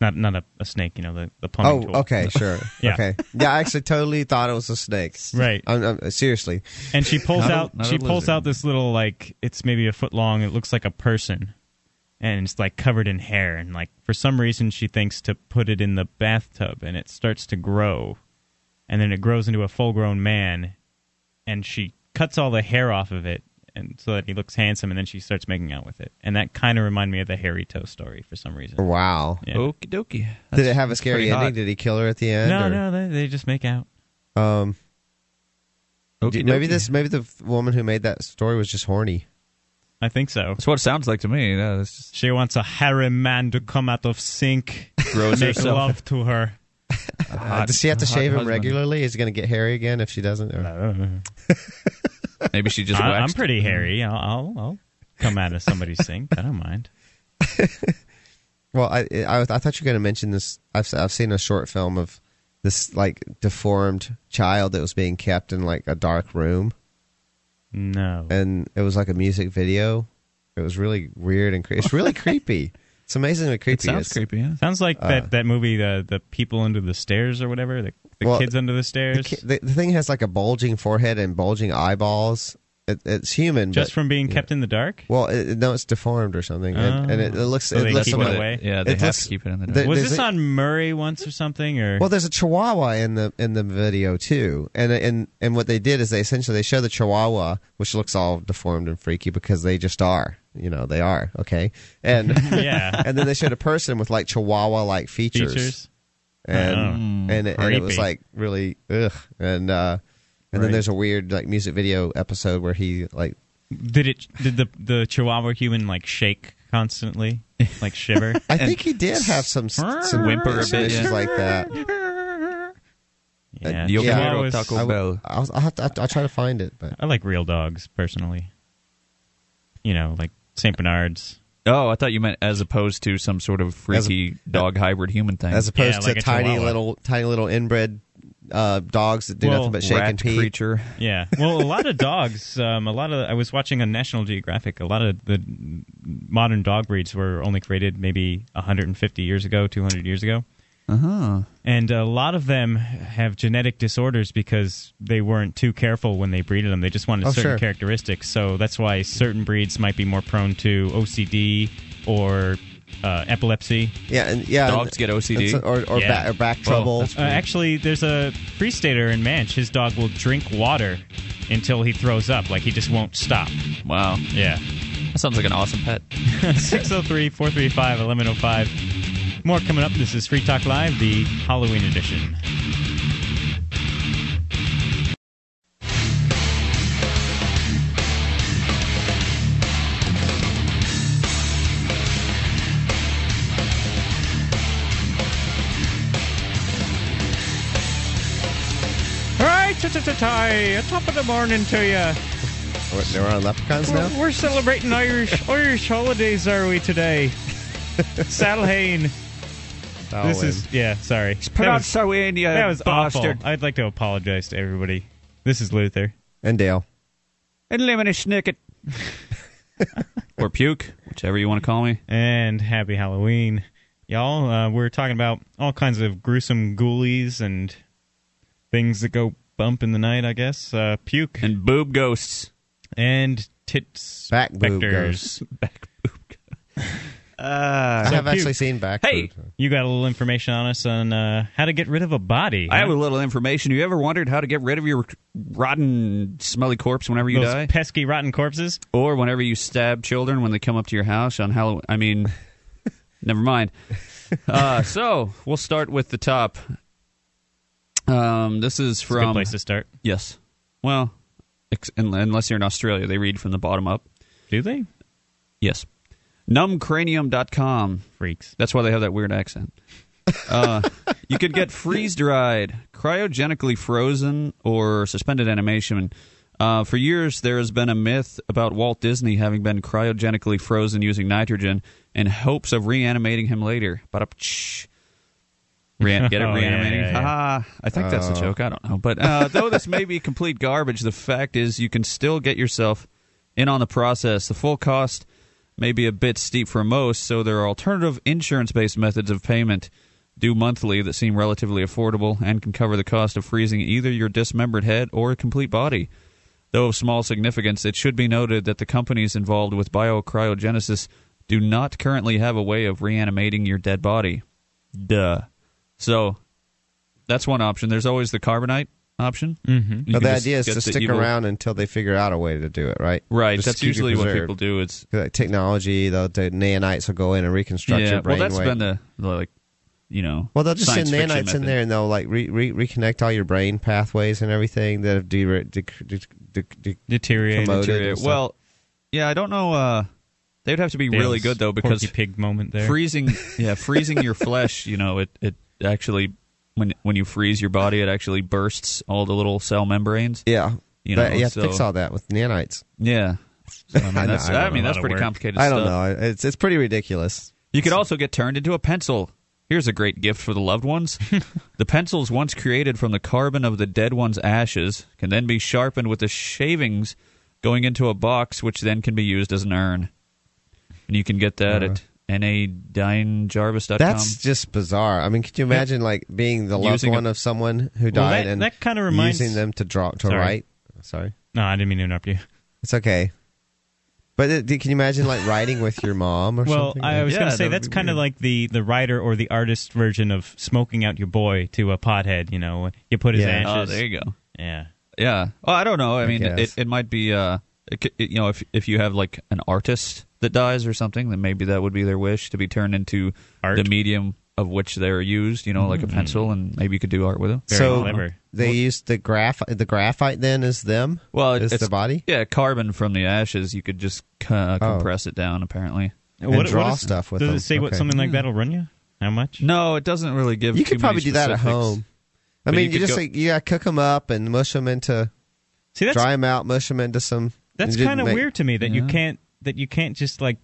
Speaker 1: not not a, a snake you know the, the plumbing
Speaker 2: Oh,
Speaker 1: tool
Speaker 2: okay, sure.
Speaker 1: Yeah.
Speaker 2: Okay. Yeah, I actually totally thought it was a snake.
Speaker 1: Right.
Speaker 2: I'm, I'm- seriously.
Speaker 1: and she pulls
Speaker 3: Not a-
Speaker 1: out
Speaker 3: not a
Speaker 1: she pulls
Speaker 3: lizard.
Speaker 1: out this little like it's maybe a foot long it looks like a person and it's like covered in hair and like for some reason she thinks to put it in the bathtub and it starts to grow and then it grows into a full grown man and she cuts all the hair off of it and so that he looks handsome and then she starts making out with it and that kind of reminded me of the hairy toe story for some reason
Speaker 2: Wow.
Speaker 1: Yeah.
Speaker 3: Okie dokie.
Speaker 2: Did it have a scary
Speaker 3: pretty
Speaker 2: ending?
Speaker 3: hot.
Speaker 2: Did he kill her at the end?
Speaker 1: no
Speaker 2: or-
Speaker 1: no they, they just make out
Speaker 2: Um,
Speaker 3: Okey
Speaker 2: d- maybe
Speaker 3: dokey.
Speaker 2: this. Maybe the f- woman who made that story was just horny.
Speaker 1: i think so
Speaker 3: That's what it sounds like to me. Yeah, that's just
Speaker 1: she wants a hairy man to come out of sink
Speaker 3: grows
Speaker 1: make
Speaker 3: herself.
Speaker 1: love to her
Speaker 3: a
Speaker 2: Uh,
Speaker 3: hot-
Speaker 2: does she have to
Speaker 3: hot
Speaker 2: shave him
Speaker 3: husband.
Speaker 2: regularly? Is he going to get hairy again if she doesn't? Or-
Speaker 3: Maybe she just.
Speaker 1: I, am
Speaker 3: waxed.
Speaker 2: Mm.
Speaker 1: pretty hairy. I'll, I'll, I'll come out of somebody's sink. I don't mind.
Speaker 2: Well, I, I I thought you were going to mention this. I've I've seen a short film of this like deformed child that was being kept in like a dark room,
Speaker 1: No.
Speaker 2: and it was like a music video. It was really weird and cre- it's really creepy. It's amazingly creepy.
Speaker 3: It sounds
Speaker 2: It's-
Speaker 3: creepy. Yeah.
Speaker 1: Sounds like
Speaker 2: Uh,
Speaker 1: that, that movie, the the people under the stairs or whatever, the, the
Speaker 2: Well,
Speaker 1: kids under the
Speaker 2: The,
Speaker 1: stairs,
Speaker 2: ki- the, the thing has like a bulging forehead and bulging eyeballs. It, it's human,
Speaker 1: just
Speaker 2: but,
Speaker 1: from being
Speaker 2: yeah.
Speaker 1: kept in the dark.
Speaker 2: Well, it, it- no, it's deformed or something, and, and it, it
Speaker 1: Oh.
Speaker 2: looks.
Speaker 1: So
Speaker 2: it
Speaker 1: they
Speaker 2: looks
Speaker 1: keep it
Speaker 2: somewhat-
Speaker 1: away?
Speaker 3: Yeah, they
Speaker 2: it
Speaker 3: have
Speaker 2: looks-
Speaker 3: to keep it in the
Speaker 2: the-
Speaker 3: dark.
Speaker 1: Was
Speaker 2: there's
Speaker 1: this
Speaker 2: a-
Speaker 1: on Murray once or something? Or
Speaker 2: Well, there's a Chihuahua in the in the video too, and and and what they did is they essentially they show the Chihuahua, which looks all deformed and freaky because they just are, you know, they are okay, and
Speaker 1: Yeah.
Speaker 2: and then they showed a person with like Chihuahua like features,
Speaker 1: features. Oh.
Speaker 2: and and it, and it was
Speaker 1: creepy.
Speaker 2: like really ugh, and uh, and then
Speaker 1: Right.
Speaker 2: there's a weird like music video episode where he like
Speaker 1: Did it? Did the the Chihuahua human like shake constantly, like shiver?
Speaker 2: I think he did have some s- some
Speaker 3: Whimper a bit,
Speaker 2: some issues
Speaker 3: yeah.
Speaker 2: like that.
Speaker 1: Yeah.
Speaker 3: Yo
Speaker 2: Yeah.
Speaker 3: quiero
Speaker 1: Chihuahuas-
Speaker 3: Taco
Speaker 2: I w-
Speaker 3: Bell.
Speaker 2: I'll, I'll, have to, I'll try to find it, but
Speaker 1: I like real dogs personally. You know, like Saint Bernards.
Speaker 3: Oh, I thought you meant as opposed to some sort of freaky dog hybrid human thing.
Speaker 2: as opposed
Speaker 1: like
Speaker 2: to
Speaker 1: a
Speaker 2: tiny
Speaker 1: Chihuahua.
Speaker 2: little tiny little inbred uh, dogs that do
Speaker 1: Well,
Speaker 2: nothing but shake
Speaker 3: rat
Speaker 2: and pee.
Speaker 3: creature.
Speaker 1: Yeah. Well, a lot of dogs. Um, a lot of. I was watching on National Geographic. A lot of the modern dog breeds were only created maybe 150 years ago, 200 years ago,
Speaker 3: Uh
Speaker 2: Uh-huh.
Speaker 3: huh.
Speaker 1: and a lot of them have genetic disorders because they weren't too careful when they breeded them. They just wanted
Speaker 2: Oh,
Speaker 1: certain
Speaker 2: sure.
Speaker 1: characteristics. So that's why certain breeds might be more prone to OCD or uh, epilepsy.
Speaker 2: Yeah, and yeah,
Speaker 3: Dogs
Speaker 2: and-
Speaker 3: get OCD?
Speaker 2: and so- or or,
Speaker 1: Yeah.
Speaker 2: back, or back trouble.
Speaker 3: that's-
Speaker 1: Uh, actually, there's a free stater in Manch. His dog will drink water until he throws up. Like he just won't stop.
Speaker 3: Wow.
Speaker 1: Yeah.
Speaker 3: That sounds like an awesome pet.
Speaker 1: 603 435 1105. More coming up. This is Free Talk Live, the Halloween edition. All right, ta-ta-ta-tie, top of the morning to you.
Speaker 2: What, they were on leprechauns now.
Speaker 1: We're celebrating Irish Irish holidays, are we today? Saddlehane.
Speaker 2: That'll
Speaker 1: This
Speaker 2: win.
Speaker 1: is yeah. Sorry, that
Speaker 3: Pronounce
Speaker 1: was,
Speaker 3: so in, you
Speaker 1: that was awful.
Speaker 3: bastard.
Speaker 1: I'd like to apologize to everybody. This is Luther.
Speaker 2: and Dale.
Speaker 3: And lemon and snicket. or puke, whichever you want to call me.
Speaker 1: and happy Halloween, y'all. Uh, we're talking about all kinds of gruesome ghoulies and things that go bump in the night. I guess uh, puke and,
Speaker 3: And boob ghosts.
Speaker 1: tits
Speaker 2: Back
Speaker 1: specters.
Speaker 2: boob ghosts.
Speaker 3: Back boob
Speaker 2: I have
Speaker 1: puke.
Speaker 2: actually seen back.
Speaker 3: Hey!
Speaker 1: You got a little information on us on uh, how to get rid of a body.
Speaker 3: I have
Speaker 1: huh?
Speaker 3: a little information. You ever wondered how to get rid of your rotten, smelly corpse whenever you
Speaker 1: Those
Speaker 3: die?
Speaker 1: pesky rotten corpses.
Speaker 3: or whenever you stab children when they come up to your house on Halloween? I mean, never mind. Uh, so, we'll start with the top. Um, this is
Speaker 1: It's a good
Speaker 3: from
Speaker 1: place to start.
Speaker 3: Yes. Well, ex- un- unless you're in Australia, they read from the bottom up.
Speaker 1: Do they?
Speaker 3: Yes. Numbcranium.com.
Speaker 1: Freaks.
Speaker 3: That's why they have that weird accent. Uh, you could get freeze dried, cryogenically frozen, or suspended animation. Uh, for years, there has been a myth about Walt Disney having been cryogenically frozen using nitrogen in hopes of reanimating him later. But Re- get it
Speaker 1: Oh, yeah,
Speaker 3: reanimating.
Speaker 1: yeah, yeah.
Speaker 3: Ha-ha. I think that's a
Speaker 2: Oh.
Speaker 3: joke. I don't know. But uh, though this may be complete garbage, the fact is you can still get yourself in on the process. The full cost may be a bit steep for most, so there are alternative insurance based methods of payment due monthly that seem relatively affordable and can cover the cost of freezing either your dismembered head or complete body. Though of small significance, it should be noted that the companies involved with biocriogenesis do not currently have a way of reanimating your dead body. Duh. So that's one option. There's always the carbonite option. Mm-hmm.
Speaker 2: But the idea is to stick around until they figure out a way to do it, right?
Speaker 3: Right.
Speaker 2: Just
Speaker 3: that's
Speaker 2: keep you
Speaker 3: usually what
Speaker 2: preserved.
Speaker 3: people do. It's
Speaker 2: 'Cause, like, technology, the, the nanites will go in and reconstruct
Speaker 3: yeah.
Speaker 2: your
Speaker 3: Well,
Speaker 2: brain.
Speaker 3: that's
Speaker 2: wave.
Speaker 3: been the, the, like you know.
Speaker 2: Well, they'll just
Speaker 3: science
Speaker 2: send
Speaker 3: fiction
Speaker 2: nanites in
Speaker 3: method.
Speaker 2: there and they'll like re- re- reconnect all your brain pathways and everything that have de- de- de- de- de-
Speaker 1: Deteriorated.
Speaker 2: Promoted.
Speaker 3: Interior.
Speaker 2: and stuff.
Speaker 3: Well, yeah, I don't know. Uh, they'd have to be really
Speaker 1: Dale's
Speaker 3: good though because
Speaker 1: Porky pig moment there.
Speaker 3: freezing yeah freezing your flesh you know it it actually when when you freeze your body it actually bursts all the little cell membranes
Speaker 2: yeah.
Speaker 3: You know,
Speaker 2: but you have to fix
Speaker 3: so-
Speaker 2: all that with nanites.
Speaker 3: yeah So, I mean,
Speaker 2: I know,
Speaker 3: that's,
Speaker 2: I don't
Speaker 3: I
Speaker 2: know.
Speaker 3: mean that's
Speaker 1: A lot of
Speaker 3: pretty
Speaker 1: work.
Speaker 3: complicated
Speaker 2: I don't
Speaker 3: stuff.
Speaker 2: know. It's it's pretty ridiculous.
Speaker 3: you could also get turned into a pencil here's a great gift for the loved ones the pencils once created from the carbon of the dead one's ashes can then be sharpened with the shavings going into a box which then can be used as an urn and you can get that at nadinejarvis.com
Speaker 2: That's just bizarre. I mean, could you imagine like being the loved
Speaker 3: Using a-
Speaker 2: one of someone who died
Speaker 1: Well, that-
Speaker 2: and
Speaker 1: that kinda reminds-
Speaker 2: using them to draw to
Speaker 1: Sorry.
Speaker 2: write? Sorry,
Speaker 1: no, I didn't mean to interrupt you.
Speaker 2: it's okay. But it, can you imagine like writing with your mom or
Speaker 1: Well,
Speaker 2: something?
Speaker 1: I was
Speaker 3: Yeah,
Speaker 1: going to say
Speaker 3: that would
Speaker 1: that's
Speaker 3: be
Speaker 1: kind of
Speaker 3: weird.
Speaker 1: like the the writer or the artist version of smoking out your boy to a pothead. You know, you put his
Speaker 2: Yeah.
Speaker 3: oh
Speaker 1: ashes.
Speaker 3: there you go
Speaker 1: yeah.
Speaker 3: Yeah. Well, I don't know. I mean,
Speaker 2: guess.
Speaker 3: it, it might be, uh, it, c- it, you know, if if you have like an artist that dies or something, then maybe that would be their wish to be turned into
Speaker 1: Art.
Speaker 3: the medium of which they're used. You know, like a
Speaker 2: Mm-hmm.
Speaker 3: pencil, and maybe you could do art with them.
Speaker 1: Very
Speaker 2: so
Speaker 1: clever.
Speaker 2: they used the graph. The graphite then is them.
Speaker 3: Well, it,
Speaker 2: is
Speaker 3: it's
Speaker 2: the body Oh.
Speaker 3: Yeah, carbon from the ashes. You could just uh, compress it down. Apparently,
Speaker 2: and draw stuff with
Speaker 1: Does
Speaker 2: them.
Speaker 1: it say what
Speaker 2: Okay.
Speaker 1: something like that'll run you? How much?
Speaker 3: no, it doesn't really give.
Speaker 2: You
Speaker 3: too
Speaker 2: could probably
Speaker 3: many
Speaker 2: do that at
Speaker 3: specifics.
Speaker 2: home. I
Speaker 3: But
Speaker 2: mean,
Speaker 3: you
Speaker 2: you,
Speaker 3: could
Speaker 2: just
Speaker 3: go-
Speaker 2: like yeah, cook them up and mush them into
Speaker 1: See, that's
Speaker 2: dry them out, mush them into some.
Speaker 1: that's
Speaker 2: and just
Speaker 1: kind of
Speaker 2: make-
Speaker 1: weird to me that you can't that you can't just like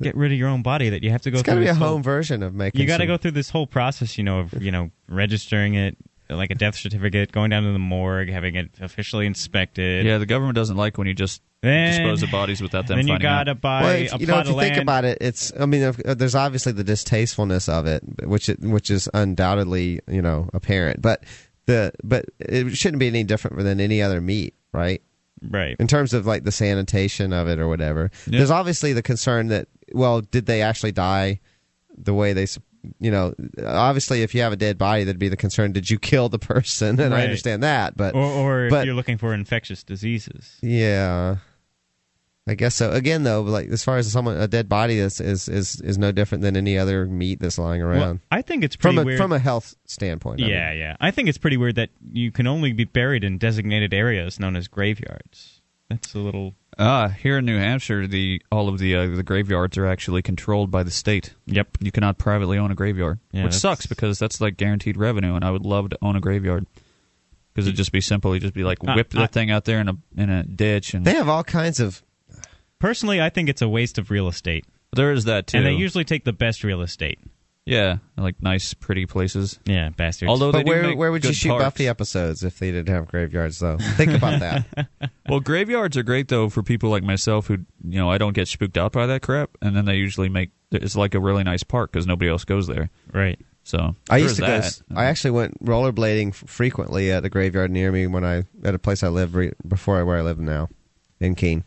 Speaker 1: get rid of your own body. That you have to go.
Speaker 2: It's got
Speaker 1: through
Speaker 2: to be a
Speaker 1: this whole-
Speaker 2: home version of making.
Speaker 1: You got to
Speaker 2: some-
Speaker 1: go through this whole process. You know, of you know registering it like a death certificate, going down to the morgue, having it officially inspected.
Speaker 3: Yeah, the government doesn't like when you just
Speaker 1: Then-
Speaker 3: dispose of bodies without them.
Speaker 1: Then you
Speaker 3: finding out.
Speaker 1: gotta buy
Speaker 2: Well, if,
Speaker 1: a
Speaker 2: you know,
Speaker 1: plot
Speaker 2: if you
Speaker 1: of
Speaker 2: think
Speaker 1: land.
Speaker 2: about it, it's. I mean, if, uh, there's obviously the distastefulness of it, which it, which is undoubtedly you know apparent. But the but it shouldn't be any different than any other meat, right?
Speaker 1: right?
Speaker 2: In terms of like the sanitation of it or whatever.
Speaker 3: Yeah.
Speaker 2: There's obviously the concern that well, did they actually die the way they? s- You know, obviously, if you have a dead body, that'd be the concern. Did you kill the person? And I
Speaker 1: Right.
Speaker 2: understand that, but
Speaker 1: Or, or if
Speaker 2: but-
Speaker 1: you're looking for infectious diseases.
Speaker 2: Yeah, I guess so. Again, though, like as far as someone a dead body is is is, is no different than any other meat that's lying around
Speaker 1: Well, I think it's pretty
Speaker 2: from a
Speaker 1: weird.
Speaker 2: from a health standpoint. I mean.
Speaker 1: yeah, yeah. I think it's pretty weird that you can only be buried in designated areas known as graveyards. That's a little.
Speaker 3: Ah, here in New Hampshire, the all of the uh, the graveyards are actually controlled by the state.
Speaker 1: Yep.
Speaker 3: You cannot privately own a graveyard,
Speaker 1: Yeah,
Speaker 3: which
Speaker 1: that's-
Speaker 3: sucks because that's like guaranteed revenue, and I would love to own a graveyard because it'd just be simple. You just be like
Speaker 1: I-
Speaker 3: whip
Speaker 1: I-
Speaker 3: that thing out there in a in a ditch, and
Speaker 2: they have all kinds of.
Speaker 1: Personally, I think it's a waste of real estate,
Speaker 3: there is that too.
Speaker 1: and they usually take the best real estate.
Speaker 3: yeah, like nice, pretty places.
Speaker 1: Yeah, bastards.
Speaker 3: Although, they
Speaker 2: But
Speaker 3: do
Speaker 2: where
Speaker 3: make
Speaker 2: where would you
Speaker 3: good
Speaker 2: shoot
Speaker 3: parks.
Speaker 2: Buffy episodes if they didn't have graveyards? Though, think about that.
Speaker 3: Well, graveyards are great though for people like myself who you know I don't get spooked out by that crap, and then they usually make it's like a really nice park because nobody else goes there.
Speaker 1: right.
Speaker 3: So
Speaker 2: I
Speaker 3: there
Speaker 2: used
Speaker 3: is
Speaker 2: to go.
Speaker 3: that.
Speaker 2: s- I actually went rollerblading f- frequently at a graveyard near me when I at a place I lived re, before I- where I live now, in Keene.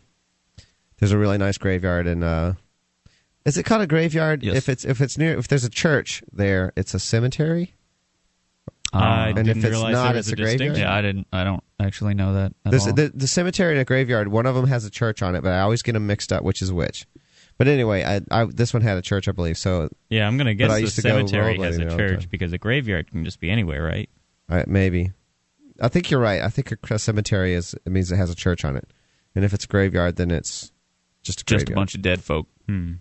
Speaker 2: There's a really nice graveyard, and uh, is it called a graveyard?
Speaker 3: Yes.
Speaker 2: If it's if it's near if there's a church there, it's a cemetery.
Speaker 1: I
Speaker 2: and if
Speaker 1: didn't
Speaker 2: it's
Speaker 1: realize
Speaker 2: not,
Speaker 1: there was
Speaker 2: it's
Speaker 1: a,
Speaker 2: a graveyard?
Speaker 1: distinction.
Speaker 3: um, yeah, I didn't. I don't actually know that. At
Speaker 2: There's,
Speaker 3: all.
Speaker 2: the, the cemetery and a graveyard. One of them has a church on it, but I always get them mixed up, which is which. But anyway, I, I this one had a church, I believe. So
Speaker 1: Yeah, I'm gonna guess
Speaker 2: I
Speaker 1: the
Speaker 2: used to go
Speaker 1: cemetery has
Speaker 2: rollerblading
Speaker 1: a
Speaker 2: all the
Speaker 1: church
Speaker 2: time.
Speaker 1: because a graveyard can just be anywhere, right?
Speaker 2: All right, maybe. I think you're right. I think a cr- cemetery is it means it has a church on it, and if it's a graveyard, then it's just a
Speaker 3: just
Speaker 2: graveyard.
Speaker 3: a bunch of dead folk. Hmm.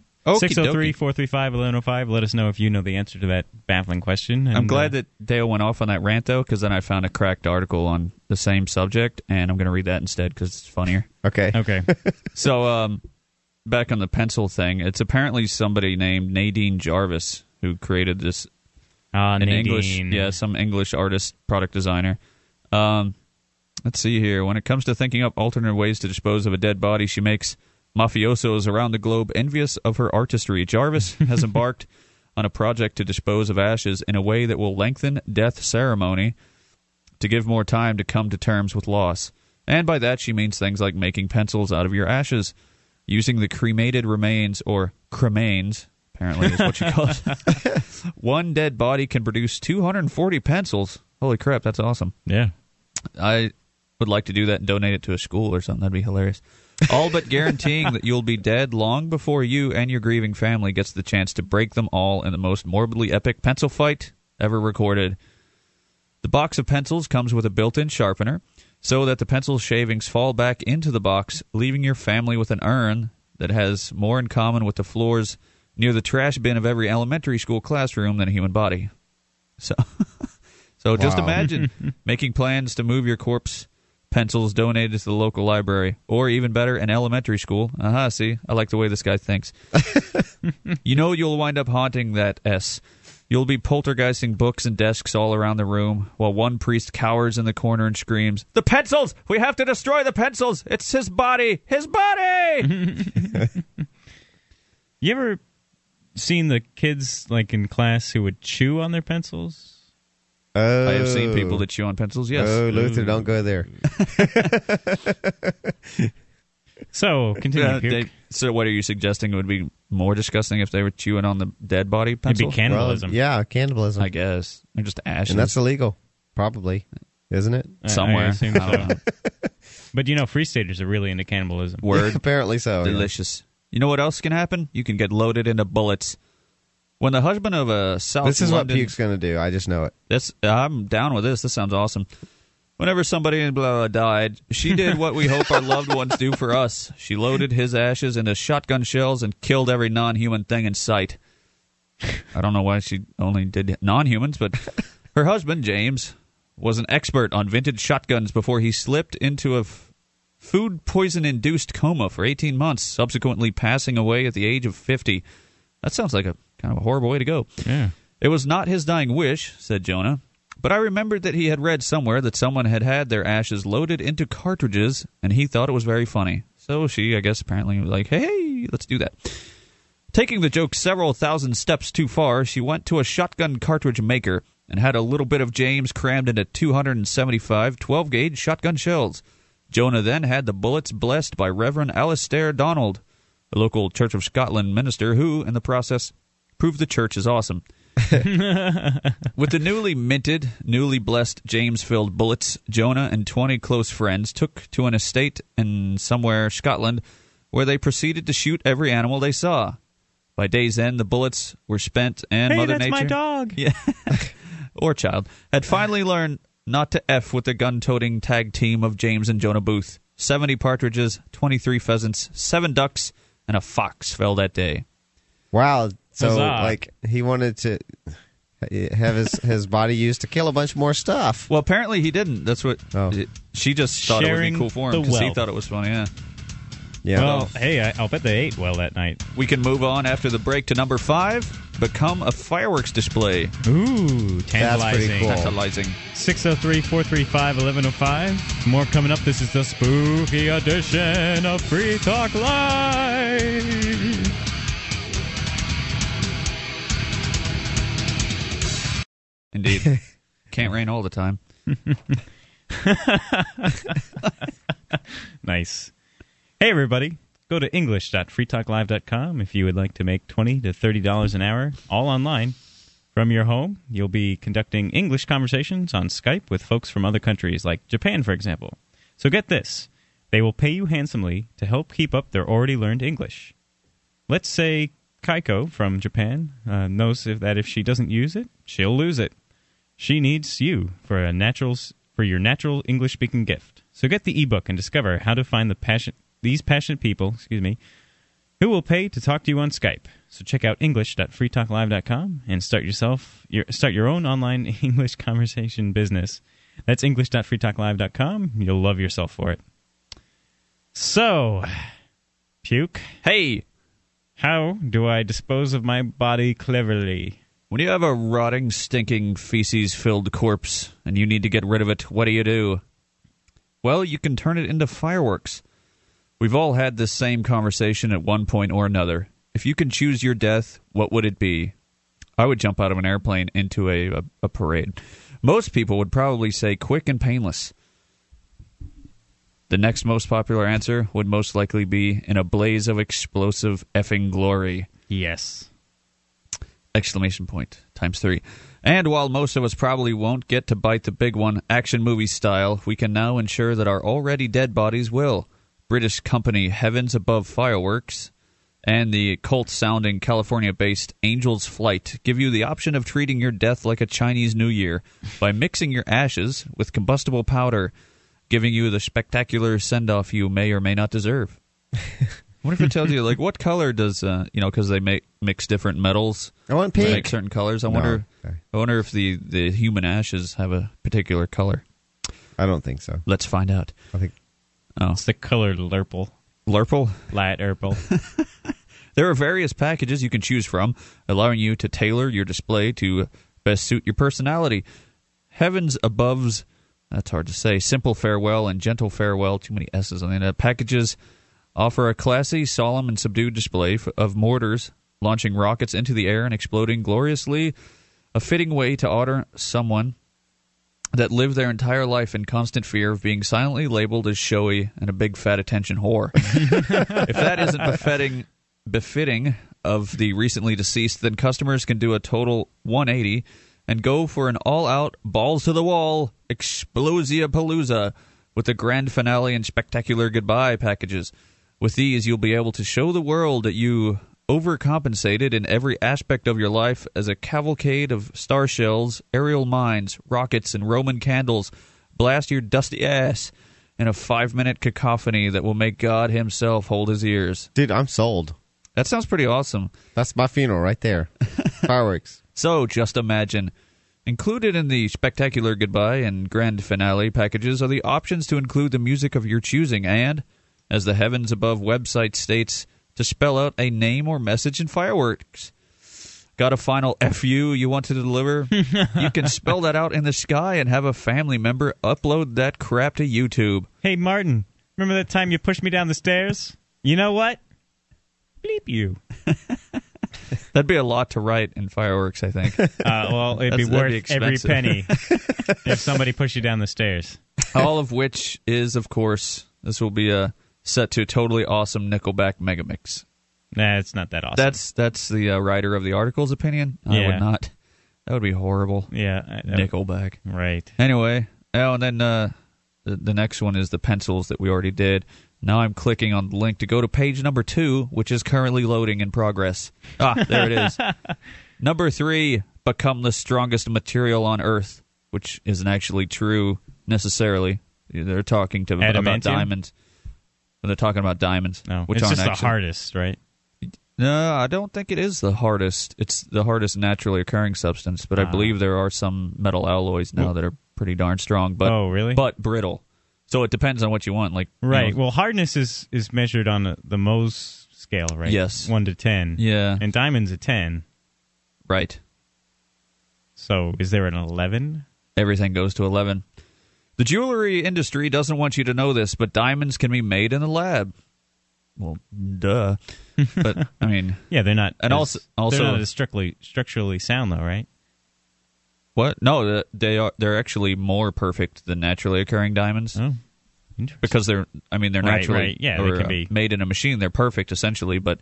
Speaker 1: 603-435-1105. Let us know if you know the answer to that baffling question. uh,
Speaker 3: I'm glad that Dale went off on that rant though, because then I found a cracked article on the same subject, and I'm going to read that instead because it's funnier.
Speaker 2: Okay.
Speaker 1: Okay.
Speaker 3: so, um, back on the pencil thing, it's apparently somebody named Nadine Jarvis who created this
Speaker 1: Ah,
Speaker 3: an English,
Speaker 1: Nadine.
Speaker 3: yeah, some English artist, product designer. Um, let's see here. When it comes to thinking up alternate ways to dispose of a dead body, she makes mafiosos around the globe envious of her artistry. Jarvis has embarked on a project to dispose of ashes in a way that will lengthen death ceremony to give more time to come to terms with loss. And by that, she means things like making pencils out of your ashes, using the cremated remains or cremains, apparently is what she calls it. One dead body can produce 240 pencils. Holy crap, that's awesome.
Speaker 1: Yeah.
Speaker 3: I would like to do that and donate it to a school or something. That'd be hilarious. All but guaranteeing that you'll be dead long before you and your grieving family gets the chance to break them all in the most morbidly epic pencil fight ever recorded. The box of pencils comes with a built-in sharpener so that the pencil shavings fall back into the box, leaving your family with an urn that has more in common with the floors near the trash bin of every elementary school classroom than a human body. So So just
Speaker 2: Wow.
Speaker 3: imagine making plans to move your corpse pencils donated to the local library, or even better, an elementary school. Aha, uh-huh, see, I like the way this guy thinks. you know, you'll wind up haunting that S. You'll be poltergeisting books and desks all around the room while one priest cowers in the corner and screams, The pencils! We have to destroy the pencils! It's his body! His body!
Speaker 1: You ever seen the kids like in class who would chew on their pencils?
Speaker 2: Oh,
Speaker 3: I have seen people that chew on pencils, yes. Mm-hmm.
Speaker 2: Oh, Luther, don't go there.
Speaker 1: So continue.
Speaker 3: Uh,
Speaker 1: Puke.
Speaker 3: they- so, what are you suggesting would be more disgusting if they were chewing on the dead body
Speaker 1: It'd
Speaker 3: pencil?
Speaker 1: be cannibalism.
Speaker 2: yeah, cannibalism,
Speaker 3: I guess. They're just ashes.
Speaker 2: and that's illegal, probably, isn't it?
Speaker 1: I- I
Speaker 3: somewhere.
Speaker 1: assume
Speaker 3: I don't
Speaker 1: so.
Speaker 3: know.
Speaker 1: But you know, free staters are really into cannibalism.
Speaker 3: Word.
Speaker 2: Apparently so. Oh, yeah.
Speaker 3: Delicious. You know what else can happen? You can get loaded into bullets. When the husband of a South
Speaker 2: This is what
Speaker 3: London,
Speaker 2: Puke's going to do. I just know it.
Speaker 3: This I'm down with this. This sounds awesome. Whenever somebody in blah, blah died, she did what we hope our loved ones do for us. She loaded his ashes into shotgun shells and killed every non-human thing in sight. I don't know why she only did non-humans, but her husband James was an expert on vintage shotguns before he slipped into a f- food poison-induced coma for 18 months, subsequently passing away at the age of 50. That sounds like a kind of a horrible way to go.
Speaker 1: Yeah.
Speaker 3: It was not his dying wish, said Jonah, but I remembered that he had read somewhere that someone had had their ashes loaded into cartridges, and he thought it was very funny. So she, I guess, apparently was like, hey, let's do that. Taking the joke several thousand steps too far, she went to a shotgun cartridge maker and had a little bit of James crammed into 275 12 gauge shotgun shells. Jonah then had the bullets blessed by Reverend Alastair Donald, a local Church of Scotland minister who, in the process, proved the church is awesome. With the newly minted, newly blessed James filled bullets, Jonah and 20 close friends took to an estate in somewhere Scotland where they proceeded to shoot every animal they saw. By day's end, the bullets were spent and
Speaker 1: hey,
Speaker 3: Mother
Speaker 1: that's
Speaker 3: Nature
Speaker 1: my dog.
Speaker 3: Yeah. or child had finally learned not to F with the gun toting tag team of James and Jonah Booth. 70 partridges, 23 pheasants, 7 ducks, and a fox fell that day.
Speaker 2: Wow. So
Speaker 1: Huzzah.
Speaker 2: like he wanted to have his his body used to kill a bunch more stuff.
Speaker 3: Well, apparently he didn't. That's what
Speaker 2: Oh.
Speaker 3: she just thought it would
Speaker 1: Sharing
Speaker 3: be cool for
Speaker 1: the
Speaker 3: him because he
Speaker 1: wealth.
Speaker 3: thought it was funny. Yeah.
Speaker 2: Yeah.
Speaker 1: Well, Oh, hey, I, I'll bet they ate well that night.
Speaker 3: We can move on after the break to number five. Become a fireworks display.
Speaker 1: Ooh, tantalizing.
Speaker 2: cool.
Speaker 3: Tantalizing.
Speaker 1: 603 435 1105. More coming up. This is the spooky edition of Free Talk Live.
Speaker 3: Indeed. Can't rain all the time.
Speaker 1: Nice. Hey, everybody. Go to English.freetalklive.com if you would like to make 20 to $30 an hour, all online. From your home, you'll be conducting English conversations on Skype with folks from other countries, like Japan, for example. So get this they will pay you handsomely to help keep up their already learned English. Let's say Kaiko from Japan uh, knows if, that if she doesn't use it, she'll lose it. She needs you for a natural for your natural English speaking gift. So get the ebook and discover how to find the passion these passionate people, excuse me, who will pay to talk to you on Skype. So check out english.freetalklive.com and start yourself your start your own online English conversation business. That's english.freetalklive.com. You'll love yourself for it. So, puke,
Speaker 3: Hey,
Speaker 1: how do I dispose of my body cleverly?
Speaker 3: When you have a rotting, stinking, feces filled corpse and you need to get rid of it, what do you do? Well, you can turn it into fireworks. We've all had this same conversation at one point or another. If you can choose your death, what would it be? I would jump out of an airplane into a, a, a parade. Most people would probably say quick and painless. The next most popular answer would most likely be in a blaze of explosive effing glory.
Speaker 1: Yes.
Speaker 3: Exclamation point times three. And while most of us probably won't get to bite the big one, action movie style, we can now ensure that our already dead bodies will. British company Heavens Above Fireworks and the cult sounding California based Angel's Flight give you the option of treating your death like a Chinese New Year by mixing your ashes with combustible powder, giving you the spectacular send off you may or may not deserve. What if it tells you like what color does uh, you know because they make mix different metals?
Speaker 2: I want
Speaker 3: They
Speaker 2: pink.
Speaker 3: make certain colors. I wonder.
Speaker 2: okay.
Speaker 3: I wonder if the the human ashes have a particular color.
Speaker 2: I don't think so.
Speaker 3: Let's find out.
Speaker 2: I think
Speaker 3: Oh,
Speaker 1: It's the colored Lurple.
Speaker 3: Lurple.
Speaker 1: Light Urple.
Speaker 3: There are various packages you can choose from, allowing you to tailor your display to best suit your personality. Heavens Above's, that's hard to say, Simple Farewell and Gentle Farewell, too many S's on the internet, packages offer a classy, solemn, and subdued display f- of mortars launching rockets into the air and exploding gloriously, a fitting way to honor someone that lived their entire life in constant fear of being silently labeled as showy and a big fat attention whore. if that isn't befitting befitting of the recently deceased, then customers can do a total 180 and go for an all-out balls to the wall explosia palooza with the grand finale and spectacular goodbye packages. With these, you'll be able to show the world that you overcompensated in every aspect of your life as a cavalcade of star shells, aerial mines, rockets, and Roman candles blast your dusty ass in a five minute cacophony that will make God Himself hold His ears.
Speaker 2: dude, I'm sold.
Speaker 3: That sounds pretty awesome.
Speaker 2: That's my funeral right there. Fireworks.
Speaker 3: So just imagine. Included in the spectacular goodbye and grand finale packages are the options to include the music of your choosing and, as the Heavens Above website states, to spell out a name or message in fireworks. Got a final FU you want to deliver? you can spell that out in the sky and have a family member upload that crap to YouTube.
Speaker 1: hey, Martin, remember that time you pushed me down the stairs? You know what? Bleep you.
Speaker 3: That'd be a lot to write in fireworks, I think.
Speaker 1: Uh, well, it'd be
Speaker 3: That's- that'd be
Speaker 1: worth every
Speaker 3: expensive.
Speaker 1: penny if somebody pushed you down the stairs.
Speaker 3: All of which is, of course, this will be uh, set to a totally awesome Nickelback megamix.
Speaker 1: Nah, it's not that awesome.
Speaker 3: That's that's the uh, writer of the article's opinion. I
Speaker 1: Yeah.
Speaker 3: would not. That would be horrible.
Speaker 1: yeah, I, I-
Speaker 3: Nickelback.
Speaker 1: right.
Speaker 3: Anyway, oh, and then uh, the, the next one is the pencils that we already did. Now I'm clicking on the link to go to page number two, which is currently loading in progress. Ah, there it is. number three, become the strongest material on Earth, which isn't actually true necessarily. They're talking to
Speaker 1: Adamantium?
Speaker 3: about diamonds. When they're talking about diamonds,
Speaker 1: No,
Speaker 3: which
Speaker 1: it's
Speaker 3: aren't
Speaker 1: just the
Speaker 3: actually-
Speaker 1: hardest, right?
Speaker 3: no, I don't think it is the hardest. It's the hardest naturally occurring substance,
Speaker 1: Ah.
Speaker 3: but I believe there are some metal alloys now that are pretty darn strong, but
Speaker 1: Oh, really?
Speaker 3: but brittle. So it depends on what you want. Like you
Speaker 1: Right.
Speaker 3: know-
Speaker 1: Well, hardness is is measured on the, the Mohs scale, right?
Speaker 3: Yes.
Speaker 1: One to ten.
Speaker 3: yeah,
Speaker 1: And diamond's a ten.
Speaker 3: right.
Speaker 1: So is there an eleven?
Speaker 3: Everything goes to eleven. The jewelry industry doesn't want you to know this, but diamonds can be made in the lab. Well, duh. But I mean,
Speaker 1: Yeah, they're not.
Speaker 3: And
Speaker 1: as-
Speaker 3: also- also-
Speaker 1: they're not as strictly structurally sound, though, right?
Speaker 3: what? No, th- they are. They're actually more perfect than naturally occurring diamonds.
Speaker 1: Oh, interesting.
Speaker 3: because they're I mean they're
Speaker 1: Right,
Speaker 3: naturally
Speaker 1: right. Yeah, they
Speaker 3: or,
Speaker 1: can
Speaker 3: uh,
Speaker 1: be.
Speaker 3: made in a machine. They're perfect essentially, but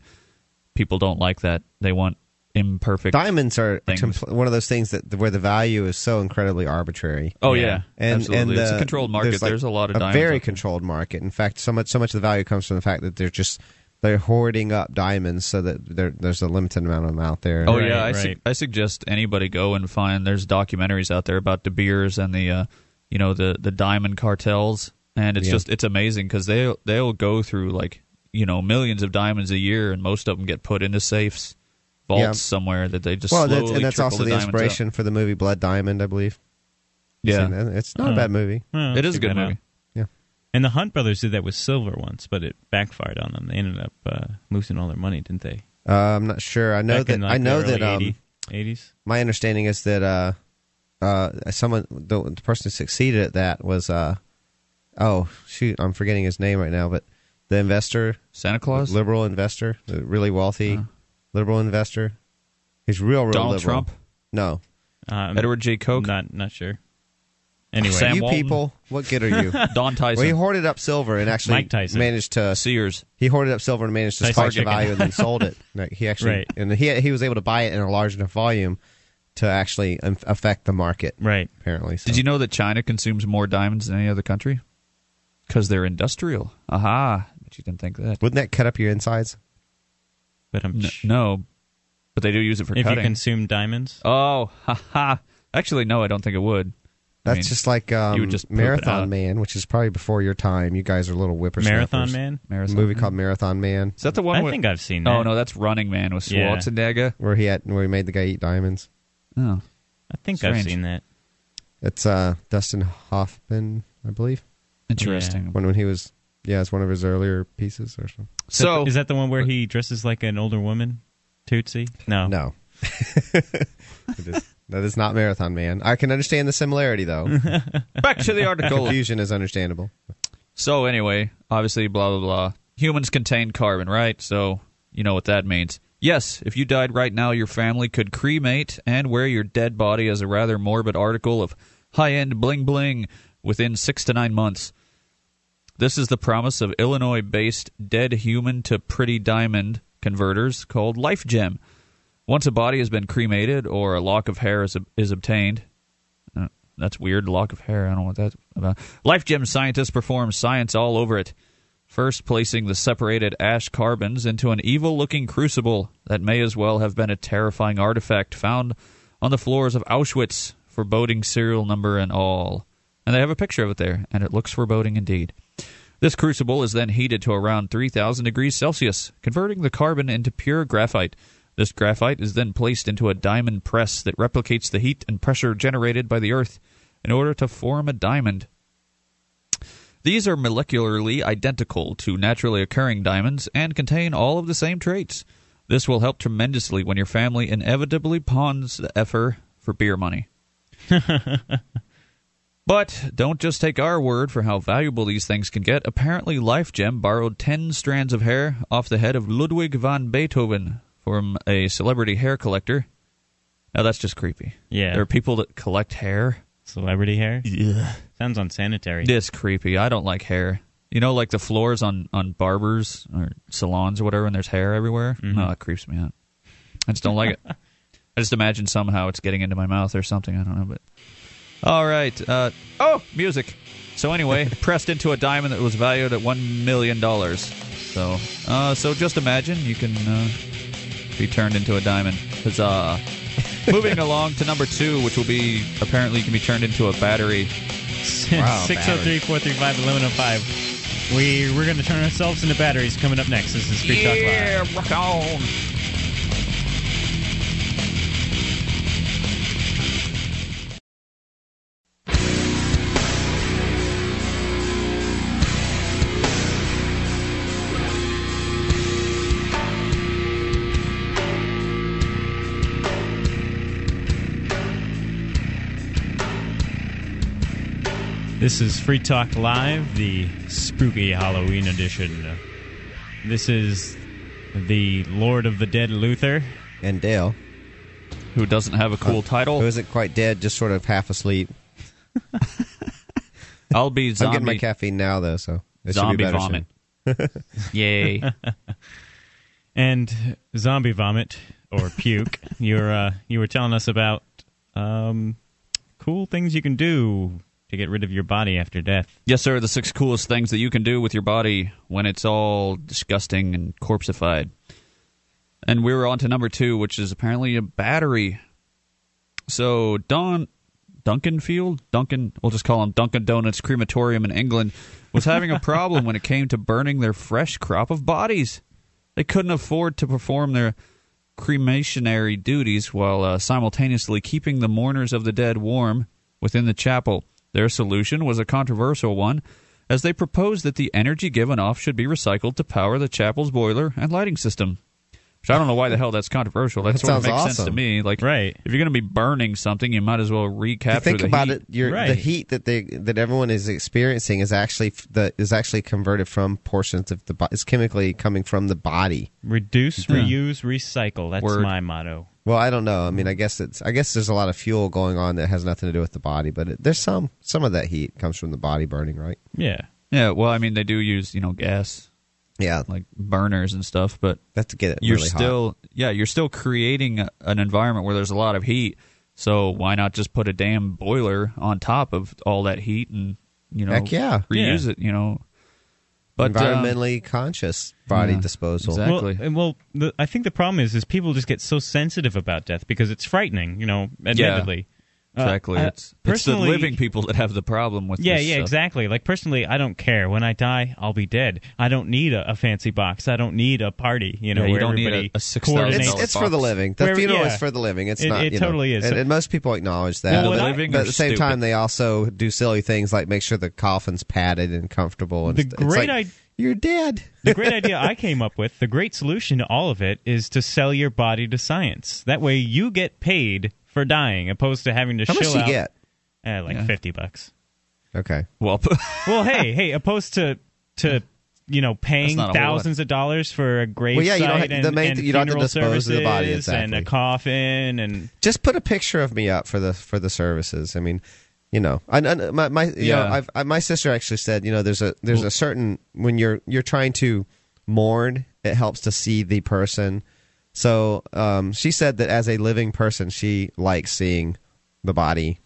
Speaker 3: people don't like that. They want imperfect.
Speaker 2: Diamonds are
Speaker 3: Things.
Speaker 2: compl- one of those things that where the value is so incredibly arbitrary.
Speaker 3: oh yeah,
Speaker 1: Yeah.
Speaker 2: And,
Speaker 3: absolutely.
Speaker 2: and
Speaker 3: it's a
Speaker 2: the-
Speaker 3: controlled market. There's,
Speaker 2: like,
Speaker 3: a lot of
Speaker 2: a
Speaker 3: diamonds.
Speaker 2: very
Speaker 3: out there.
Speaker 2: controlled market. In fact, so much so much of the value comes from the fact that they're just they're hoarding up diamonds so that there, there's a limited amount of them out there.
Speaker 3: Oh
Speaker 1: Right,
Speaker 3: yeah, I,
Speaker 1: right.
Speaker 3: su- I suggest anybody go and find. There's documentaries out there about De Beers and the, uh, you know, the the diamond cartels, and it's
Speaker 2: Yeah.
Speaker 3: just it's amazing because they they'll go through like you know millions of diamonds a year, and most of them get put into safes, vaults
Speaker 2: Yeah.
Speaker 3: somewhere that they just
Speaker 2: well,
Speaker 3: slowly
Speaker 2: that's, and that's
Speaker 3: trickle
Speaker 2: also the,
Speaker 3: diamonds out.
Speaker 2: inspiration for the movie Blood Diamond, I believe. You've
Speaker 3: Yeah, Hmm.
Speaker 2: seen that? it's not a
Speaker 1: Oh.
Speaker 2: bad movie.
Speaker 1: Well,
Speaker 3: it is a
Speaker 1: check
Speaker 3: good
Speaker 1: that out.
Speaker 3: movie.
Speaker 1: And the Hunt brothers did that with silver once, but it backfired on them. They ended up uh, losing all their money, didn't they?
Speaker 2: Uh, I'm not sure. I know
Speaker 1: Back
Speaker 2: that
Speaker 1: in, like,
Speaker 2: I know
Speaker 1: the early
Speaker 2: that um,
Speaker 1: 80, 80s?
Speaker 2: my understanding is that uh, uh, someone the, the person who succeeded at that was uh, oh shoot, I'm forgetting his name right now, but the investor,
Speaker 3: Santa Claus?
Speaker 2: liberal investor, the really wealthy liberal investor, he's real, real
Speaker 3: Donald
Speaker 2: liberal.
Speaker 3: Trump?
Speaker 2: No,
Speaker 1: Um,
Speaker 3: Edward J. Koch?
Speaker 1: Not, not sure. Anyway,
Speaker 3: Sam
Speaker 2: you
Speaker 3: Walton?
Speaker 2: people, what good are you?
Speaker 3: Don
Speaker 2: well, he
Speaker 3: Tyson?
Speaker 2: hoarded up silver and actually
Speaker 1: Mike Tyson.
Speaker 2: managed to
Speaker 3: Sears?
Speaker 2: he hoarded up silver and managed to
Speaker 1: Tyson
Speaker 2: spike the
Speaker 1: chicken.
Speaker 2: value and then sold it. Like, he actually
Speaker 1: Right.
Speaker 2: and he he was able to buy it in a large enough volume to actually um, affect the market.
Speaker 1: right.
Speaker 2: Apparently, so.
Speaker 3: Did you know that China consumes more diamonds than any other country? Because they're industrial. Aha. But you didn't think that.
Speaker 2: Wouldn't that cut up your insides?
Speaker 1: But I'm
Speaker 3: N-
Speaker 1: sh-
Speaker 3: no, but they do use it for
Speaker 1: if
Speaker 3: cutting.
Speaker 1: you consume diamonds,
Speaker 3: Oh, haha. Actually, no, I don't think it would. I
Speaker 2: That's
Speaker 3: mean,
Speaker 2: just like um,
Speaker 3: you would just poop it out.
Speaker 2: Marathon Man, which is probably before your time. You guys are little whippersnappers.
Speaker 1: Marathon Man.
Speaker 3: Marathon
Speaker 2: A movie
Speaker 3: Man.
Speaker 2: called Marathon Man,
Speaker 3: Is that the one?
Speaker 1: I
Speaker 3: with-
Speaker 1: think I've seen that.
Speaker 3: Oh no, that's Running Man with
Speaker 1: Yeah.
Speaker 3: Schwarzenegger.
Speaker 2: where he had where he made the guy eat diamonds.
Speaker 3: Oh,
Speaker 1: I think I've
Speaker 3: Strange.
Speaker 1: seen that.
Speaker 2: It's uh, Dustin Hoffman, I believe.
Speaker 3: interesting.
Speaker 2: When when he was yeah, it's one of his earlier pieces or something.
Speaker 1: Is that
Speaker 3: So
Speaker 1: the- is that the one where he dresses like an older woman, Tootsie?
Speaker 3: Oh.
Speaker 1: No,
Speaker 2: No, it is, that is not Marathon Man. I can understand the similarity though.
Speaker 3: back to the article.
Speaker 2: Confusion is understandable.
Speaker 3: so anyway, obviously, blah blah blah. Humans contain carbon, right? So you know what that means. Yes, if you died right now, your family could cremate and wear your dead body as a rather morbid article of high-end bling bling within six to nine months. This is the promise of Illinois based dead human to pretty diamond converters called Life Gem. Once a body has been cremated or a lock of hair is, is obtained, uh, that's weird, lock of hair, I don't know what that's about. Life Gem scientists perform science all over it. First, placing the separated ash carbons into an evil looking crucible that may as well have been a terrifying artifact found on the floors of Auschwitz, foreboding serial number and all. And they have a picture of it there, and it looks foreboding indeed. This crucible is then heated to around 3,000 degrees Celsius, converting the carbon into pure graphite. This graphite is then placed into a diamond press that replicates the heat and pressure generated by the Earth in order to form a diamond. These are molecularly identical to naturally occurring diamonds and contain all of the same traits. This will help tremendously when your family inevitably pawns the effer for beer money. But don't just take our word for how valuable these things can get. Apparently, Life Gem borrowed 10 strands of hair off the head of Ludwig van Beethoven from a celebrity hair collector. Now, that's just creepy.
Speaker 1: Yeah.
Speaker 3: There are people that collect hair.
Speaker 1: celebrity hair. sounds unsanitary.
Speaker 3: This creepy. I don't like hair. You know, like the floors on, on barbers or salons or whatever, and there's hair everywhere? No, it creeps me out. I just don't like it. I just imagine somehow it's getting into my mouth or something. I don't know, but. All right. Uh, oh, music. So anyway, pressed into a diamond that was valued at one million dollars. So, uh, so just imagine you can uh, be turned into a diamond. Huzzah! Moving along to number two, which will be apparently you can be turned into a battery.
Speaker 2: Wow,
Speaker 1: 603 435 1105. We, we're going to turn ourselves into batteries coming up next. This is Free Talk Live.
Speaker 3: yeah, rock on.
Speaker 1: This is Free Talk Live, the spooky Halloween edition. This is the Lord of the Dead Luther.
Speaker 2: And Dale,
Speaker 3: Who doesn't have a cool
Speaker 2: who
Speaker 3: title?
Speaker 2: isn't quite dead, just sort of half asleep.
Speaker 3: I'll be
Speaker 2: I'm
Speaker 3: zombie.
Speaker 2: getting my caffeine now though, so it should be
Speaker 3: zombie
Speaker 2: better
Speaker 3: vomit. Yay!
Speaker 1: And zombie vomit or puke. You're uh, you were telling us about um, cool things you can do to get rid of your body after death.
Speaker 3: Yes, sir. The six coolest things that you can do with your body when it's all disgusting and corpseified. And we were on to number two, which is apparently a battery. So Don Duncanfield, Duncan, we'll just call him Dunkin' Donuts Crematorium in England, was having a problem when it came to burning their fresh crop of bodies. They couldn't afford to perform their cremationary duties while uh, simultaneously keeping the mourners of the dead warm within the chapel. Their solution was a controversial one, as they proposed that the energy given off should be recycled to power the chapel's boiler and lighting system. Which I don't know why the hell that's controversial. That,
Speaker 2: That
Speaker 3: sort of
Speaker 2: sounds
Speaker 3: makes sense to
Speaker 2: awesome.
Speaker 3: me. Like,
Speaker 1: Right.
Speaker 3: if you're going to be burning something, you might as well recapture
Speaker 2: think
Speaker 3: the
Speaker 2: about
Speaker 3: heat.
Speaker 2: it, you're, the
Speaker 1: Right.
Speaker 2: heat that they that everyone is experiencing is actually f- the is actually converted from portions of the body. It's chemically coming from the body.
Speaker 1: Reduce,
Speaker 3: Yeah.
Speaker 1: reuse, recycle. That's
Speaker 3: Word.
Speaker 1: my motto.
Speaker 2: Well, I don't know. I mean, I guess it's I guess there's a lot of fuel going on that has nothing to do with the body, but it, there's some some of that heat comes from the body burning, right?
Speaker 1: Yeah.
Speaker 3: Yeah, well, I mean, they do use, you know, gas,
Speaker 2: Yeah,
Speaker 3: like burners and stuff, but
Speaker 2: that's to get it.
Speaker 3: you're
Speaker 2: really hot.
Speaker 3: still, yeah, you're still creating a- an environment where there's a lot of heat. So why not just put a damn boiler on top of all that heat and, you know,
Speaker 2: Heck yeah.
Speaker 3: reuse
Speaker 1: Yeah.
Speaker 3: it, you know? But, um,
Speaker 2: environmentally conscious body
Speaker 3: yeah,
Speaker 2: disposal.
Speaker 3: exactly.
Speaker 1: Well, and well the, I think the problem is, is people just get so sensitive about death because it's frightening. You know, admittedly. Uh,
Speaker 3: Exactly.
Speaker 1: I-
Speaker 3: it's, it's the
Speaker 1: personally-
Speaker 3: living people that have the problem with
Speaker 1: Yeah,
Speaker 3: this
Speaker 1: yeah,
Speaker 3: stuff.
Speaker 1: exactly. Like personally, I don't care. When I die, I'll be dead. I don't need a, a fancy box. I don't need a party. You know,
Speaker 3: Yeah, you
Speaker 1: where
Speaker 3: don't need a-
Speaker 1: everybody
Speaker 3: a $6,000
Speaker 1: coordinates.
Speaker 2: It's,
Speaker 3: Dollar
Speaker 2: it's for the
Speaker 3: box.
Speaker 2: living. The
Speaker 1: Where-
Speaker 2: funeral
Speaker 1: yeah.
Speaker 2: is for the living. It's
Speaker 1: It-
Speaker 2: not.
Speaker 1: it
Speaker 2: you know,
Speaker 1: totally is.
Speaker 2: And, and most people acknowledge that.
Speaker 1: Well,
Speaker 2: but,
Speaker 1: what I-
Speaker 3: Living
Speaker 2: but
Speaker 3: are
Speaker 2: at the same
Speaker 3: stupid.
Speaker 2: time, they also do silly things like make sure the coffin's padded and comfortable. And
Speaker 1: The
Speaker 2: st-
Speaker 1: great
Speaker 2: it's like,
Speaker 1: id-
Speaker 2: You're dead.
Speaker 1: the great idea I came up with, the great solution to all of it, is to sell your body to science. That way, you get paid for dying, opposed to having to
Speaker 2: How much
Speaker 1: shill
Speaker 2: you
Speaker 1: out.
Speaker 2: get?
Speaker 1: Eh, like
Speaker 3: Yeah.
Speaker 1: fifty bucks.
Speaker 2: Okay.
Speaker 3: Well,
Speaker 1: Well, hey, hey, opposed to to you know paying
Speaker 3: not a whole lot.
Speaker 1: thousands of dollars for a grave
Speaker 2: Well, yeah, you don't
Speaker 1: site
Speaker 2: have-
Speaker 1: and,
Speaker 2: the main
Speaker 1: and
Speaker 2: thing- you don't have to
Speaker 1: funeral
Speaker 2: dispose of the body,
Speaker 1: services and a
Speaker 2: exactly.
Speaker 1: coffin and
Speaker 2: Just put a picture of me up for the for the services. I mean, you know, I, I- my my you know,
Speaker 3: Yeah.
Speaker 2: I've, I, my sister actually said, you know, there's a there's a certain when you're you're trying to mourn, it helps to see the person. So um, she said that as a living person, she likes seeing the body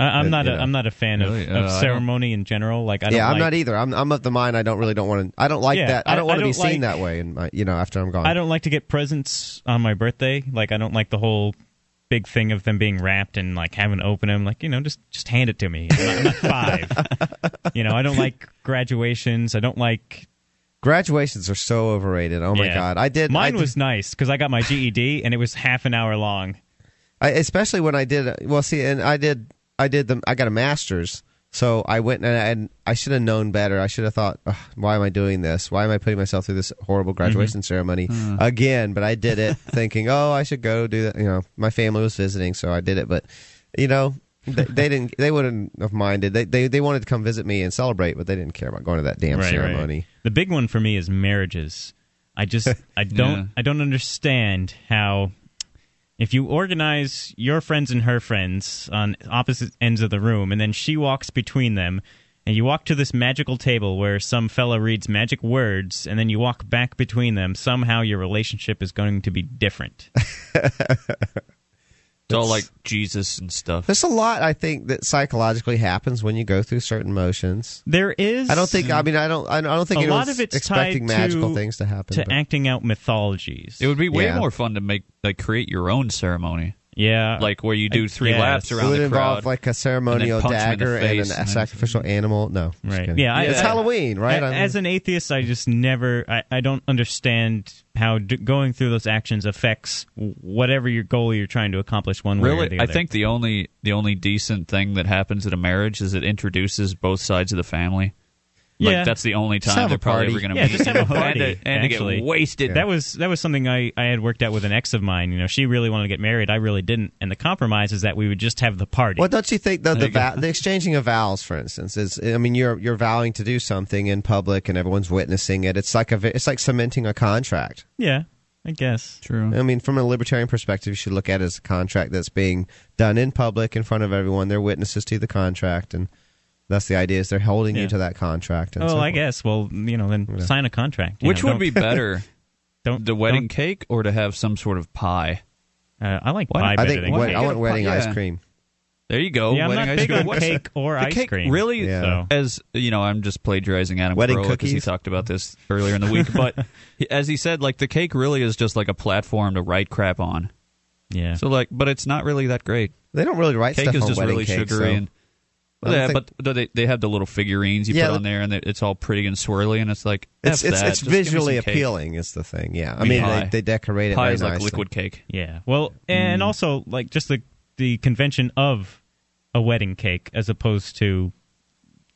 Speaker 1: I, I'm
Speaker 2: Uh,
Speaker 1: not
Speaker 2: you
Speaker 1: a,
Speaker 2: know.
Speaker 1: I'm not a fan of,
Speaker 3: Really? Uh,
Speaker 1: of
Speaker 3: I don't-
Speaker 1: ceremony in general. Like I don't
Speaker 2: yeah, I'm
Speaker 1: like-
Speaker 2: not e-, either. I'm I'm of the mind I don't really don't want to. I don't like
Speaker 1: Yeah,
Speaker 2: that. I
Speaker 1: I-
Speaker 2: don't want
Speaker 1: I
Speaker 2: to be
Speaker 1: don't like-
Speaker 2: seen that way. And my, you know, after I'm gone,
Speaker 1: I don't like to get presents on my birthday. Like I don't like the whole big thing of them being wrapped and like having to open them. Like you know, just just hand it to me. I'm not, I'm not five. you know, I don't like graduations. I don't like.
Speaker 2: Graduations are so overrated. Oh my
Speaker 1: yeah.
Speaker 2: god, I did. I
Speaker 1: Mine
Speaker 2: did-
Speaker 1: was nice because I got my GED and it was half an hour long.
Speaker 2: I, especially when I did. Well, see, and I did. I did the. I got a master's, so I went and I, and I should have known better. I should have thought, "Ugh, why am I doing this? Why am I putting myself through this horrible graduation ceremony again? But I did it, thinking, oh, I should go do that. You know, my family was visiting, so I did it. But you know. They, they didn't. They wouldn't have minded. They, they they wanted to come visit me and celebrate, but they didn't care about going to that damn ceremony.
Speaker 1: The big one for me is marriages. I just I don't
Speaker 3: Yeah.
Speaker 1: I don't understand how if you organize your friends and her friends on opposite ends of the room and then she walks between them and you walk to this magical table where some fella reads magic words and then you walk back between them somehow your relationship is going to be different.
Speaker 3: it's all like Jesus and stuff.
Speaker 2: There's a lot I think that psychologically happens when you go through certain motions.
Speaker 1: There is
Speaker 2: I don't think. I mean, I don't. I don't- I don't think
Speaker 1: a
Speaker 2: anyone's
Speaker 1: lot of it's
Speaker 2: expecting
Speaker 1: tied
Speaker 2: magical
Speaker 1: to,
Speaker 2: things to happen.
Speaker 1: to
Speaker 2: but-
Speaker 1: acting out mythologies.
Speaker 3: It would be way
Speaker 2: Yeah.
Speaker 3: more fun to make like create your own ceremony,
Speaker 1: yeah.
Speaker 3: like where you do three
Speaker 1: guess.
Speaker 3: laps
Speaker 2: it
Speaker 3: around
Speaker 2: would
Speaker 3: the
Speaker 2: involve
Speaker 3: crowd.
Speaker 2: like a ceremonial
Speaker 3: punch 'em in the
Speaker 2: dagger and, an,
Speaker 3: face
Speaker 2: a
Speaker 3: and then-
Speaker 2: sacrificial animal. No, just
Speaker 1: Right.
Speaker 2: kidding.
Speaker 1: Yeah, I-
Speaker 2: it's
Speaker 1: I-
Speaker 2: Halloween, right?
Speaker 1: A-
Speaker 2: I'm-
Speaker 1: As an atheist, I just never, I, I don't understand how d- going through those actions affects whatever your goal you're trying to accomplish one way or
Speaker 3: really,
Speaker 1: the
Speaker 3: I
Speaker 1: other.
Speaker 3: think the only the only decent thing that happens at a marriage is it introduces both sides of the family.
Speaker 1: Yeah.
Speaker 3: Like that's the only
Speaker 2: Just
Speaker 3: time
Speaker 2: have
Speaker 3: they're
Speaker 2: a
Speaker 3: probably
Speaker 2: party.
Speaker 3: ever going to
Speaker 1: Yeah,
Speaker 3: meet.
Speaker 1: just have a party,
Speaker 3: and, to, and to
Speaker 1: actually.
Speaker 3: get wasted.
Speaker 1: that was that was something I, I had worked out with an ex of mine. You know, she really wanted to get married, I really didn't, and the compromise is that we would just have the party.
Speaker 2: well, don't you think though the
Speaker 3: you go.
Speaker 2: vow, the exchanging of vows, for instance, is? I mean, you're you're vowing to do something in public and everyone's witnessing it. It's like a ve- it's like cementing a contract.
Speaker 1: Yeah, I guess.
Speaker 3: true.
Speaker 2: I mean, from a libertarian perspective, you should look at it as a contract that's being done in public in front of everyone. They're witnesses to the contract, and that's the idea: is they're holding you
Speaker 1: Yeah.
Speaker 2: to that contract. And
Speaker 1: Oh,
Speaker 2: so
Speaker 1: I
Speaker 2: forth.
Speaker 1: guess. Well, you know, then sign a contract. you
Speaker 3: Which
Speaker 1: know,
Speaker 3: would
Speaker 1: don't-
Speaker 3: be better,
Speaker 1: don't
Speaker 3: the wedding cake or to have some sort of pie?
Speaker 1: don't- uh, I like
Speaker 3: Why-
Speaker 1: pie
Speaker 3: I
Speaker 2: I
Speaker 1: better
Speaker 2: think
Speaker 1: than
Speaker 2: wed-
Speaker 1: cake.
Speaker 2: I want
Speaker 3: Yeah.
Speaker 2: wedding ice
Speaker 3: Yeah.
Speaker 2: cream.
Speaker 3: There you go.
Speaker 1: Yeah, I'm
Speaker 3: wedding
Speaker 1: not
Speaker 3: ice
Speaker 1: big
Speaker 3: cream.
Speaker 1: on
Speaker 3: What's
Speaker 1: cake
Speaker 3: the-
Speaker 1: or
Speaker 3: the
Speaker 1: ice
Speaker 3: cake
Speaker 1: cream,
Speaker 3: Really?
Speaker 2: Yeah.
Speaker 1: so.
Speaker 3: As you know, I'm just plagiarizing Adam
Speaker 2: Wedding
Speaker 3: Carolla because he
Speaker 2: cookies?
Speaker 3: talked about this earlier in the week. But he- as he said, like the cake really is just like a platform to write crap on.
Speaker 1: Yeah.
Speaker 3: So like, but it's not really that great.
Speaker 2: They don't really write
Speaker 3: Cake
Speaker 2: stuff
Speaker 3: is
Speaker 2: on
Speaker 3: just
Speaker 2: wedding
Speaker 3: really
Speaker 2: cake,
Speaker 3: sugary
Speaker 2: so-
Speaker 3: and.
Speaker 2: I don't
Speaker 3: Yeah,
Speaker 2: think-
Speaker 3: but they they have the little figurines you
Speaker 2: Yeah,
Speaker 3: put on
Speaker 2: the-
Speaker 3: there, and it- it's all pretty and swirly, and it's like
Speaker 2: It's
Speaker 3: F
Speaker 2: it's,
Speaker 3: that,
Speaker 2: it's
Speaker 3: just give me
Speaker 2: visually
Speaker 3: some cake.
Speaker 2: appealing is the thing. Yeah, I
Speaker 3: I mean,
Speaker 2: mean
Speaker 3: pie.
Speaker 2: they, they decorate it.
Speaker 3: Pie
Speaker 2: very
Speaker 3: is like
Speaker 2: nicely.
Speaker 3: liquid cake.
Speaker 1: Yeah. Well, and
Speaker 2: Mm-hmm.
Speaker 1: also like just the the convention of a wedding cake as opposed to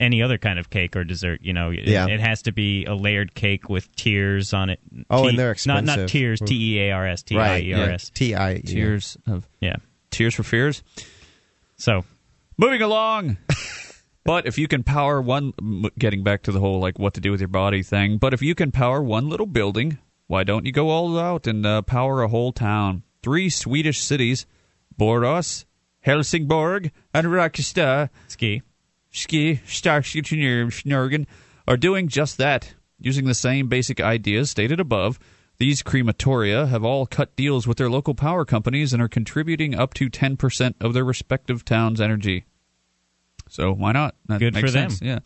Speaker 1: any other kind of cake or dessert. You know, it,
Speaker 2: Yeah.
Speaker 1: it has to be a layered cake with tears on it.
Speaker 2: Oh,
Speaker 1: T-
Speaker 2: and they're
Speaker 1: Not not
Speaker 2: expensive.
Speaker 1: tears, T E A R S, T I
Speaker 2: Right.
Speaker 1: E
Speaker 2: yeah.
Speaker 1: R S.
Speaker 2: T-I-E.
Speaker 3: Tears of
Speaker 1: Yeah.
Speaker 3: Tears for Fears.
Speaker 1: So
Speaker 3: Moving along. but if you can power one, m- getting back to the whole like what to do with your body thing. But if you can power one little building, why don't you go all out and uh, power a whole town? Three Swedish cities: Borås, Helsingborg, and Rakstad.
Speaker 1: ski.
Speaker 3: Ski, Starskjutnergen are doing just that. Using the same basic ideas stated above, these crematoria have all cut deals with their local power companies and are contributing up to 10% of their respective town's energy. So why not? That
Speaker 1: Good
Speaker 3: makes
Speaker 1: for them.
Speaker 3: sense, Yeah.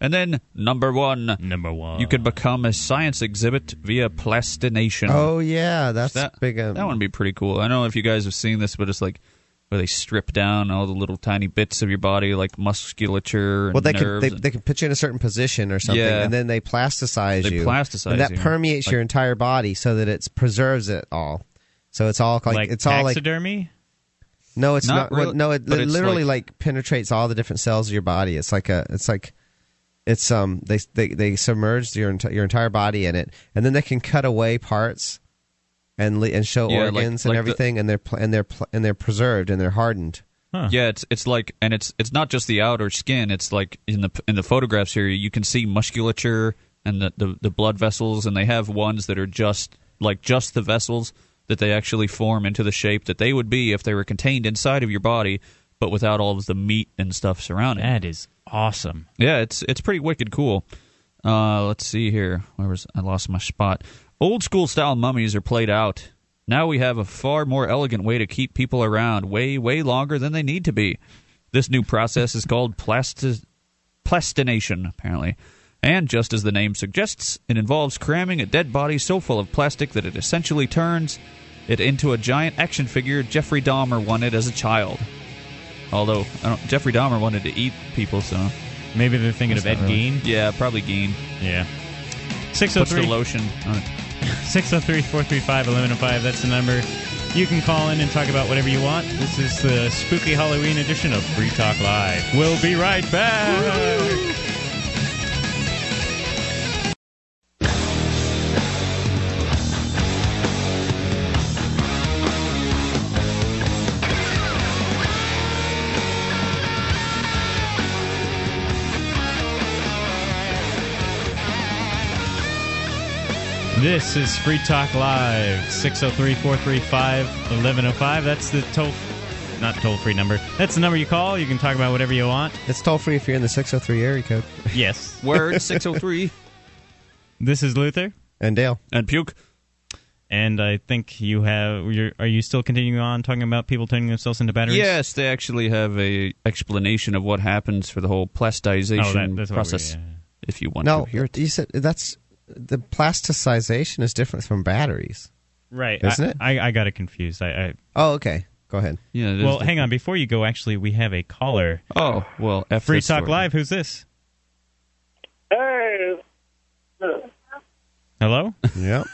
Speaker 3: And then number one,
Speaker 1: Number one.
Speaker 3: you could become a science exhibit via plastination.
Speaker 2: Oh yeah, that's
Speaker 3: that
Speaker 2: big. Um,
Speaker 3: that would be pretty cool. I don't know if you guys have seen this, but it's like where they strip down all the little tiny bits of your body, like musculature. And
Speaker 2: Well, they can
Speaker 3: nerves
Speaker 2: they,
Speaker 3: and-
Speaker 2: they can put you in a certain position or something,
Speaker 3: Yeah.
Speaker 2: and then they plasticize
Speaker 3: They
Speaker 2: you.
Speaker 3: plasticize
Speaker 2: and that
Speaker 3: you.
Speaker 2: permeates
Speaker 3: Like-
Speaker 2: your entire body so that it preserves it all. So it's all like,
Speaker 1: like
Speaker 2: it's all like
Speaker 1: taxidermy.
Speaker 2: no, it's
Speaker 3: Not
Speaker 2: not,
Speaker 3: really,
Speaker 2: no, it
Speaker 3: but
Speaker 2: li-
Speaker 3: it's
Speaker 2: literally like, penetrates all the different cells of your body. It's like a it's like it's um they they they submerged your enti- your entire body in it, and then they can cut away parts. And, le- and show
Speaker 3: Yeah, like-
Speaker 2: organs and
Speaker 3: like the-
Speaker 2: everything, and they're pl- and they're pl- and they're preserved and they're hardened.
Speaker 3: Yeah, it's it's like, and it's it's not just the outer skin. It's like in the in the photographs here, you can see musculature and the, the the blood vessels, and they have ones that are just like just the vessels that they actually form into the shape that they would be if they were contained inside of your body, but without all of the meat and stuff surrounding.
Speaker 1: That is awesome.
Speaker 3: Yeah, it's it's pretty wicked cool. Uh, let's see here. Where was I lost my spot? Old school style mummies are played out. Now we have a far more elegant way to keep people around way way longer than they need to be. This new process is called plasti- plastination, apparently. And just as the name suggests, it involves cramming a dead body so full of plastic that it essentially turns it into a giant action figure Jeffrey Dahmer wanted as a child. Although I don't, Jeffrey Dahmer wanted to eat people, so
Speaker 1: Maybe they're thinking of Ed Gein.
Speaker 3: yeah, probably Gein.
Speaker 1: Yeah.
Speaker 3: Puts the
Speaker 1: 603
Speaker 3: lotion on it.
Speaker 1: 603 435 1105. That's the number. You can call in and talk about whatever you want. This is the spooky Halloween edition of Free Talk Live. We'll be right back. This is Free Talk Live. 603 435 1105. That's the toll, not toll free number. That's the number you call. You can talk about whatever you want.
Speaker 2: It's toll free if you're in the 603 area code.
Speaker 1: Yes.
Speaker 3: Word 603
Speaker 1: This is Luther.
Speaker 2: And Dale,
Speaker 3: and puke.
Speaker 1: And I think you have. You're, are you still continuing on talking about people turning themselves into batteries?
Speaker 3: Yes, they actually have a explanation of what happens for the whole plastization
Speaker 1: Oh, that- that's what we-
Speaker 3: process.
Speaker 1: yeah.
Speaker 3: If you want
Speaker 2: no,
Speaker 3: to hear
Speaker 2: you're,
Speaker 3: it,
Speaker 2: you said that's the plasticization is different from batteries.
Speaker 1: Right.
Speaker 2: Isn't
Speaker 1: I,
Speaker 2: it?
Speaker 1: I, I got it confused. I, I
Speaker 2: Oh, okay. Go ahead.
Speaker 3: yeah. it is
Speaker 1: Well,
Speaker 3: the-
Speaker 1: hang on. Before you go, actually, we have a caller.
Speaker 3: Oh well, F
Speaker 1: Free
Speaker 3: this
Speaker 1: Talk
Speaker 3: story.
Speaker 1: Live. Who's this?
Speaker 4: Hey,
Speaker 1: Hello.
Speaker 2: Yep.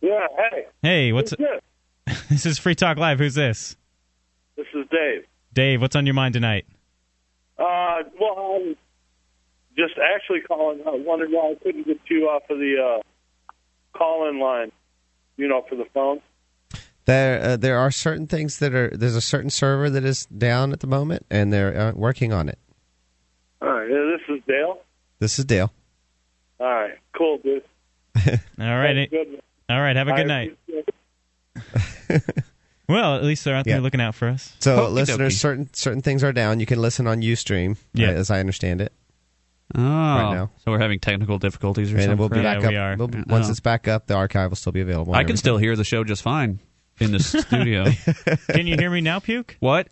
Speaker 4: yeah, hey,
Speaker 1: hey, what's
Speaker 4: good.
Speaker 1: this? Is Free Talk Live? Who's this?
Speaker 4: This is Dave.
Speaker 1: Dave, what's on your mind tonight?
Speaker 4: Uh, well, I'm just actually calling. I wondered why I couldn't get you off of the uh, call-in line, you know, for the phone.
Speaker 2: There, uh, there are certain things that are. There's a certain server that is down at the moment, and they're uh, working on it.
Speaker 4: All right, yeah, this is Dale.
Speaker 2: This is Dale.
Speaker 4: All right, cool, dude.
Speaker 1: All right. eh,
Speaker 4: Good one.
Speaker 1: All right. Have a
Speaker 4: I
Speaker 1: good night.
Speaker 4: appreciate it.
Speaker 1: Well, at least they're out there
Speaker 2: Yeah.
Speaker 1: looking out for us.
Speaker 2: So,
Speaker 3: Okey-dokey.
Speaker 2: listeners, certain certain things are down. You can listen on UStream,
Speaker 1: Yeah.
Speaker 2: uh, as I understand it,
Speaker 3: Oh,
Speaker 2: now.
Speaker 3: so we're having technical difficulties or
Speaker 2: and
Speaker 3: something.
Speaker 2: we'll be
Speaker 1: Yeah,
Speaker 2: back
Speaker 1: we are.
Speaker 2: up. We'll be- once
Speaker 3: Oh.
Speaker 2: it's back up, the archive will still be available.
Speaker 3: I
Speaker 2: and
Speaker 3: can
Speaker 2: everything.
Speaker 3: still hear the show just fine in the studio.
Speaker 1: Can you hear me now, Puke?
Speaker 3: What?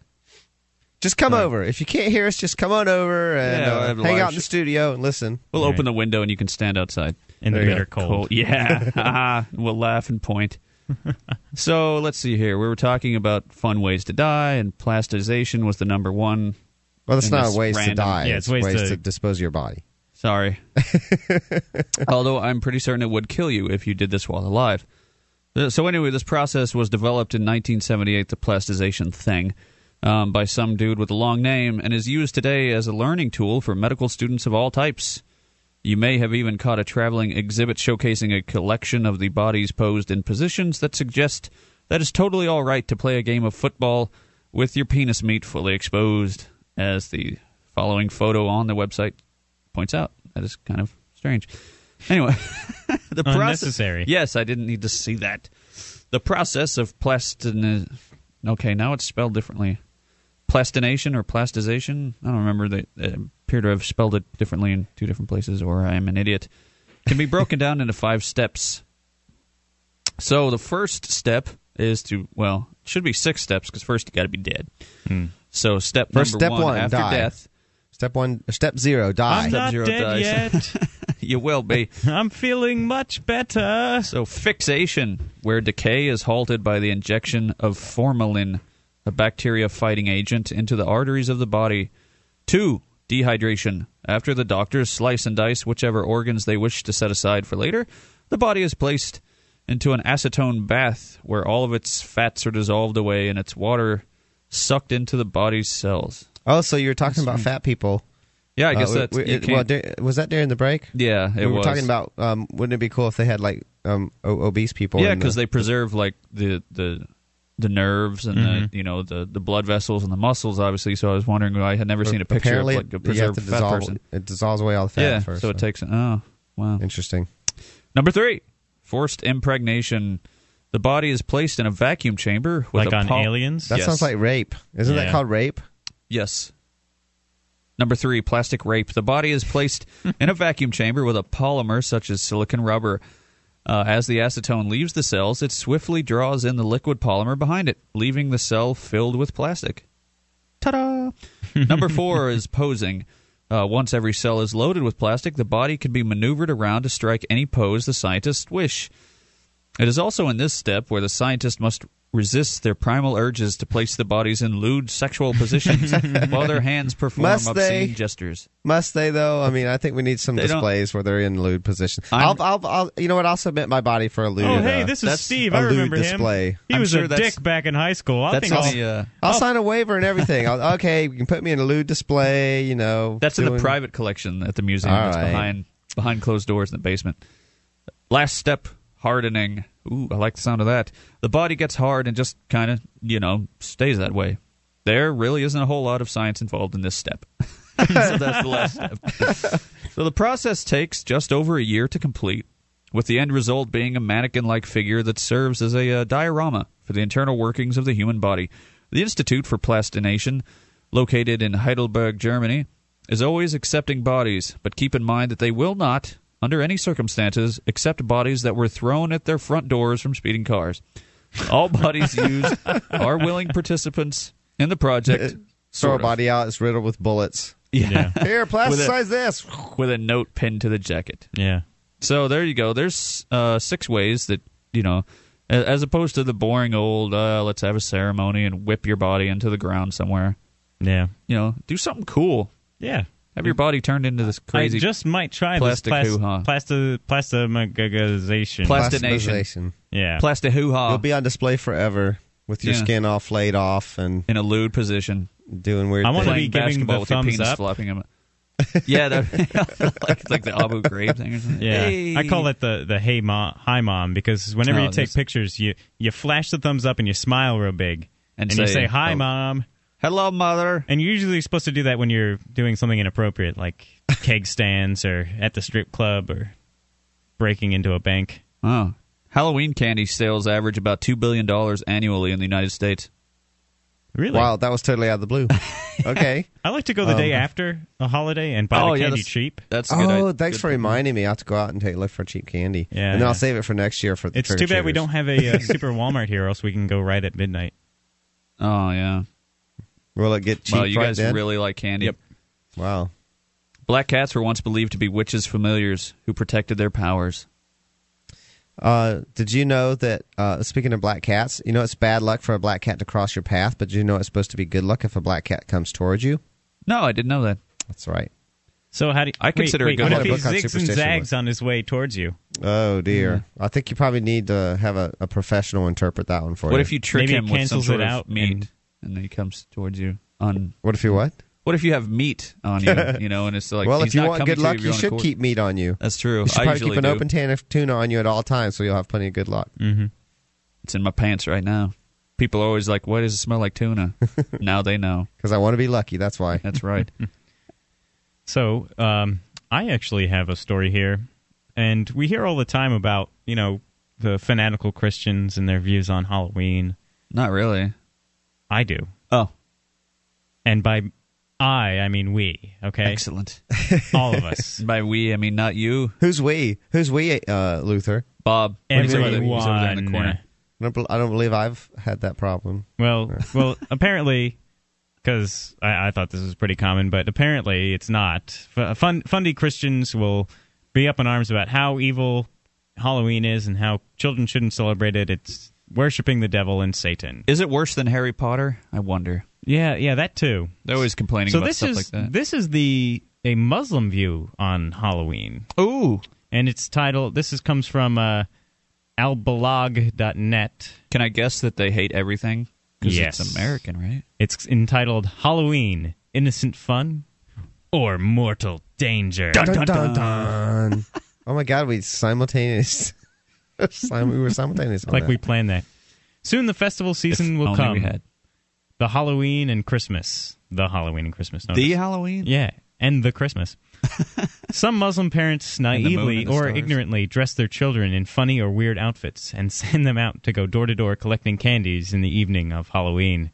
Speaker 2: just come over if you can't hear us. Just come on over and
Speaker 3: Yeah,
Speaker 2: uh,
Speaker 3: we'll have
Speaker 2: hang out
Speaker 3: lunch.
Speaker 2: in the studio and listen.
Speaker 3: We'll
Speaker 1: All
Speaker 3: open
Speaker 1: right.
Speaker 3: the window and you can stand outside.
Speaker 1: In the
Speaker 2: There you
Speaker 1: bitter cold.
Speaker 3: Cold. Yeah. Ah, we'll laugh and point. so let's see here. We were talking about fun ways to die, and plastization was the number one.
Speaker 2: Well, that's
Speaker 3: And
Speaker 2: not
Speaker 3: just
Speaker 2: ways
Speaker 3: random-
Speaker 2: to die.
Speaker 1: yeah, it's ways to-
Speaker 2: dispose of your body.
Speaker 3: Sorry. Although I'm pretty certain it would kill you if you did this while alive. Uh, So, anyway, this process was developed in 1978, the plastization thing. um, by some dude with a long name and is used today as a learning tool for medical students of all types. You may have even caught a traveling exhibit showcasing a collection of the bodies posed in positions that suggest that it's totally all right to play a game of football with your penis meat fully exposed, as the following photo on the website points out. That is kind of strange. Anyway, the
Speaker 1: Unnecessary.
Speaker 3: Process, yes, I didn't need to see that. The process of plastin. Okay, now it's spelled differently. Plastination or plastization? I don't remember. They, they appear to have spelled it differently in two different places, or I am an idiot. Can be broken down into five steps. So the first step is to well, it should be six steps because first you got to be dead. So step
Speaker 2: Hmm. First
Speaker 3: number
Speaker 2: step one,
Speaker 3: after
Speaker 2: die.
Speaker 3: death,
Speaker 2: Step one, step zero, die.
Speaker 1: I'm not
Speaker 3: Sub-Zero
Speaker 1: dead
Speaker 3: dies.
Speaker 1: yet.
Speaker 3: you will be.
Speaker 1: I'm feeling much better.
Speaker 3: So fixation, where decay is halted by the injection of formalin, a bacteria-fighting agent, into the arteries of the body. Two, dehydration. After the doctors slice and dice whichever organs they wish to set aside for later, the body is placed into an acetone bath where all of its fats are dissolved away and its water sucked into the body's cells.
Speaker 2: oh, so you were talking about fat people.
Speaker 3: Yeah, I
Speaker 2: Uh,
Speaker 3: guess
Speaker 2: we-
Speaker 3: that's
Speaker 2: we-
Speaker 3: you
Speaker 2: it-
Speaker 3: can't-
Speaker 2: well, dur- was that during the break?
Speaker 3: yeah. It
Speaker 2: we were
Speaker 3: was.
Speaker 2: talking about um, wouldn't it be cool if they had like um, o- obese people?
Speaker 3: Yeah,
Speaker 2: in the-
Speaker 3: because they preserve like the the the nerves and
Speaker 2: Mm-hmm.
Speaker 3: the you know the the blood vessels and the muscles, obviously. So I was wondering, I had never seen a picture of
Speaker 2: apparently
Speaker 3: like a
Speaker 2: you have
Speaker 3: preserved
Speaker 2: to
Speaker 3: fat
Speaker 2: dissolve,
Speaker 3: person.
Speaker 2: It dissolves away all the fat
Speaker 3: yeah,
Speaker 2: first.
Speaker 3: so it takes. Oh, wow.
Speaker 2: interesting.
Speaker 3: Number three, forced impregnation. The body is placed in a vacuum chamber with
Speaker 1: Like
Speaker 3: a
Speaker 1: on
Speaker 3: pol-
Speaker 1: aliens.
Speaker 2: That
Speaker 3: Yes.
Speaker 2: sounds like rape. Isn't that
Speaker 1: Yeah.
Speaker 2: called rape?
Speaker 3: Yes. Number three, plastic rape. The body is placed in a vacuum chamber with a polymer such as silicon rubber. Uh, as the acetone leaves the cells, it swiftly draws in the liquid polymer behind it, leaving the cell filled with plastic. Ta da! Number four is posing. Uh, once every cell is loaded with plastic, the body can be maneuvered around to strike any pose the scientists wish. It is also in this step where the scientist must resist their primal urges to place the bodies in lewd sexual positions while their hands perform
Speaker 2: Must
Speaker 3: obscene
Speaker 2: they?
Speaker 3: gestures.
Speaker 2: Must they though? I mean, I think we need some
Speaker 3: They don't-
Speaker 2: displays where they're in lewd position.
Speaker 3: I'm-
Speaker 2: I'll, I'll, I'll, you know what? I'll submit my body for a lewd.
Speaker 1: Oh, hey,
Speaker 2: uh,
Speaker 1: this is
Speaker 3: that's
Speaker 1: Steve.
Speaker 2: a
Speaker 1: I
Speaker 2: lewd
Speaker 1: remember
Speaker 2: display.
Speaker 1: him. He
Speaker 3: I'm
Speaker 1: was
Speaker 3: sure
Speaker 1: a
Speaker 3: that's-
Speaker 1: dick back in high school. I
Speaker 3: That's
Speaker 1: think
Speaker 3: on
Speaker 1: I'll,
Speaker 3: the, uh,
Speaker 2: I'll sign a waiver and everything. I'll, okay, you can put me in a lewd display. You know,
Speaker 3: that's in the
Speaker 2: doing-
Speaker 3: private collection at the museum.
Speaker 2: All
Speaker 3: That's
Speaker 2: right.
Speaker 3: behind behind closed doors in the basement. Last step, hardening. Ooh, I like the sound of that. The body gets hard and just kind of, you know, stays that way. There really isn't a whole lot of science involved in this step. so that's the last step. So the process takes just over a year to complete, with the end result being a mannequin like figure that serves as a uh, diorama for the internal workings of the human body. The Institute for Plastination, located in Heidelberg, Germany, is always accepting bodies, but keep in mind that they will not, under any circumstances, accept bodies that were thrown at their front doors from speeding cars. All bodies used are willing participants in the project.
Speaker 2: Throw
Speaker 3: sort
Speaker 2: a
Speaker 3: of.
Speaker 2: body out. It's riddled with bullets.
Speaker 1: yeah,
Speaker 2: Here, plasticize
Speaker 3: plasticize
Speaker 2: this.
Speaker 3: with a note pinned to the jacket.
Speaker 1: yeah.
Speaker 3: So there you go. There's uh, six ways that you know, a- as opposed to the boring old uh, let's have a ceremony and whip your body into the ground somewhere.
Speaker 1: Yeah.
Speaker 3: You know, do something cool.
Speaker 1: Yeah.
Speaker 3: Have your body turned into this crazy.
Speaker 1: I just might try
Speaker 3: plastic
Speaker 1: this
Speaker 3: hoo-ha.
Speaker 1: plasti- plastomagagization.
Speaker 3: Plas- Plastination.
Speaker 1: yeah.
Speaker 3: plastic hoo ha
Speaker 2: You'll be on display forever with your
Speaker 3: Oh. Yeah.
Speaker 2: skin all flayed off and
Speaker 3: in a lewd position,
Speaker 2: doing weird
Speaker 1: I wanna
Speaker 2: things.
Speaker 3: playing
Speaker 1: be giving
Speaker 3: basketball
Speaker 1: the
Speaker 3: with your
Speaker 1: thumbs
Speaker 3: penis
Speaker 1: up.
Speaker 3: flopping him. Yeah, that, like, it's like the Abu Ghraib thing or something.
Speaker 1: yeah,
Speaker 3: Hey.
Speaker 1: I call that the the hey mom, hi mom, because whenever
Speaker 3: Oh,
Speaker 1: you take
Speaker 3: there's-
Speaker 1: pictures, you you flash the thumbs up and you smile real big,
Speaker 3: And
Speaker 1: you
Speaker 3: say,
Speaker 1: say hi
Speaker 3: oh.
Speaker 1: mom,
Speaker 3: Hello, mother.
Speaker 1: and you're usually supposed to do that when you're doing something inappropriate, like keg stands or at the strip club or breaking into a bank.
Speaker 3: Oh, Halloween candy sales average about two billion dollars annually in the United States.
Speaker 1: Really,
Speaker 2: Wow, that was totally out of the blue. Okay.
Speaker 1: I like to go the day after a holiday and buy
Speaker 3: Um, oh,
Speaker 1: the
Speaker 3: yeah,
Speaker 1: candy
Speaker 3: that's-
Speaker 1: cheap.
Speaker 3: That's a good.
Speaker 2: oh,
Speaker 3: i-
Speaker 2: thanks
Speaker 3: good-
Speaker 2: for reminding me. I have to go out and take a look for cheap candy.
Speaker 1: Yeah,
Speaker 2: And then
Speaker 1: yeah.
Speaker 2: I'll save it for next year for the
Speaker 1: It's too bad we
Speaker 2: trick-or-treaters.
Speaker 1: don't have a uh, super Walmart here, or else we can go right at midnight.
Speaker 3: Oh yeah.
Speaker 2: Will it get cheap
Speaker 3: Well, you
Speaker 2: right
Speaker 3: guys
Speaker 2: then?
Speaker 3: really like candy.
Speaker 1: Yep.
Speaker 2: Wow.
Speaker 3: Black cats were once believed to be witches' familiars who protected their powers.
Speaker 2: Uh, did you know that, uh, speaking of black cats, you know it's bad luck for a black cat to cross your path, but you know it's supposed to be good luck if a black cat comes towards you?
Speaker 3: No, I didn't know that.
Speaker 2: That's right.
Speaker 1: So how do you,
Speaker 3: I consider it
Speaker 1: wait,
Speaker 3: good
Speaker 1: wait,
Speaker 3: luck.
Speaker 1: what if
Speaker 2: Book on
Speaker 1: he zigs and
Speaker 2: superstition
Speaker 1: zags
Speaker 2: was-
Speaker 1: on his way towards you?
Speaker 2: Oh, dear.
Speaker 3: Mm-hmm.
Speaker 2: I think you probably need to have a, a professional interpret that one for you.
Speaker 3: What if you trick
Speaker 1: Maybe
Speaker 3: him
Speaker 1: it
Speaker 3: with some
Speaker 1: cancels
Speaker 3: sort
Speaker 1: it
Speaker 3: of
Speaker 1: out
Speaker 3: meat
Speaker 1: and-
Speaker 3: and, and he comes towards you on.
Speaker 2: What if you what?
Speaker 3: What if you have meat on you? You know, and it's like
Speaker 2: well,
Speaker 3: he's
Speaker 2: if you
Speaker 3: not
Speaker 2: want
Speaker 3: coming
Speaker 2: good
Speaker 3: to
Speaker 2: luck,
Speaker 3: if
Speaker 2: you,
Speaker 3: you're on a
Speaker 2: should
Speaker 3: course.
Speaker 2: keep meat on you.
Speaker 3: That's true.
Speaker 2: You should
Speaker 3: I
Speaker 2: probably
Speaker 3: usually
Speaker 2: keep an
Speaker 3: do. Mm.
Speaker 2: open can of tuna on you at all times, so you'll have plenty of good luck.
Speaker 1: Mm-hmm.
Speaker 3: It's in my pants right now. People are always like, "Why does it smell like tuna?" now they know.
Speaker 2: Because I want to be lucky. That's why.
Speaker 3: That's right.
Speaker 1: So um, I actually have a story here, and we hear all the time about you know the fanatical Christians and their views on Halloween.
Speaker 3: not really.
Speaker 1: I do,
Speaker 3: Oh,
Speaker 1: and by I I mean we. Okay,
Speaker 3: excellent.
Speaker 1: all of us.
Speaker 3: By we, I mean not you,
Speaker 2: Who's we? Who's we? Uh, Luther.
Speaker 3: Bob. He's over there- he's over there in the
Speaker 1: Everyone.
Speaker 3: corner.
Speaker 2: I don't, bel- I don't believe I've had that problem.
Speaker 1: Well, well, apparently, because I, I thought this was pretty common, but apparently it's not. F- uh, fun, fundy Christians will be up in arms about how evil Halloween is and how children shouldn't celebrate it. It's worshiping the devil and Satan.
Speaker 3: Is it worse than Harry Potter? I wonder.
Speaker 1: Yeah, yeah, that too.
Speaker 3: They're always complaining
Speaker 1: So
Speaker 3: about
Speaker 1: this
Speaker 3: stuff
Speaker 1: is
Speaker 3: like that.
Speaker 1: this is the a Muslim view on Halloween,
Speaker 3: Ooh,
Speaker 1: and it's titled. This is comes from uh, albalog.net.
Speaker 3: can I guess that they hate everything? 'Cause
Speaker 1: Yes.
Speaker 3: it's American, right?
Speaker 1: It's entitled Halloween: Innocent Fun or Mortal Danger.
Speaker 2: Dun dun dun. oh my God, we simultaneous. Sim- we were simultaneous. on
Speaker 1: like
Speaker 2: that.
Speaker 1: we planned that. Soon the festival season
Speaker 3: If
Speaker 1: will
Speaker 3: only
Speaker 1: come.
Speaker 3: We had.
Speaker 1: The Halloween and Christmas. The Halloween and Christmas. notice.
Speaker 3: The Halloween.
Speaker 1: Yeah, and the Christmas. Some Muslim parents
Speaker 3: moon
Speaker 1: naively
Speaker 3: and the
Speaker 1: or
Speaker 3: stars.
Speaker 1: ignorantly dress their children in funny or weird outfits and send them out to go door to door collecting candies in the evening of Halloween.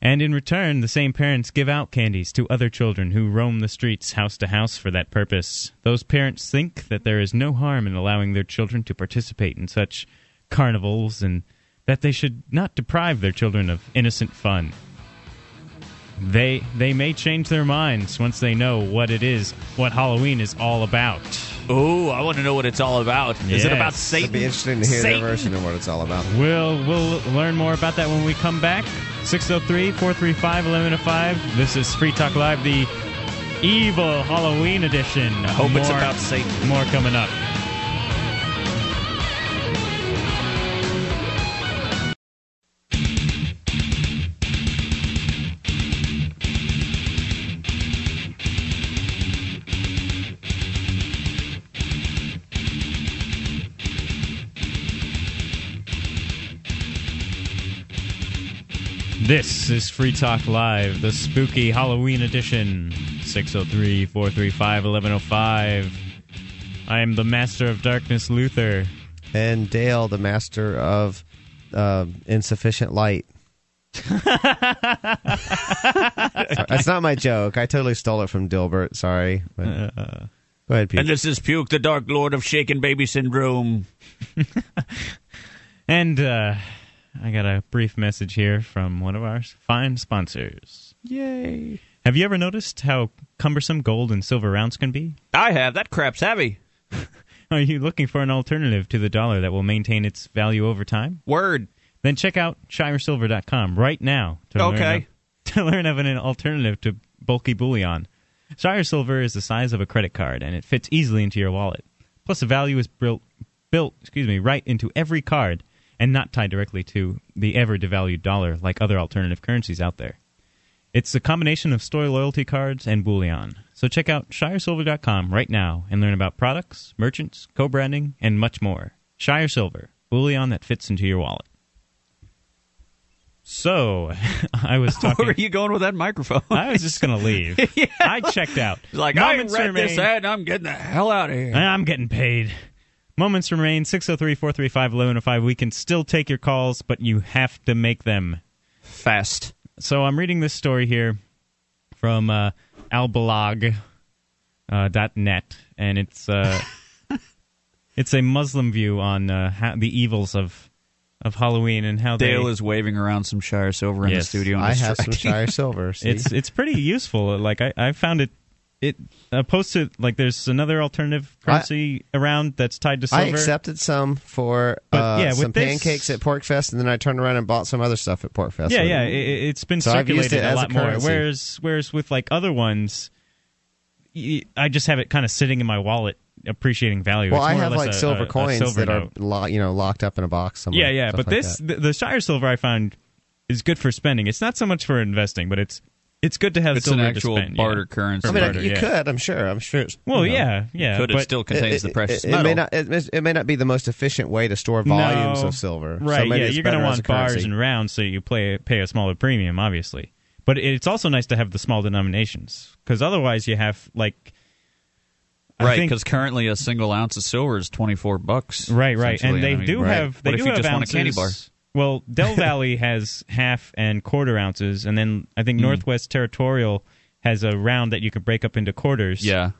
Speaker 1: And in return, the same parents give out candies to other children who roam the streets house to house for that purpose. Those parents think that there is no harm in allowing their children to participate in such carnivals and that they should not deprive their children of innocent fun. They they may change their minds once they know what it is, what Halloween is all about.
Speaker 3: Oh, I want to know what it's all about. Is it
Speaker 1: Yes.
Speaker 3: about
Speaker 2: It'd
Speaker 3: Satan?
Speaker 2: be interesting to hear
Speaker 3: Satan?
Speaker 2: their version of what it's all about.
Speaker 1: We'll we'll learn more about that when we come back. 603-435-1105. This is Free Talk Live, the evil Halloween edition. I
Speaker 3: hope
Speaker 1: more,
Speaker 3: it's about Satan.
Speaker 1: More coming up. This is Free Talk Live, the spooky Halloween edition. 603 435 1105. I am the Master of Darkness, Luther.
Speaker 2: And Dale, the master of uh, insufficient light. Sorry, That's not my joke. I totally stole it from Dilbert. Sorry. But-
Speaker 1: Uh,
Speaker 2: Go ahead, Pete.
Speaker 3: And this is Puke, the Dark Lord of Shaken Baby Syndrome.
Speaker 1: And uh, I got a brief message here from one of our fine sponsors.
Speaker 3: Yay!
Speaker 1: Have you ever noticed how cumbersome gold and silver rounds can be?
Speaker 3: I have that crap's heavy.
Speaker 1: Are you looking for an alternative to the dollar that will maintain its value over time?
Speaker 3: Word.
Speaker 1: Then check out shiresilver.com right now to, learn,
Speaker 3: Okay.
Speaker 1: of, to learn of an alternative to bulky bullion. Shire Silver is the size of a credit card and it fits easily into your wallet. Plus, the value is built, built excuse me, right into every card and not tied directly to the ever devalued dollar like other alternative currencies out there. It's a combination of store loyalty cards and bullion. So check out shiresilver.com right now and learn about products, merchants, co-branding, and much more. Shire Silver, bullion that fits into your wallet. So, I was
Speaker 3: Where are
Speaker 1: talking.
Speaker 3: you going with that microphone?
Speaker 1: I was just gonna leave. I checked out.
Speaker 3: like
Speaker 1: Moments
Speaker 3: I read
Speaker 1: remain.
Speaker 3: this eh?" ad, and I'm getting the hell out of here.
Speaker 1: I'm getting paid. Moments remain 603 435 1105. We can still take your calls, but you have to make them.
Speaker 3: Fast.
Speaker 1: So I'm reading this story here from uh, albalog.net, uh, dot net, and it's uh, it's a Muslim view on uh, how, the evils of of Halloween and how
Speaker 3: Dale
Speaker 1: they.
Speaker 3: is waving around some Shire Silver in the
Speaker 1: Yes,
Speaker 3: studio. And
Speaker 2: I
Speaker 3: it's
Speaker 2: have some
Speaker 3: striking.
Speaker 2: Shire Silver. see?
Speaker 1: it's it's pretty useful. Like I, I found it. It opposed to like there's another alternative currency around that's tied to silver.
Speaker 2: I accepted some for
Speaker 1: But,
Speaker 2: uh,
Speaker 1: yeah, with
Speaker 2: some
Speaker 1: this-
Speaker 2: pancakes at Porkfest, and then I turned around and bought some other stuff at Porkfest.
Speaker 1: Yeah,
Speaker 2: with
Speaker 1: yeah,
Speaker 2: it.
Speaker 1: it, it's been
Speaker 2: So I've used
Speaker 1: circulated
Speaker 2: it as
Speaker 1: a
Speaker 2: a
Speaker 1: lot more.
Speaker 2: currency.
Speaker 1: Whereas, whereas with like other ones, y- I just have it kind of sitting in my wallet, appreciating value.
Speaker 2: Well,
Speaker 1: It's
Speaker 2: I
Speaker 1: more or
Speaker 2: have
Speaker 1: less
Speaker 2: like
Speaker 1: a-
Speaker 2: silver
Speaker 1: a- a
Speaker 2: coins
Speaker 1: silver
Speaker 2: that are
Speaker 1: note.
Speaker 2: lo- you know locked up in a box somewhere.
Speaker 1: yeah, yeah,
Speaker 2: stuff
Speaker 1: but
Speaker 2: like
Speaker 1: this
Speaker 2: that.
Speaker 1: the, the Shire silver I found is good for spending. It's not so much for investing, but it's it's good to have
Speaker 3: It's an
Speaker 1: silver
Speaker 3: actual
Speaker 1: to spend,
Speaker 3: barter
Speaker 1: yeah.
Speaker 3: currency.
Speaker 1: For
Speaker 2: I mean,
Speaker 1: barter,
Speaker 2: you
Speaker 1: yeah.
Speaker 2: could. I'm sure. I'm sure. It's,
Speaker 1: Well,
Speaker 2: you know,
Speaker 1: yeah, yeah.
Speaker 3: could
Speaker 1: but
Speaker 3: it still contains the precious
Speaker 2: it,
Speaker 3: metal?
Speaker 2: may not. It, it may not be the most efficient way to store volumes of silver.
Speaker 1: Right.
Speaker 2: So maybe
Speaker 1: yeah,
Speaker 2: it's
Speaker 1: you're going to
Speaker 2: better as
Speaker 1: want
Speaker 2: a
Speaker 1: bars
Speaker 2: currency.
Speaker 1: and rounds, so you play pay a smaller premium, obviously. But it's also nice to have the small denominations because otherwise you have like I
Speaker 3: right,
Speaker 1: think-
Speaker 3: because currently a single ounce of silver is twenty four bucks.
Speaker 1: right, right,
Speaker 3: essentially,
Speaker 1: and they
Speaker 3: I mean,
Speaker 1: do
Speaker 3: right.
Speaker 1: have they
Speaker 3: what
Speaker 1: do
Speaker 3: if you
Speaker 1: have
Speaker 3: just
Speaker 1: ounces.
Speaker 3: want a candy bar?
Speaker 1: Well, Del Valley has half and quarter ounces, and then I
Speaker 3: Hmm.
Speaker 1: think Northwest Territorial has a round that you can break up into quarters.
Speaker 3: Yeah,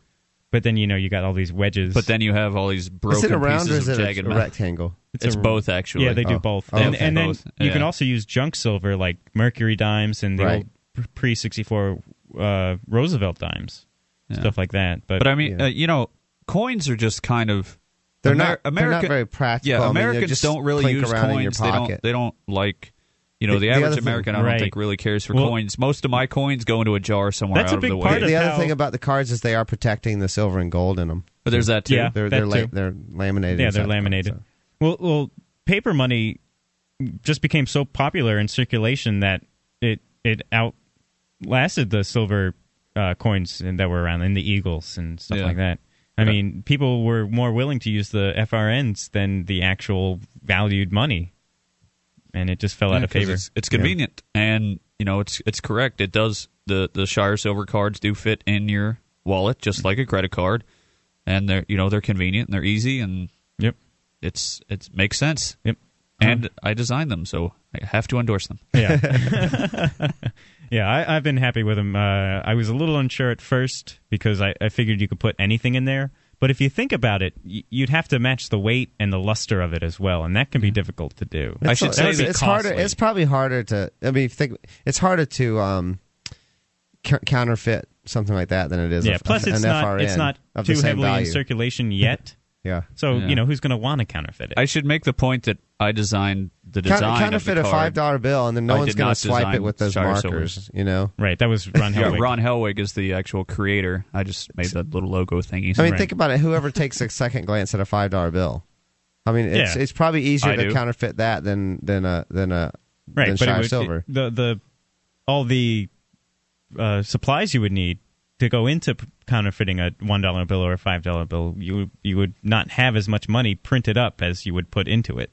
Speaker 1: but then you know you got all these wedges.
Speaker 3: but then you have all these broken
Speaker 2: Is it a round or is
Speaker 3: pieces of
Speaker 2: it
Speaker 3: jagged
Speaker 2: a, a
Speaker 3: metal.
Speaker 2: rectangle?
Speaker 3: It's
Speaker 1: a-
Speaker 3: both actually.
Speaker 1: Yeah, they do
Speaker 2: Oh.
Speaker 1: both.
Speaker 2: Oh,
Speaker 1: and,
Speaker 2: okay.
Speaker 1: and then
Speaker 3: Both,
Speaker 1: you can
Speaker 3: yeah.
Speaker 1: also use junk silver like mercury dimes and the
Speaker 2: Right.
Speaker 1: old pre sixty four uh, Roosevelt dimes,
Speaker 3: Yeah.
Speaker 1: stuff like that. But,
Speaker 3: But I mean,
Speaker 2: Yeah.
Speaker 3: uh, you know, coins are just kind of
Speaker 2: They're
Speaker 3: Amer-
Speaker 2: not.
Speaker 3: America,
Speaker 2: they're not very practical.
Speaker 3: Yeah,
Speaker 2: I mean, they
Speaker 3: Americans
Speaker 2: just
Speaker 3: don't really
Speaker 2: clink
Speaker 3: use
Speaker 2: around in your
Speaker 3: coins. They don't.
Speaker 2: pocket.
Speaker 3: They don't like. You know, the,
Speaker 2: The- the
Speaker 3: average
Speaker 2: other thing-
Speaker 3: American, I don't
Speaker 1: Right.
Speaker 3: think, really cares for
Speaker 1: Well-
Speaker 3: coins. Most of my coins go into a jar somewhere
Speaker 1: That's a
Speaker 3: out
Speaker 1: big
Speaker 3: of the
Speaker 1: part
Speaker 3: way.
Speaker 1: of
Speaker 2: the other
Speaker 1: how-
Speaker 2: thing about the cards is they are protecting the silver and gold in them.
Speaker 3: but there's that too.
Speaker 1: Yeah.
Speaker 2: They're
Speaker 1: that
Speaker 2: they're, la-
Speaker 1: too.
Speaker 2: they're laminated.
Speaker 1: yeah,
Speaker 2: and
Speaker 1: they're
Speaker 2: stuff,
Speaker 1: laminated.
Speaker 2: so.
Speaker 1: Well, well, paper money just became so popular in circulation that it it outlasted the silver uh, coins and- that were around, and the eagles and stuff
Speaker 3: Yeah.
Speaker 1: like that. I
Speaker 3: Yeah.
Speaker 1: mean, people were more willing to use the FRNs than the actual valued money, and it just fell out
Speaker 3: Yeah,
Speaker 1: of
Speaker 3: 'cause
Speaker 1: favor.
Speaker 3: It's, it's convenient, and you know it's it's correct. It does the the Shire Silver cards do fit in your wallet just like a credit card, and they're you know they're convenient and they're easy and
Speaker 1: Yep.
Speaker 3: it's it makes sense.
Speaker 1: Yep.
Speaker 2: Uh-huh.
Speaker 3: And I designed them, so I have to endorse them.
Speaker 1: Yeah. yeah, I, I've been happy with them. Uh, I was a little unsure at first because I, I figured you could put anything in there. But if you think about it, y- you'd have to match the weight and the luster of it as well, and that can be difficult to do.
Speaker 3: I
Speaker 2: It's-
Speaker 3: should say
Speaker 2: it's,
Speaker 3: that
Speaker 2: it's harder.
Speaker 3: costly.
Speaker 2: It's probably harder to. I mean, think it's harder to um, c- counterfeit something like that than it is.
Speaker 1: Yeah.
Speaker 2: a-
Speaker 1: Plus,
Speaker 2: an
Speaker 1: it's not
Speaker 2: FRN
Speaker 1: it's not
Speaker 2: of the
Speaker 1: too
Speaker 2: same
Speaker 1: heavily in
Speaker 2: value.
Speaker 1: circulation yet.
Speaker 2: Yeah,
Speaker 1: So
Speaker 3: Yeah.
Speaker 1: you know who's going to want to counterfeit it?
Speaker 3: I should make the point that I designed the
Speaker 2: Coun-
Speaker 3: design
Speaker 2: counterfeit
Speaker 3: of the
Speaker 2: a
Speaker 3: card.
Speaker 2: five dollar bill, and then no
Speaker 3: I
Speaker 2: one's
Speaker 3: did
Speaker 2: going to
Speaker 3: not
Speaker 2: swipe it
Speaker 3: design
Speaker 2: with those
Speaker 3: Shire
Speaker 2: markers.
Speaker 3: Silvers.
Speaker 2: You know.
Speaker 1: right. That was Ron
Speaker 3: Yeah,
Speaker 1: Hellwig.
Speaker 3: Ron Helwig is the actual creator. I just made that little logo thingy.
Speaker 2: I mean,
Speaker 1: Right.
Speaker 2: think about it. Whoever takes a second glance at a five dollar bill, I mean, it's
Speaker 1: Yeah.
Speaker 2: it's probably easier
Speaker 3: I
Speaker 2: to
Speaker 3: do.
Speaker 2: counterfeit that than than a than a
Speaker 1: right,
Speaker 2: than
Speaker 1: but it
Speaker 2: Shire
Speaker 1: would-
Speaker 2: silver.
Speaker 1: it- the the all the uh, supplies you would need to go into p- counterfeiting a one dollar bill or a five dollar bill, you you would not have as much money printed up as you would put into it.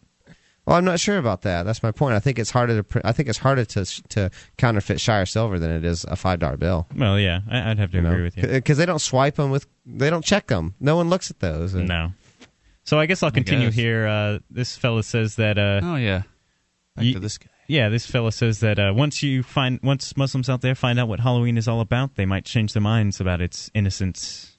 Speaker 2: well, I'm not sure about that. That's my point. I think it's harder to print, I think it's harder to to counterfeit Shire silver than it is a five dollar bill.
Speaker 1: Well, yeah, I, I'd have to agree with you.
Speaker 2: Because they don't swipe them with, they don't check them. No one looks at those. And
Speaker 1: No. So I guess I'll continue
Speaker 3: guess.
Speaker 1: here. Uh, this fella says that. Uh,
Speaker 3: Oh yeah, back
Speaker 1: Ye-
Speaker 3: to this guy.
Speaker 1: Yeah, this fella says that uh, once you find once Muslims out there find out what Halloween is all about, they might change their minds about its innocence.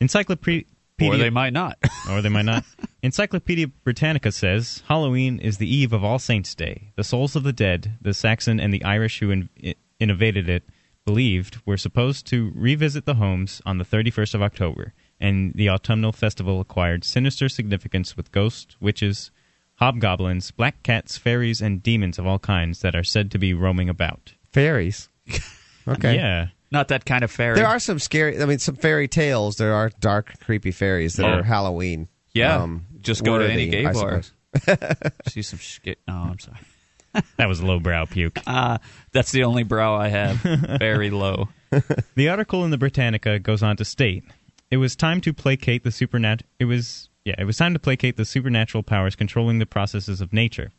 Speaker 1: Encyclopedia.
Speaker 3: Or they might not.
Speaker 1: or they might not. Encyclopedia Britannica says Halloween is the eve of All Saints' Day. The souls of the dead, the Saxon and the Irish who in- i- innovated it, believed were supposed to revisit the homes on the 31st of October, and the autumnal festival acquired sinister significance with ghosts, witches, hobgoblins, black cats, fairies, and demons of all kinds that are said to be roaming about.
Speaker 2: Fairies. Okay.
Speaker 1: Yeah.
Speaker 3: not that kind of fairy.
Speaker 2: There are some scary, I mean, some fairy tales. There are dark, creepy fairies that
Speaker 3: Yeah.
Speaker 2: are Halloween.
Speaker 3: Oh. Yeah,
Speaker 2: um,
Speaker 3: just go to any
Speaker 2: worthy,
Speaker 3: gay
Speaker 2: I
Speaker 3: bar.
Speaker 2: suppose.
Speaker 3: See some shit. No, I'm sorry.
Speaker 1: That was lowbrow puke.
Speaker 3: Ah, that's the only brow I have. Very low.
Speaker 1: The article in the Britannica goes on to state, "It was time to placate the supernat. It was yeah, it was time to placate the supernatural powers controlling the processes of nature.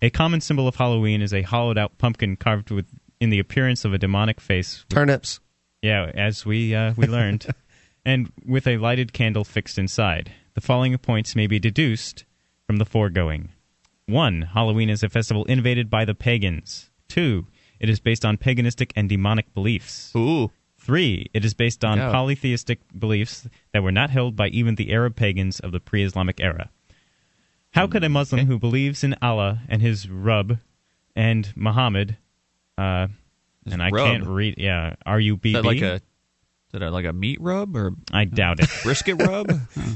Speaker 1: A common symbol of Halloween is a hollowed-out pumpkin carved with in the appearance of a demonic face.
Speaker 2: Turnips.
Speaker 1: Yeah, as we uh, we learned, and with a lighted candle fixed inside. The following points may be deduced from the foregoing: one, Halloween is a festival innovated by the pagans. Two, it is based on paganistic and demonic beliefs.
Speaker 3: Ooh,
Speaker 1: Three, it is based on
Speaker 3: Yeah.
Speaker 1: polytheistic beliefs that were not held by even the Arab pagans of the pre Islamic era. How could a
Speaker 3: Hmm,
Speaker 1: Muslim who believes in Allah and his Rub and Muhammad, uh,
Speaker 3: His
Speaker 1: and I
Speaker 3: Rub?
Speaker 1: can't read, yeah, R U B
Speaker 3: is that like
Speaker 1: B,
Speaker 3: a, is that like a meat rub or
Speaker 1: I doubt it.
Speaker 3: brisket rub? Huh,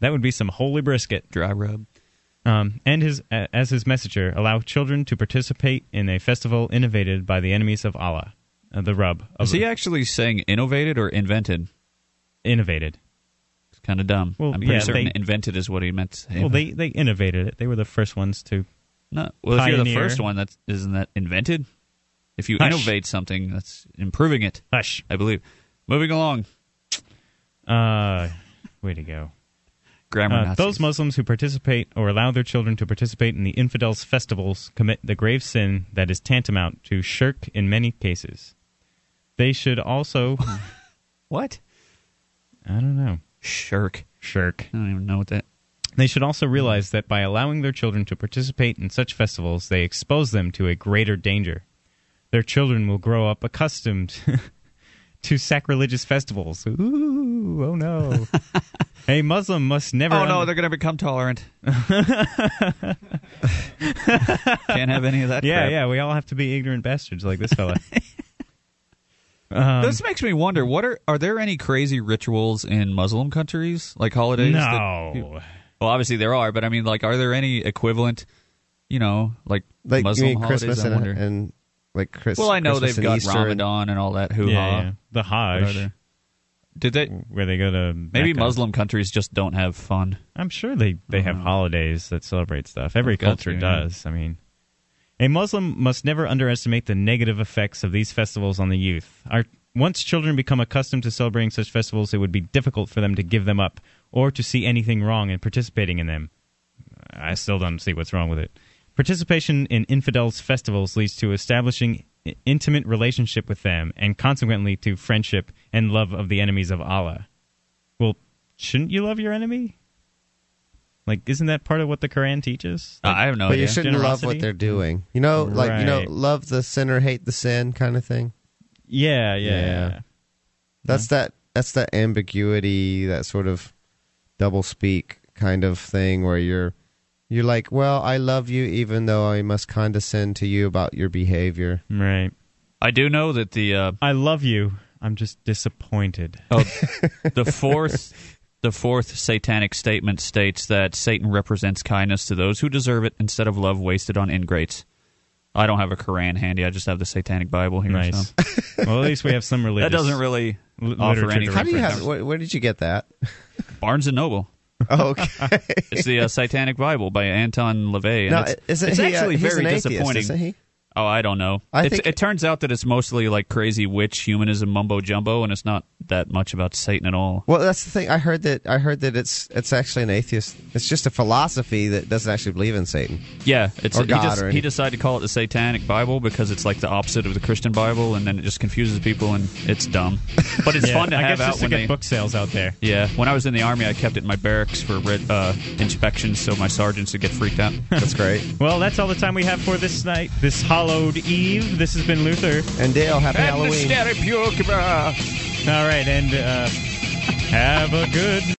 Speaker 1: That would be some holy brisket.
Speaker 3: dry rub.
Speaker 1: um, and his uh, as his messenger allow children to participate in a festival innovated by the enemies of Allah, uh, the Rub, of
Speaker 3: Is he actually saying innovated or invented?
Speaker 1: innovated.
Speaker 3: It's kind of dumb.
Speaker 1: Well,
Speaker 3: I'm pretty
Speaker 1: yeah,
Speaker 3: certain
Speaker 1: they-
Speaker 3: invented is what he meant. To say.
Speaker 1: Well, they they innovated it. They were the first ones to
Speaker 3: No, well, if you're the
Speaker 1: Pioneer.
Speaker 3: first one, that isn't that invented. If you
Speaker 1: Hush.
Speaker 3: innovate something, that's improving it.
Speaker 1: Hush.
Speaker 3: I believe. Moving along,
Speaker 1: Uh, way to go.
Speaker 3: grammar
Speaker 1: Uh,
Speaker 3: Nazis.
Speaker 1: those Muslims who participate or allow their children to participate in the infidels' festivals commit the grave sin that is tantamount to shirk in many cases. They should also,
Speaker 3: Hmm.
Speaker 1: I
Speaker 3: what?
Speaker 1: don't know,
Speaker 3: Shirk.
Speaker 1: shirk.
Speaker 3: I don't even know what that.
Speaker 1: They should also realize that by allowing their children to participate in such festivals, they expose them to a greater danger. Their children will grow up accustomed to sacrilegious festivals. Ooh, oh no. a Muslim must never.
Speaker 3: Oh no,
Speaker 1: under-
Speaker 3: they're going to become tolerant. Can't have any of that.
Speaker 1: yeah,
Speaker 3: crap.
Speaker 1: yeah, we all have to be ignorant bastards like this fella. um,
Speaker 3: This makes me wonder: what are are there any crazy rituals in Muslim countries, like holidays? that-
Speaker 1: no.
Speaker 3: well, obviously there are, but I mean, like, are there any equivalent? You know, like,
Speaker 2: Like
Speaker 3: Muslim
Speaker 2: you mean
Speaker 3: holidays.
Speaker 2: Christmas
Speaker 3: I
Speaker 2: and,
Speaker 3: wonder.
Speaker 2: and like Christmas.
Speaker 3: well, I know
Speaker 2: Christmas and
Speaker 3: they've got
Speaker 2: Easter and-
Speaker 3: Ramadan and all that hoo
Speaker 1: Yeah,
Speaker 3: ha.
Speaker 1: yeah. The Hajj,
Speaker 3: Did they?
Speaker 2: Mm,
Speaker 1: where they go to.
Speaker 3: Maybe
Speaker 1: Mecca.
Speaker 3: Muslim Oh. countries just don't have fun.
Speaker 1: I'm sure they, they have holidays that celebrate stuff. Every
Speaker 3: They've got
Speaker 1: culture
Speaker 3: to, yeah.
Speaker 1: does. I mean, a Muslim must never underestimate the negative effects of these festivals on the youth. Our, once children become accustomed to celebrating such festivals, it would be difficult for them to give them up or to see anything wrong in participating in them. I still don't see what's wrong with it. Participation in infidels' festivals leads to establishing i- intimate relationship with them and consequently to friendship and love of the enemies of Allah. Well, shouldn't you love your enemy? Like, isn't that part of what the Quran teaches?
Speaker 3: I have no
Speaker 2: but
Speaker 3: idea.
Speaker 2: you shouldn't love what
Speaker 1: Generosity?
Speaker 2: they're doing. You know, like you know,
Speaker 1: Right.
Speaker 2: love the sinner, hate the sin, kind of thing.
Speaker 1: yeah, yeah,
Speaker 2: Yeah.
Speaker 1: yeah.
Speaker 2: That's that. That's that ambiguity, that sort of double speak kind of thing, where you're you're like, well, I love you, even though I must condescend to you about your behavior.
Speaker 1: Right.
Speaker 3: I do know that the uh,
Speaker 1: I love you. I'm just disappointed.
Speaker 3: oh, the fourth the fourth satanic statement states that Satan represents kindness to those who deserve it instead of love wasted on ingrates. I don't have a Quran handy. I just have the Satanic Bible here.
Speaker 1: Nice.
Speaker 3: so.
Speaker 1: well, at least we have some religion.
Speaker 3: That doesn't really
Speaker 1: L-
Speaker 3: offer
Speaker 1: literature
Speaker 3: any.
Speaker 1: to
Speaker 2: How do you
Speaker 1: Reference.
Speaker 2: have? Where, where did you get that?
Speaker 3: Barnes and Noble?
Speaker 2: Oh, okay.
Speaker 3: It's the uh, Satanic Bible by Anton LaVey. and
Speaker 2: No,
Speaker 3: it's,
Speaker 2: isn't
Speaker 3: it's
Speaker 2: he, uh,
Speaker 3: actually
Speaker 2: he's
Speaker 3: very
Speaker 2: an atheist,
Speaker 3: disappointing.
Speaker 2: isn't he?
Speaker 3: Oh, I don't know.
Speaker 2: I
Speaker 3: It's-
Speaker 2: think-
Speaker 3: it turns out that it's mostly like crazy witch humanism mumbo jumbo, and it's not that much about Satan at all.
Speaker 2: Well, that's the thing. I heard that. I heard that it's it's actually an atheist. It's just a philosophy that doesn't actually believe in Satan.
Speaker 3: Yeah, it's
Speaker 2: Or
Speaker 3: he,
Speaker 2: God
Speaker 3: just-
Speaker 2: or
Speaker 3: he
Speaker 2: anything.
Speaker 3: decided to call it the Satanic Bible because it's like the opposite of the Christian Bible, and then it just confuses people, and it's dumb. But it's
Speaker 1: Yeah,
Speaker 3: fun to
Speaker 1: I
Speaker 3: have
Speaker 1: guess
Speaker 3: out
Speaker 1: just to
Speaker 3: when
Speaker 1: get
Speaker 3: they.
Speaker 1: book sales out there.
Speaker 3: Yeah, when I was in the army, I kept it in my barracks for red, uh, inspections, so my sergeants would get freaked out.
Speaker 2: That's great.
Speaker 1: Well, that's all the time we have for this night, this hallowed eve. This has been Luther.
Speaker 2: And Dale, happy Halloween.
Speaker 1: All right, and uh, have a good